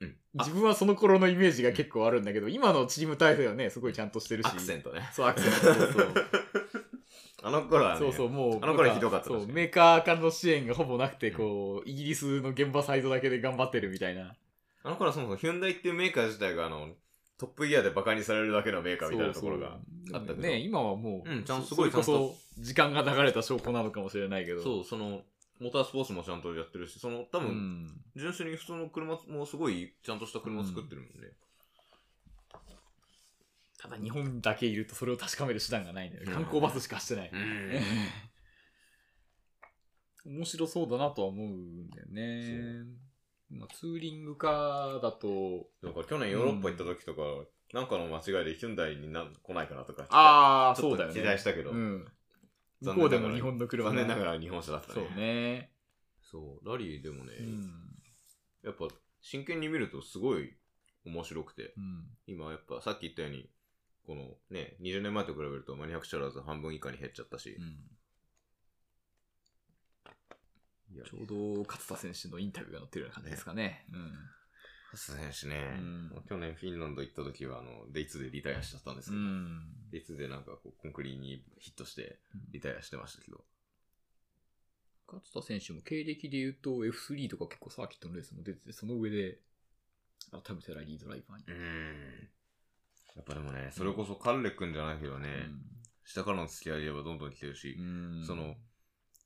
Speaker 1: うん
Speaker 2: 自分はその頃のイメージが結構あるんだけど、今のチーム体制はね、すごいちゃんとしてるし。
Speaker 1: アクセントね。
Speaker 2: そう、アクセント。そうそう。
Speaker 1: あの頃はね、
Speaker 2: そうそう、もう。
Speaker 1: あの頃ひどかった
Speaker 2: そ
Speaker 1: 確
Speaker 2: う、
Speaker 1: かに
Speaker 2: メーカーからの支援がほぼなくて、こう、イギリスの現場サイドだけで頑張ってるみたいな。
Speaker 1: あの頃はそもそもヒュンダイっていうメーカー自体があの、トップギアでバカにされるだけのメーカーみたいなところが。
Speaker 2: そうそう
Speaker 1: あったけど
Speaker 2: ね今はもう、
Speaker 1: うんちゃんとす
Speaker 2: そ
Speaker 1: ごい
Speaker 2: それこ
Speaker 1: ちゃん
Speaker 2: そ時間が流れた証拠なのかもしれないけど
Speaker 1: そう、その、モータースポーツもちゃんとやってるし、その、多
Speaker 2: う
Speaker 1: 分、
Speaker 2: ん、
Speaker 1: 純粋に普通の車もすごいちゃんとした車作ってるもんね。
Speaker 2: ただ日本だけいるとそれを確かめる手段がないんだよね
Speaker 1: うん
Speaker 2: 観光バスしかしてない、面白そうだなとは思うんだよねまあツーリングカーだと
Speaker 1: なんか去年ヨーロッパ行った時とか、なんかの間違いでヒュンダイにな来ないかなとか、
Speaker 2: ああ
Speaker 1: ちょ
Speaker 2: そ
Speaker 1: っ
Speaker 2: うだよ
Speaker 1: と
Speaker 2: ね
Speaker 1: 期待したけど、
Speaker 2: うん、向
Speaker 1: 残
Speaker 2: こう
Speaker 1: 念
Speaker 2: で
Speaker 1: ながら
Speaker 2: も日本の車
Speaker 1: 残念なが
Speaker 2: ら
Speaker 1: ら日本車だったね。
Speaker 2: そうね、
Speaker 1: そうラリーでもね、
Speaker 2: うん
Speaker 1: やっぱ真剣に見るとすごい面白くて、
Speaker 2: うん
Speaker 1: 今やっぱさっき言ったように、このね、20年前と比べるとマニアクチャラーズ半分以下に減っちゃったし、
Speaker 2: うんちょうど勝田選手のインタビューが載ってるような感じですかね。うん
Speaker 1: ハス選手ね、
Speaker 2: うん
Speaker 1: 去年フィンランド行った時はあの、デイツーでリタイアしちゃったんですけど、デイツーでなんかこうコンクリにヒットしてリタイアしてましたけど、
Speaker 2: 勝田選手も経歴で言うと F3 とか結構サーキットのレースも出てて、その上で改めてラリードライバーに。
Speaker 1: うん。やっぱでもね、それこそカルレ君じゃないけどね、下からの付き合いはどんどん来てるし、
Speaker 2: うん
Speaker 1: その、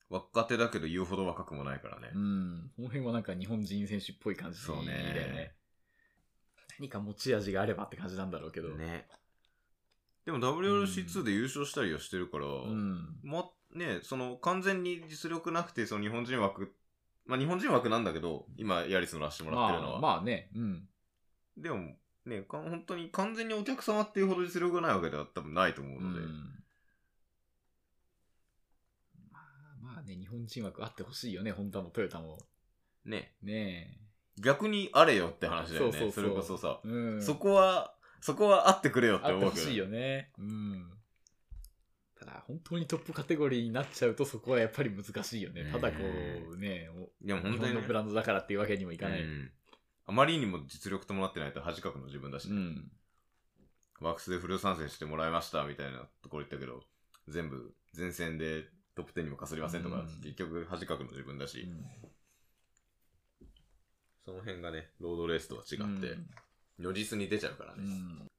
Speaker 1: 若手だけど言うほど若くもないからね。
Speaker 2: うん、この辺はなんか日本人選手っぽい感じだよ
Speaker 1: そうね
Speaker 2: ね。何か持ち味があればって感じなんだろうけど。
Speaker 1: ね。でも WRC2 で優勝したりはしてるから、
Speaker 2: うん。
Speaker 1: もね、その完全に実力なくて、その日本人枠、まあ日本人枠なんだけど、今ヤリス乗らせてもらってるの
Speaker 2: まあ
Speaker 1: は。
Speaker 2: まあね、うん。
Speaker 1: でも、ね、か本当に完全にお客様っていうほど実力がないわけでは多分ないと思うので、
Speaker 2: うんまあまあね、日本人枠あってほしいよね、ホンダもトヨタも。
Speaker 1: ね、
Speaker 2: ね
Speaker 1: 逆にあれよって話だよね。
Speaker 2: そうそうそう
Speaker 1: れこそさ、
Speaker 2: え。うん。
Speaker 1: そこは、そこはあってくれ よって
Speaker 2: あっ
Speaker 1: 思
Speaker 2: て
Speaker 1: う
Speaker 2: ほ
Speaker 1: けど。
Speaker 2: しいよね。うん。ただ、本当にトップカテゴリーになっちゃうと、そこはやっぱり難しいよね
Speaker 1: う。ん
Speaker 2: ただこうね、お
Speaker 1: でも
Speaker 2: 日
Speaker 1: 本当
Speaker 2: 本
Speaker 1: に
Speaker 2: の
Speaker 1: ね、
Speaker 2: ブランドだからっていうわけにもいかない。
Speaker 1: う
Speaker 2: うん
Speaker 1: あまりにも実力伴ってないと恥かくの自分だし、
Speaker 2: ん。
Speaker 1: ワークスでフル参戦してもらいましたみたいなところ言ったけど、全部前線でトップ10にもかすりませんとか、
Speaker 2: うん
Speaker 1: 結局恥かくの自分だし、
Speaker 2: うん
Speaker 1: その辺がね、ロードレースとは違って、如実に出ちゃうから
Speaker 2: う
Speaker 1: ね。
Speaker 2: ん。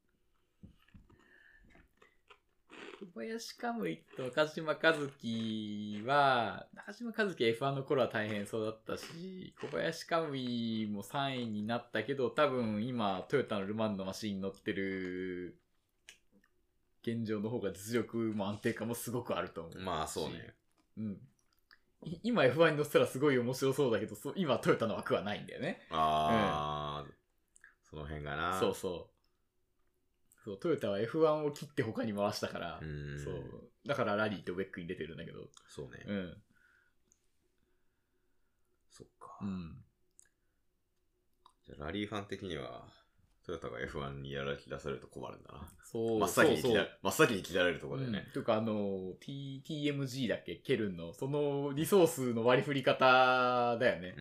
Speaker 2: 小林カムイと中島和樹は、中島和樹 F1 の頃は大変そうだったし、小林カムイも3位になったけど、多分今、トヨタのルマンのマシンに乗ってる現状の方が実力も安定感もすごくあると思う。
Speaker 1: まあそうね。
Speaker 2: うん。い今 F1 に乗せたらすごい面白そうだけど、そう今トヨタの枠はないんだよね。
Speaker 1: あー、その辺がな。
Speaker 2: そうそう。そう、トヨタは F1 を切って他に回したから、
Speaker 1: うん
Speaker 2: そう。だからラリーとウェックに出てるんだけど。
Speaker 1: そうね。
Speaker 2: うん。
Speaker 1: そっか。
Speaker 2: ん。
Speaker 1: じゃあラリーファン的には、トヨタが F1 にやらき出されると困るんだな。
Speaker 2: そう。
Speaker 1: 真っ先に
Speaker 2: そ
Speaker 1: 切
Speaker 2: うそ
Speaker 1: ら
Speaker 2: う。
Speaker 1: 真っ先に切られるところで
Speaker 2: うん
Speaker 1: ね。、
Speaker 2: というかあの、T、TMG だっけケルンの、そのリソースの割り振り方だよね。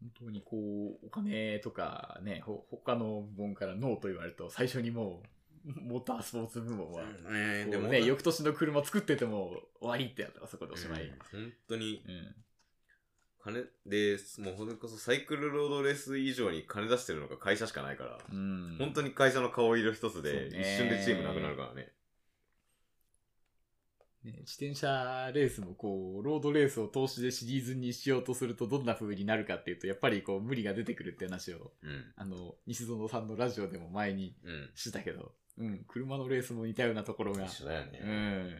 Speaker 2: 本当にこう、お金とかね、ほ他の部門からノーと言われると、最初にもう、 モータースポーツ部門は、こ
Speaker 1: うんね
Speaker 2: うね、翌年の車作ってても終わりってやったらそこでおしまい。
Speaker 1: うん本当に、
Speaker 2: うん
Speaker 1: 金で、もうそれこそサイクルロードレース以上に金出してるのが会社しかないから、
Speaker 2: うん
Speaker 1: 本当に会社の顔色一つで、
Speaker 2: そう
Speaker 1: 一
Speaker 2: ね
Speaker 1: 瞬でチームなくなるからね。
Speaker 2: ね、自転車レースもこう、ロードレースを投資でシリーズにしようとするとどんな風になるかっていうと、やっぱりこう、無理が出てくるって話を、
Speaker 1: うん。
Speaker 2: あの、西園さんのラジオでも前に
Speaker 1: うん。
Speaker 2: してたけど、うん、車のレースも似たようなところが、
Speaker 1: 一緒だよ
Speaker 2: う
Speaker 1: ね。
Speaker 2: ん。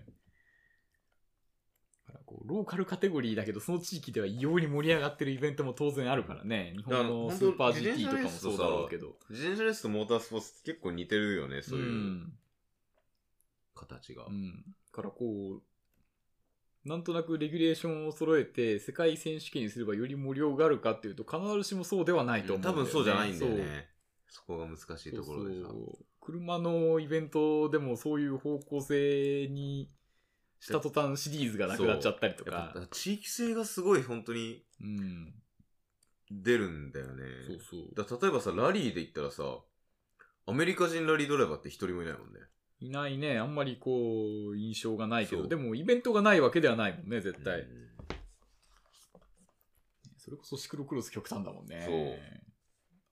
Speaker 2: だからこう、ローカルカテゴリーだけど、その地域では異様に盛り上がってるイベントも当然あるからね。日本のスーパー GT とかもそうだろうけど。
Speaker 1: 自転車レースとモータースポーツって結構似てるよね、そう
Speaker 2: う。
Speaker 1: いうん形が。
Speaker 2: うん。だからこう、なんとなくレギュレーションを揃えて、世界選手権にすればより盛り上がるかっていうと、必ずしもそうではないと思うん
Speaker 1: 多
Speaker 2: だよね、
Speaker 1: 分そうじゃないんだよ
Speaker 2: そう
Speaker 1: ね。そこが難しいところでさ。
Speaker 2: そうそう車のイベントでもそういう方向性にした途端シリーズがなくなっちゃったりと
Speaker 1: やっぱだ
Speaker 2: か
Speaker 1: か。ら地域性がすごい本当に
Speaker 2: うん。
Speaker 1: 出るんだよね。
Speaker 2: そうそう。
Speaker 1: だから例えばさ、ラリーで言ったらさ、アメリカ人ラリードライバーって一人もいないもんね。
Speaker 2: いないね。あんまりこう、印象がないけ
Speaker 1: そ
Speaker 2: ど、
Speaker 1: う
Speaker 2: でもイベントがないわけではないもんね、絶対。
Speaker 1: うん
Speaker 2: それこそシクロクロス極端だもんね。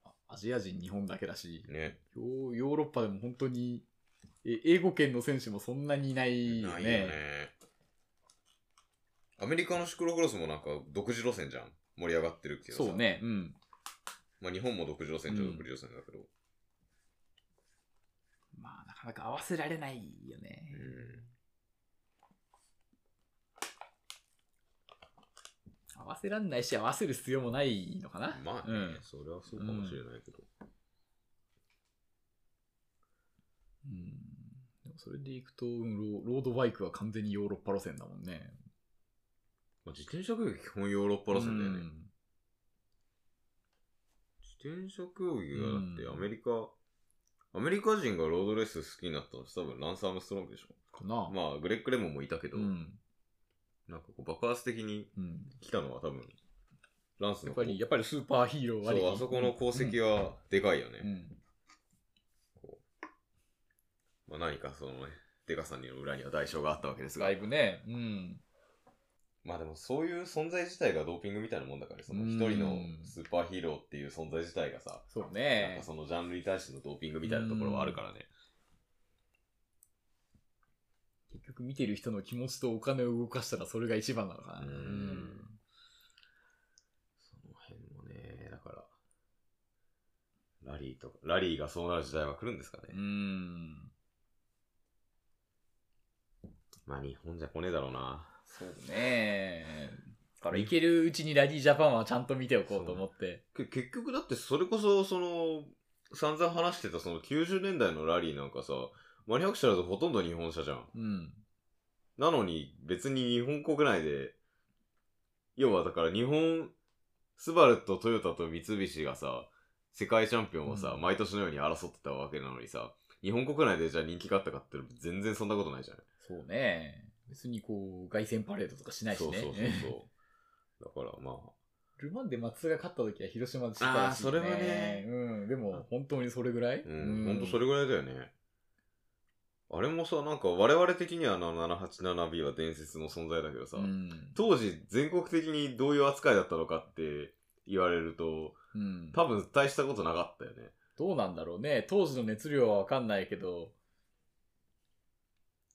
Speaker 2: あアジア人日本だけだし、
Speaker 1: ね。
Speaker 2: ヨーヨーロッパでも本当に、え英語圏の選手もそんなにいないよ
Speaker 1: な
Speaker 2: ね。
Speaker 1: いよね。アメリカのシクロクロスもなんか独自路線じゃん。盛り上がってるけどさ。
Speaker 2: そう。ね。うん。
Speaker 1: まあ日本も独自路線じゃ
Speaker 2: うん
Speaker 1: 独自路線だけど。
Speaker 2: まあ、なかなか合わせられないよね。合わせらんないし、合わせる必要もないのかな。
Speaker 1: まあ
Speaker 2: う
Speaker 1: ね、
Speaker 2: ん
Speaker 1: それはそうかもしれないけど。
Speaker 2: うん。でもそれでいくと、うんローロードバイクは完全にヨーロッパ路線だもんね。
Speaker 1: まあ、自転車競技は基本ヨーロッパ路線だよね。
Speaker 2: うん
Speaker 1: 自転車競技がだって
Speaker 2: うん
Speaker 1: アメリカ、アメリカ人がロードレース好きになったのって多分ランス・アームストロングでしょ。
Speaker 2: かな。
Speaker 1: まあ、グレッグ・レモンもいたけど、
Speaker 2: うん。
Speaker 1: なんかこう爆発的に
Speaker 2: うん。
Speaker 1: 来たのは多分、ランス
Speaker 2: や
Speaker 1: の
Speaker 2: っ
Speaker 1: こ
Speaker 2: ぱ
Speaker 1: う
Speaker 2: り、やっぱりスーパーヒーローりき
Speaker 1: そう、あそこの功績はでかいよね。
Speaker 2: うんうん
Speaker 1: こうまあ、何かそのね、でかさにの裏には代償があったわけですが
Speaker 2: だい、ぶね、うん。
Speaker 1: まあでもそういう存在自体がドーピングみたいなもんだから、その一人のスーパーヒーローっていう存在自体がさ、
Speaker 2: そう
Speaker 1: なん
Speaker 2: ね
Speaker 1: か。そのジャンルに対してのドーピングみたいなところはあるからね。
Speaker 2: 結局見てる人の気持ちとお金を動かしたらそれが一番なのかな。
Speaker 1: うん
Speaker 2: うん
Speaker 1: その辺もね、だから、ラリーとか、ラリーがそうなる時代は来るんですかね。
Speaker 2: うん。
Speaker 1: まあ日本じゃ来ねえだろうな。
Speaker 2: そうね。だから行けるうちにラリージャパンはちゃんと見ておこうと思って。
Speaker 1: け結局だってそれこそ、その、散々話してたその90年代のラリーなんかさ、マニアック車だとほとんど日本車じゃん。
Speaker 2: うん。
Speaker 1: なのに別に日本国内で、要はだから日本、スバルとトヨタと三菱がさ、世界チャンピオンをさ、
Speaker 2: うん
Speaker 1: 毎年のように争ってたわけなのにさ、日本国内でじゃあ人気があったかって言ったら全然そんなことないじゃん。
Speaker 2: そうね。別にこう、凱旋パレードとかしないし
Speaker 1: そう
Speaker 2: ね
Speaker 1: そう。そうそう。だからまあ、
Speaker 2: ルマンで松が勝った時は広島でし
Speaker 1: あ
Speaker 2: た
Speaker 1: ーそれはね
Speaker 2: うん。でも本当にそれぐらい
Speaker 1: うん、ほんとそれ
Speaker 2: ぐ
Speaker 1: ぐらいだよね。あれもさ、なんか我々的にはあの 787B は伝説の存在だけどさ、
Speaker 2: うん。
Speaker 1: 当時全国的にどういう扱いだったのかって言われると、
Speaker 2: うん。
Speaker 1: 多分大したことなかったよね。
Speaker 2: どうなんだろうね。当時の熱量はわかんないけど、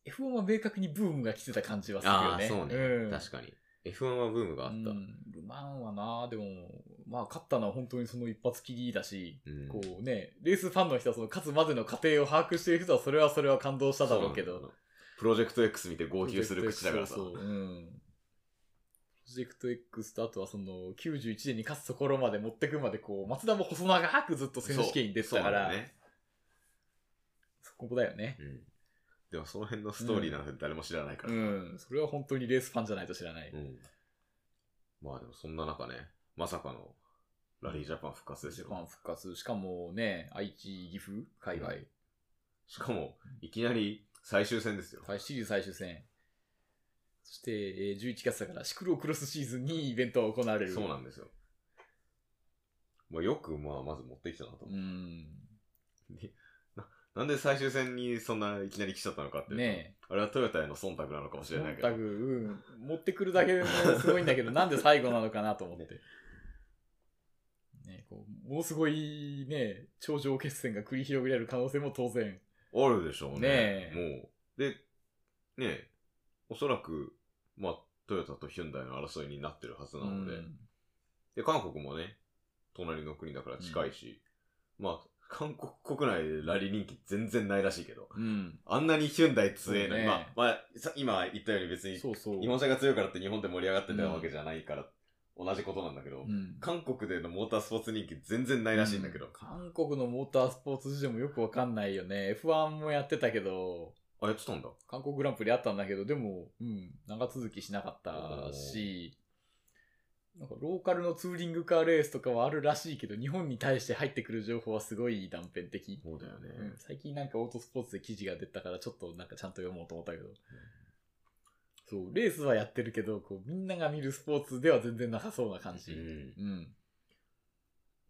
Speaker 2: F1 は明確にブームが来てた感じはするよね。ん、
Speaker 1: 確かに。F1 はブームがあっ
Speaker 2: う
Speaker 1: た。
Speaker 2: んルマンはな、でも、まあ、勝ったのは本当にその一発きりだし、
Speaker 1: うん
Speaker 2: こうね、レースファンの人はその勝つまでの過程を把握している人はそれはそれは感動しただろうけ
Speaker 1: そうなん
Speaker 2: ど。
Speaker 1: だよプロジェクト X 見て号泣する口だからさ。
Speaker 2: そうそううんプロジェクト X とあとはその91年に勝つところまで持ってくまでこう、松田も細長くずっと選手権に出てたか
Speaker 1: そな
Speaker 2: ら、そう
Speaker 1: んだよね
Speaker 2: こだよね。
Speaker 1: うんでもその辺のストーリーなんて誰も知らないから
Speaker 2: う
Speaker 1: さ。
Speaker 2: ん、それは本当にレースファンじゃないと知らない。
Speaker 1: うんまあでもそんな中ね、まさかのラリージャパン復活です
Speaker 2: ジャ
Speaker 1: よ。
Speaker 2: パン復活、しかもね、愛知、岐阜、海外、
Speaker 1: しかも、いきなり最終戦ですよ。
Speaker 2: 最シリーズ最終戦。そして、えー11月だからシクロクロスシーズンにイベントが行われる。
Speaker 1: そうなんんですよ。まあよく、まあまず持ってきたなと思う。でななんで最終戦にそんないきなり来ちゃったのかっていうと
Speaker 2: ね
Speaker 1: あれはトヨタへの忖度なのかもし
Speaker 2: え。
Speaker 1: れないけど
Speaker 2: 全。く、うん。持ってくるだけでもすごいんだ けど、なんで最後なのかなと思って。ねこう、ものすごいね、頂上決戦が繰り広げられる可能性も当然。
Speaker 1: あるでしょうね
Speaker 2: ね。
Speaker 1: もう。で、ねえ、おそらく、まあ、トヨタとヒュンダイの争いになってるはずなので、
Speaker 2: うん
Speaker 1: で、韓国もね、隣の国だから近いし、まあ、韓国国内でラリー人気全然ないらしいけど、
Speaker 2: うん。
Speaker 1: あんなにヒュンダイ強えの、
Speaker 2: そうね
Speaker 1: まあ、まあ、さ今言ったように別に、
Speaker 2: そうそう。
Speaker 1: 日本車が強いからって日本で盛り上がってたわけじゃないから、同じことなんだけど、
Speaker 2: うん
Speaker 1: 韓国でのモータースポーツ人気全然ないらしいんだけど、
Speaker 2: う韓国のモータースポーツ事情もよくわかんないよね。F1 もやってたけど、
Speaker 1: あ、やってたんだ。
Speaker 2: 韓国グランプリあったんだけど、でも、うん、長続きしなかったし、なんかローカルのツーリングカーレースとかはあるらしいけど、日本に対して入ってくる情報はすごい断片的。
Speaker 1: そうだよね。
Speaker 2: うん最近なんかオートスポーツで記事が出たから、ちょっとなんかちゃんと読もうと思ったけど。そう、レースはやってるけど、こう、みんなが見るスポーツでは全然なさそうな感じ。
Speaker 1: うん
Speaker 2: うん。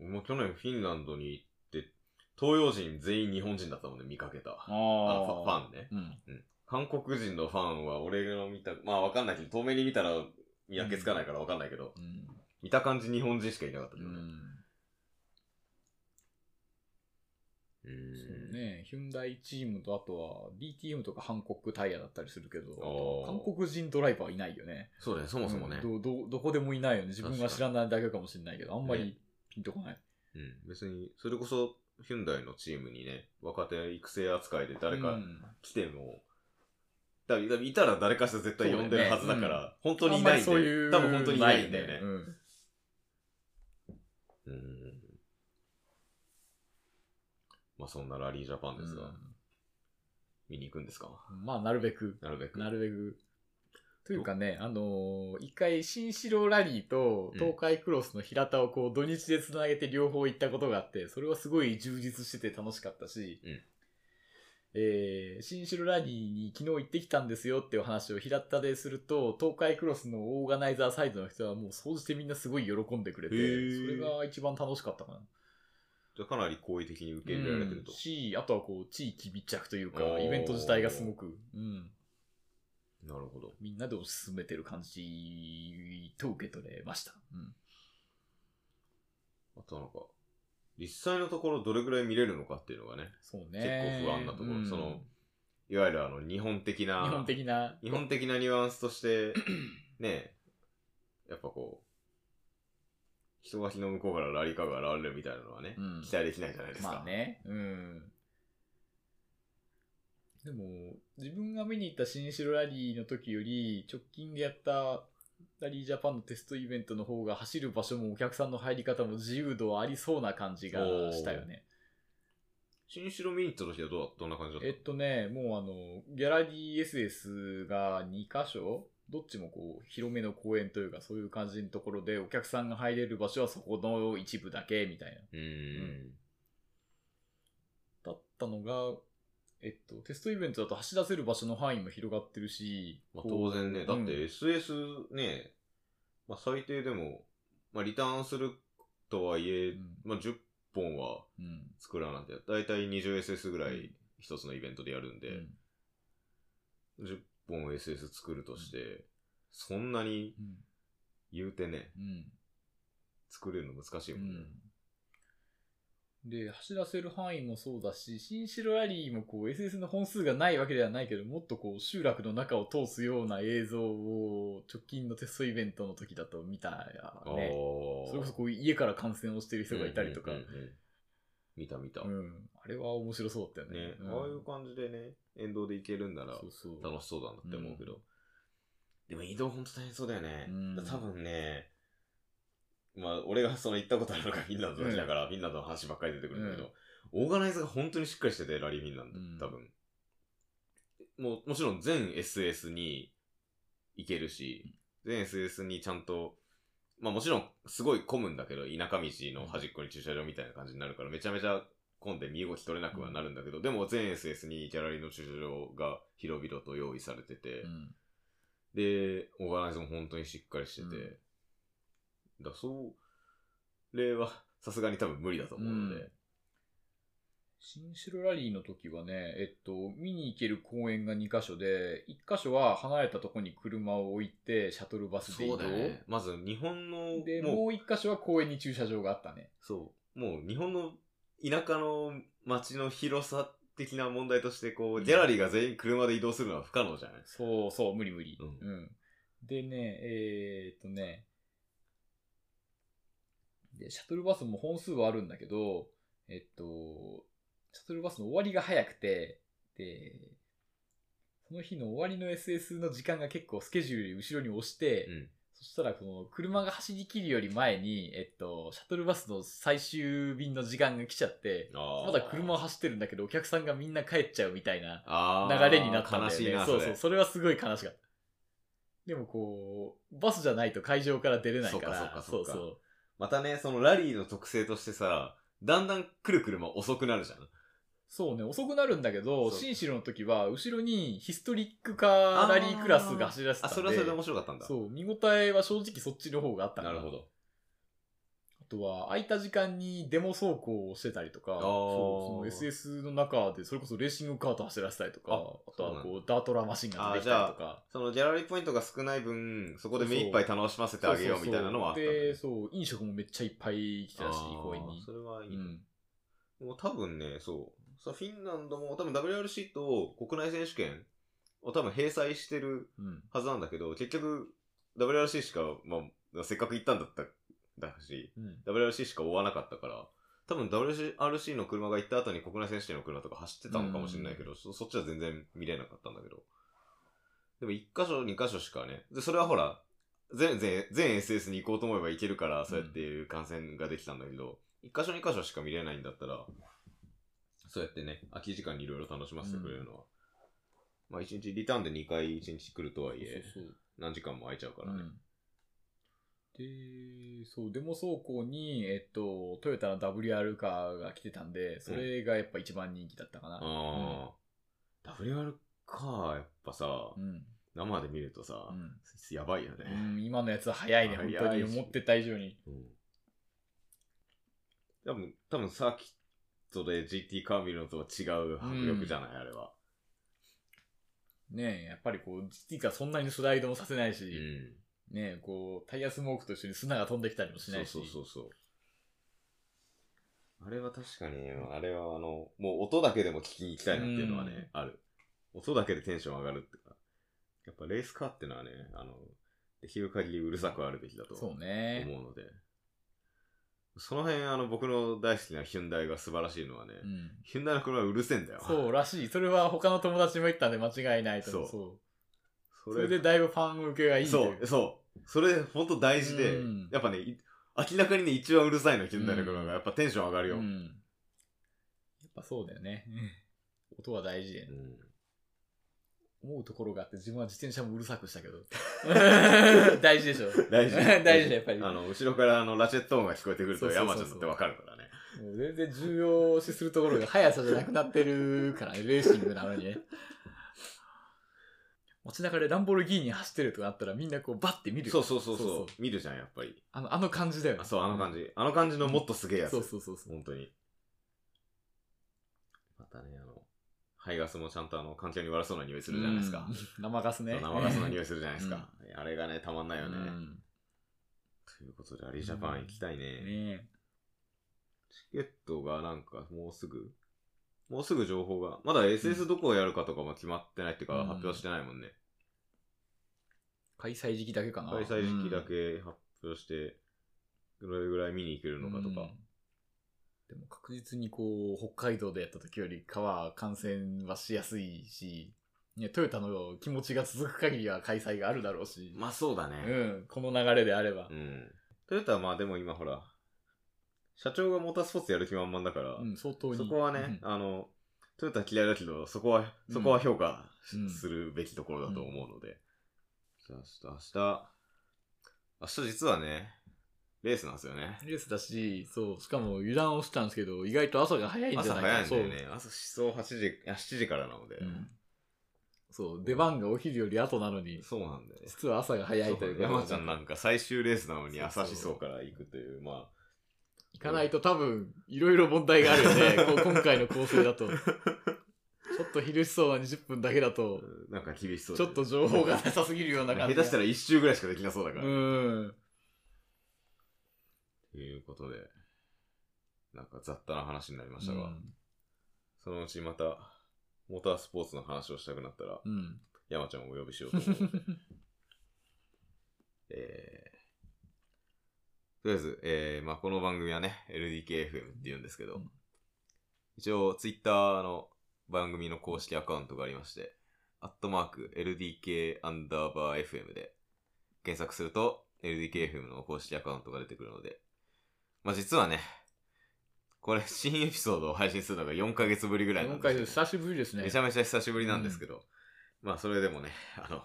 Speaker 1: 俺も去年フィンランドに行って、東洋人全員日本人だったもんね、見かけた。
Speaker 7: あ
Speaker 1: あのファファンね。
Speaker 2: うん。
Speaker 1: 韓国人のファンは俺が見た、まあわかんないけど、遠目に見たら見分けつかないからわかんないけど、
Speaker 2: うん。
Speaker 1: 見た感じ日本人しかいなかったけ
Speaker 2: う
Speaker 1: どね。
Speaker 2: ん
Speaker 1: う
Speaker 2: そうんね、ヒュンダイチームとあとは DTM とか韓国タイヤだったりするけど、
Speaker 1: あー
Speaker 2: 韓国人ドライバーいないよね。
Speaker 1: そうだよ、そもそもね。
Speaker 2: うんど、ど、どこでもいないよね。自分が知らないだけかもしれないけど、あんま
Speaker 1: ね
Speaker 2: りピンとこない。
Speaker 1: うん、別に、それこそ、ヒュンダイのチームにね、若手育成扱いで誰
Speaker 2: う
Speaker 1: か
Speaker 2: ん
Speaker 1: 来ても、だからいたら誰かしら絶対呼んでるはずだから、本当にい
Speaker 2: あんま
Speaker 1: な
Speaker 2: り
Speaker 1: いんで、
Speaker 2: そういう、
Speaker 1: 多分本当にいないんだよね
Speaker 2: う。ん
Speaker 1: うんまあそんなラリージャパンですが、見に行くんですか
Speaker 2: うんまあ、なるべく。
Speaker 1: なるべく。
Speaker 2: なるべく。というかね、あのー一回、新城ラリーと東海クロスの平田をこう、土日でつなげて両方行ったことがあって、それはすごい充実してて楽しかったし、
Speaker 1: うん
Speaker 2: えー新城ラリーに昨日行ってきたんですよっていう話を平田ですると、東海クロスのオーガナイザーサイドの人はもう総じてみんなすごい喜んでくれて、
Speaker 1: へー
Speaker 2: それが一番楽しかったかな。
Speaker 1: じゃあかなり好意的に受け入れられてると
Speaker 2: うん。し、あとはこう、地域密着という
Speaker 1: お
Speaker 2: か、
Speaker 1: ー
Speaker 2: イベント自体がすごく、うん、
Speaker 1: なるほど。
Speaker 2: みんなで推し進めてる感じと受け取れました。うん。
Speaker 1: あとなんか、実際のところどれぐらい見れるのかっていうのがね、
Speaker 2: そう
Speaker 1: 結
Speaker 2: ね。
Speaker 1: 構不安なところ、
Speaker 2: うん
Speaker 1: その、いわゆるあの日本的な、
Speaker 2: 日本的な。
Speaker 1: 日本的なニュアンスとして、ねえ、やっぱこう、人が日の向こうからラリカが現れるみたいなのはね、
Speaker 2: うん
Speaker 1: 期待できないじゃないですか。
Speaker 2: まあね。うん。でも、自分が見に行った新城ラリーの時より、直近でやったラリージャパンのテストイベントの方が走る場所もお客さんの入り方も自由度はありそうな感じがしたよね。
Speaker 1: 新城見に行った時はどうだどんな感じだった
Speaker 2: えっとね、もうあの、ギャラリー SS が2箇所どっちもこう、広めの公園というか、そういう感じのところで、お客さんが入れる場所はそこの一部だけ、みたいな。
Speaker 1: うーん。
Speaker 2: だったのが、えっと、テストイベントだと走らせる場所の範囲も広がってるし、
Speaker 1: まあ、
Speaker 2: こ
Speaker 1: 当
Speaker 2: う
Speaker 1: 然ね、だっ
Speaker 2: うん
Speaker 1: て SS ね、まあ、最低でも、まあ、リターンするとはいえ、
Speaker 2: うん
Speaker 1: まあ、10本は
Speaker 2: うん。
Speaker 1: 作らなんて、だいたい 20SS ぐら
Speaker 2: う
Speaker 1: い
Speaker 2: ん
Speaker 1: 一つのイベントでやるんで、
Speaker 2: うん
Speaker 1: 10本 SS 作るとして、そんなに言うてね、
Speaker 2: うん。
Speaker 1: 作れるの難しいもんね。
Speaker 2: うん、で、走らせる範囲もそうだし、新城ラリーもこう SS の本数がないわけではないけど、もっとこう集落の中を通すような映像を直近のテストイベントの時だと見た
Speaker 1: あ
Speaker 2: よ
Speaker 1: あ
Speaker 2: ね。それこそこう家から観戦をしてる人がいたりと
Speaker 1: う
Speaker 2: か。
Speaker 1: んうんうんうん見た見た。
Speaker 2: うんあれは面白そうだったよね
Speaker 1: ね、。
Speaker 2: ん
Speaker 1: ああいう感じでね、沿道で行けるんなら、
Speaker 2: そうそう
Speaker 1: 楽しそうだなって思うけど。でも移動ほんと大変そうだよね。
Speaker 2: うん
Speaker 1: 多分ね、まあ俺がその行ったことあるのがフィンランドの時だから、フィンランドの話ばっかり出てくるんだけど、オーガナイズが本当にしっかりしてて、ラリーフィンランド、多分。もうもちろん全 SS に行けるし、全 SS にちゃんと、まあもちろんすごい混むんだけど、田舎道の端っこに駐車場みたいな感じになるから、めちゃめちゃ混んで身動き取れなくはなるんだけど、でも全 SS にギャラリーの駐車場が広々と用意されてて、
Speaker 2: うん
Speaker 1: で、オーガナイズも本当にしっかりしてて、だそう、例はさすがに多分無理だと思うので、
Speaker 2: 新城ラリーの時はね、えっと、見に行ける公園が2カ所で、1カ所は離れたとこに車を置いて、シャトルバスで移動。
Speaker 1: まず日本の、
Speaker 2: で、
Speaker 1: もう
Speaker 2: もう一箇所は公園に駐車場があったね。
Speaker 1: そう、もう日本の田舎の街の広さ的な問題として、こ
Speaker 2: う
Speaker 1: う、
Speaker 2: ん
Speaker 1: ギャラリーが全員車で移動するのは不可能じゃない
Speaker 2: そうそう、無理無理。
Speaker 1: う
Speaker 2: うん。でね、えーっとね、で、シャトルバスも本数はあるんだけど、えっと、シャトルバスの終わりが早くて、で、その日の終わりの SS の時間が結構スケジュールより後ろに押して、
Speaker 1: うん
Speaker 2: そしたら、この、車が走り切るより前に、えっと、シャトルバスの最終便の時間が来ちゃって、
Speaker 1: あ
Speaker 2: まだ車を走ってるんだけど、お客さんがみんな帰っちゃうみたいな
Speaker 1: あ
Speaker 2: 流れになったんだよね。
Speaker 1: 悲しいな、そ
Speaker 2: そ
Speaker 1: う
Speaker 2: そう、
Speaker 1: れ。
Speaker 2: それはすごい悲しかった。でもこう、バスじゃないと会場から出れないから、
Speaker 1: そうかそうかそうか
Speaker 2: そう
Speaker 1: またね、そのラリーの特性としてさ、だんだん来る車遅くなるじゃん。
Speaker 2: そうね、遅くなるんだけど、
Speaker 1: そう
Speaker 2: シンシロの時は、後ろにヒストリックカーラリークラスが走らせて
Speaker 1: あ、
Speaker 2: た
Speaker 1: そ
Speaker 2: んで、
Speaker 1: れはそれで面白かったんだ。
Speaker 2: そう、見応えは正直そっちの方があったか
Speaker 1: なるほ。ど。
Speaker 2: あとは、空いた時間にデモ走行をしてたりとか、
Speaker 1: ー
Speaker 2: そうその SS の中で、それこそレーシングカート走らせたりとか、あ
Speaker 1: あ
Speaker 2: と
Speaker 1: そうな
Speaker 2: は
Speaker 1: んだ
Speaker 2: こう、ダートラマシンが出てきたりとか。
Speaker 1: そのギャラリーポイントが少ない分、そこで目いっぱい楽しませて
Speaker 2: そう
Speaker 1: あ
Speaker 2: そう
Speaker 1: げようみたいなのはあったんだね
Speaker 2: で、そう、飲食もめっちゃいっぱい来てたし、
Speaker 1: あー
Speaker 2: 公園に。
Speaker 1: それはいうい。
Speaker 2: ん。
Speaker 1: もう多分ね、そう。さフィンランドも多分 WRC と国内選手権を多分閉鎖してる
Speaker 2: うん。
Speaker 1: はずなんだけど、結局 WRC しか、まあ、せっかく行ったんだっただし、
Speaker 2: うん。
Speaker 1: WRC しか追わなかったから、多分 WRC の車が行った後に国内選手権の車とか走ってたのかもしれないけど、そそっちは全然見れなかったんだけど。でも1箇所、2箇所しかね。で、それはほら、全、全、全 SS に行こうと思えば行けるから、そうやっていう観戦ができたんだけど、1箇所、2箇所しか見れないんだったら、そうやってね、空き時間にいろいろ楽しませてくれるのは。まあ1日、リターンで2回1日来るとはいえ、
Speaker 2: そうそう
Speaker 1: 何時間も空いちゃうからね。
Speaker 2: で、そう、デモ走行に、えっと、トヨタの WR カーが来てたんで、それがやっぱ一番人気だったかな。
Speaker 1: ああ、WR か、やっぱさ、
Speaker 2: うん。
Speaker 1: 生で見るとさ、
Speaker 2: うん
Speaker 1: やばいよ
Speaker 2: う
Speaker 1: ね。
Speaker 2: ん今のやつは早いね、本
Speaker 1: 早い
Speaker 2: 当に。思ってた以上に。
Speaker 1: うん多分、多分サーキットで GT カー見るのとは違う迫力じゃない、あれは。
Speaker 2: ねえ、やっぱりこう、実はそんなにスライドもさせないうし、
Speaker 1: ん。
Speaker 2: ねえ、こう、タイヤスモークと一緒に砂が飛んできたりもし
Speaker 1: そ
Speaker 2: な
Speaker 1: う
Speaker 2: いし。
Speaker 1: そうそうそう。あれは確かに、あれはあの、もう音だけでも聞きに行きたいなっていうのはね、ある。音だけでテンション上がるっていうか。やっぱレースカーってのはね、あの、できる限りうるさくあるべきだと。
Speaker 2: そうね。
Speaker 1: 思うので。その辺、あの、僕の大好きなヒュンダイが素晴らしいのはね、
Speaker 2: うん。
Speaker 1: ヒュンダイの車はうるせえんだよ。
Speaker 2: そうらしい。それは他の友達も言ったんで間違いないと思う。
Speaker 1: そ
Speaker 2: そう。
Speaker 1: そ
Speaker 2: それでだいぶファン受けがいいとい
Speaker 1: そうう、そう。それ、ほんと大事で、
Speaker 2: うん
Speaker 1: やっぱね、い明らかにね、一番うるさいのヒュンダイの車
Speaker 2: うん
Speaker 1: が、やっぱテンション上がるよ。
Speaker 2: うん。やっぱそうだよね。音は大事で、ね。思うところがあって、自分は自転車もうるさくした けど。大事でしょ。
Speaker 1: 大事
Speaker 2: 大事だやっぱり
Speaker 1: あの、後ろからあの、ラチェット音が聞こえてくる
Speaker 2: そう
Speaker 1: と、
Speaker 2: そうそう
Speaker 1: 山ちゃんだってわかるからね。
Speaker 2: もう全然重要視するところが速さじゃなくなってるからね、レーシングなのにね。街中でランボルギーニ走ってるとかあったらみんなこうバッて見るよ
Speaker 1: そうそうそうそう
Speaker 2: そうそ
Speaker 1: 見るじゃん、やっぱり。
Speaker 2: あの、あの感じだよね
Speaker 1: あ。そう、あの感じ。あの感じのもっとすげえやつ。
Speaker 2: そうそうそうそう。
Speaker 1: 本当に。またね、あの、排ガスもちゃんとあの、環境に悪そうな匂いするじゃないですか
Speaker 2: う。ん。生ガスね。
Speaker 1: 生ガスの匂いするじゃないですか。あれがね、たまんないよね。
Speaker 2: うん
Speaker 1: ということで、アリジャパン行きたいね。
Speaker 2: ね
Speaker 1: チケットがなんか、もうすぐ、もうすぐ情報が、まだ SS どこをやるかとかも決まってないっていうか、
Speaker 2: うん
Speaker 1: 発表してないもんね。
Speaker 2: 開催時期だけかな。
Speaker 1: 開催時期だけ発表して、どれぐらい見に行けるのかと
Speaker 2: う
Speaker 1: か
Speaker 2: ん。でも確実にこう、北海道でやった時よりかは感染はしやすいし、ね、トヨタの気持ちが続く限りは開催があるだろうし、
Speaker 1: まあそうだ
Speaker 2: う
Speaker 1: ね。
Speaker 2: ん、この流れであれば
Speaker 1: う。ん。トヨタはまあでも今ほら、社長がモータースポーツやる気満々だから、
Speaker 2: うん、相当に。
Speaker 1: そこはね、あの、トヨタ嫌いだけど、そこは、そこは評価し
Speaker 2: うん
Speaker 1: するべきところだと思うので。じゃあ明日、明日、明日実はね、レースなんですよね。
Speaker 2: うんレースだし、そう、しかも油断をしたんですけど、意外と朝が早いんじ
Speaker 1: 朝
Speaker 2: ゃないか
Speaker 1: 早いんだよね。朝思想8時、あ7時からなので。
Speaker 2: そう、うんそう、出番がお昼より後なのに、
Speaker 1: そうなんだよね。
Speaker 2: 実は朝が早いという
Speaker 1: 山
Speaker 2: か、
Speaker 1: ちゃんなんか最終レースなのに朝
Speaker 2: そう
Speaker 1: 思
Speaker 2: そう
Speaker 1: 想から行くという、まあ。
Speaker 2: 行かないと多分、いろいろ問題がある よね。こう今回の構成だと。ちょっと昼しそうな20分だけだと、
Speaker 1: うんなんか厳しそう
Speaker 2: ち
Speaker 1: だ
Speaker 2: ょ
Speaker 1: よね
Speaker 2: っと情報がなさすぎるような
Speaker 1: 下
Speaker 2: 感じ。
Speaker 1: 手したら1周ぐらいしかできなそうだから。
Speaker 2: うん。
Speaker 1: ということで、なんか雑多な話になりましたが、そのうちまた、モータースポーツの話をしたくなったら、
Speaker 2: うん。
Speaker 1: 山ちゃんをお呼びしようと思う ので。えー、とりあえず、えー、まあこの番組はね、LDKFM って言うんですけど、
Speaker 2: うん
Speaker 1: 一応、ツイッターの番組の公式アカウントがありまして、アットマーク、LDK アンダーバー FM で検索すると、 LDKFM の公式アカウントが出てくるので。まあ、実はね、これ新エピソードを配信するのが4ヶ月ぶりぐらいなん
Speaker 2: 今
Speaker 1: ですよ
Speaker 2: 回久しぶりですね。
Speaker 1: めちゃめちゃ久しぶりなんですけど、まあそれでもね、あの、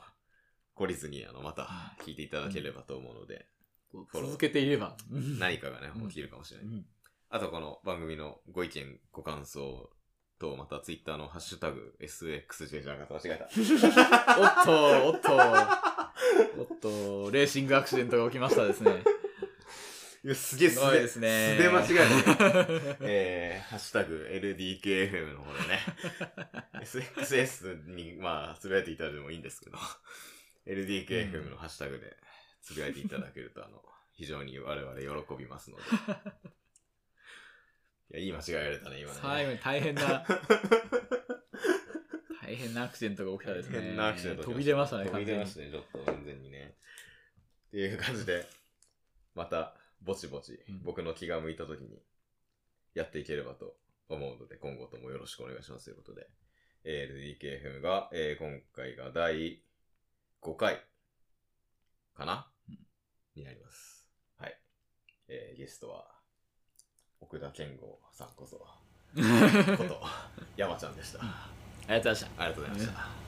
Speaker 1: 懲りずに、あの、また聞いていただければと思うので、
Speaker 2: こう
Speaker 1: フォロー
Speaker 2: 続けていれば。うん
Speaker 1: 何かがね
Speaker 2: う、ん
Speaker 1: 起きるかもしれ
Speaker 2: う
Speaker 1: ない。
Speaker 2: ん
Speaker 1: あとこの番組のご意見、ご感想と、またツイッターのハッシュタグ、SXJ じゃなかった、間違え
Speaker 2: おっと、おっと、おっと、レーシングアクシデントが起きましたです ね。
Speaker 1: た。いや、すげえ
Speaker 2: すごいですね。
Speaker 1: 素で間違えない。
Speaker 2: えた。
Speaker 1: えー、ハッシュタグ、LDKFM の方でね、SXS に、まあ、つぶやいていただいてもいいんですけど、LDKFM のハッシュタグでつぶやいていただけると、あの、非常に我々喜びますので。いや、いい間違えられたね、今ね。
Speaker 2: 最後に大変な、大変なアクシデントが起きたですね。
Speaker 1: 変なアクシデントが起き
Speaker 2: 飛び出ましたね、
Speaker 1: 飛び出まし
Speaker 2: 完
Speaker 1: たね、ちょっと完全にね。っていう感じで、また、ぼちぼち
Speaker 2: う、ん
Speaker 1: 僕の気が向いた時に、やっていければと思うので、今後ともよろしくお願いしますということで、えー LDKFM が、えー今回が第5回、かな、になります。はい。えーゲストは、奥田健吾さんこそ、
Speaker 2: 全に。
Speaker 1: こと、山ちゃんでした。あ
Speaker 2: ありがとうございました。
Speaker 1: りがとうございました。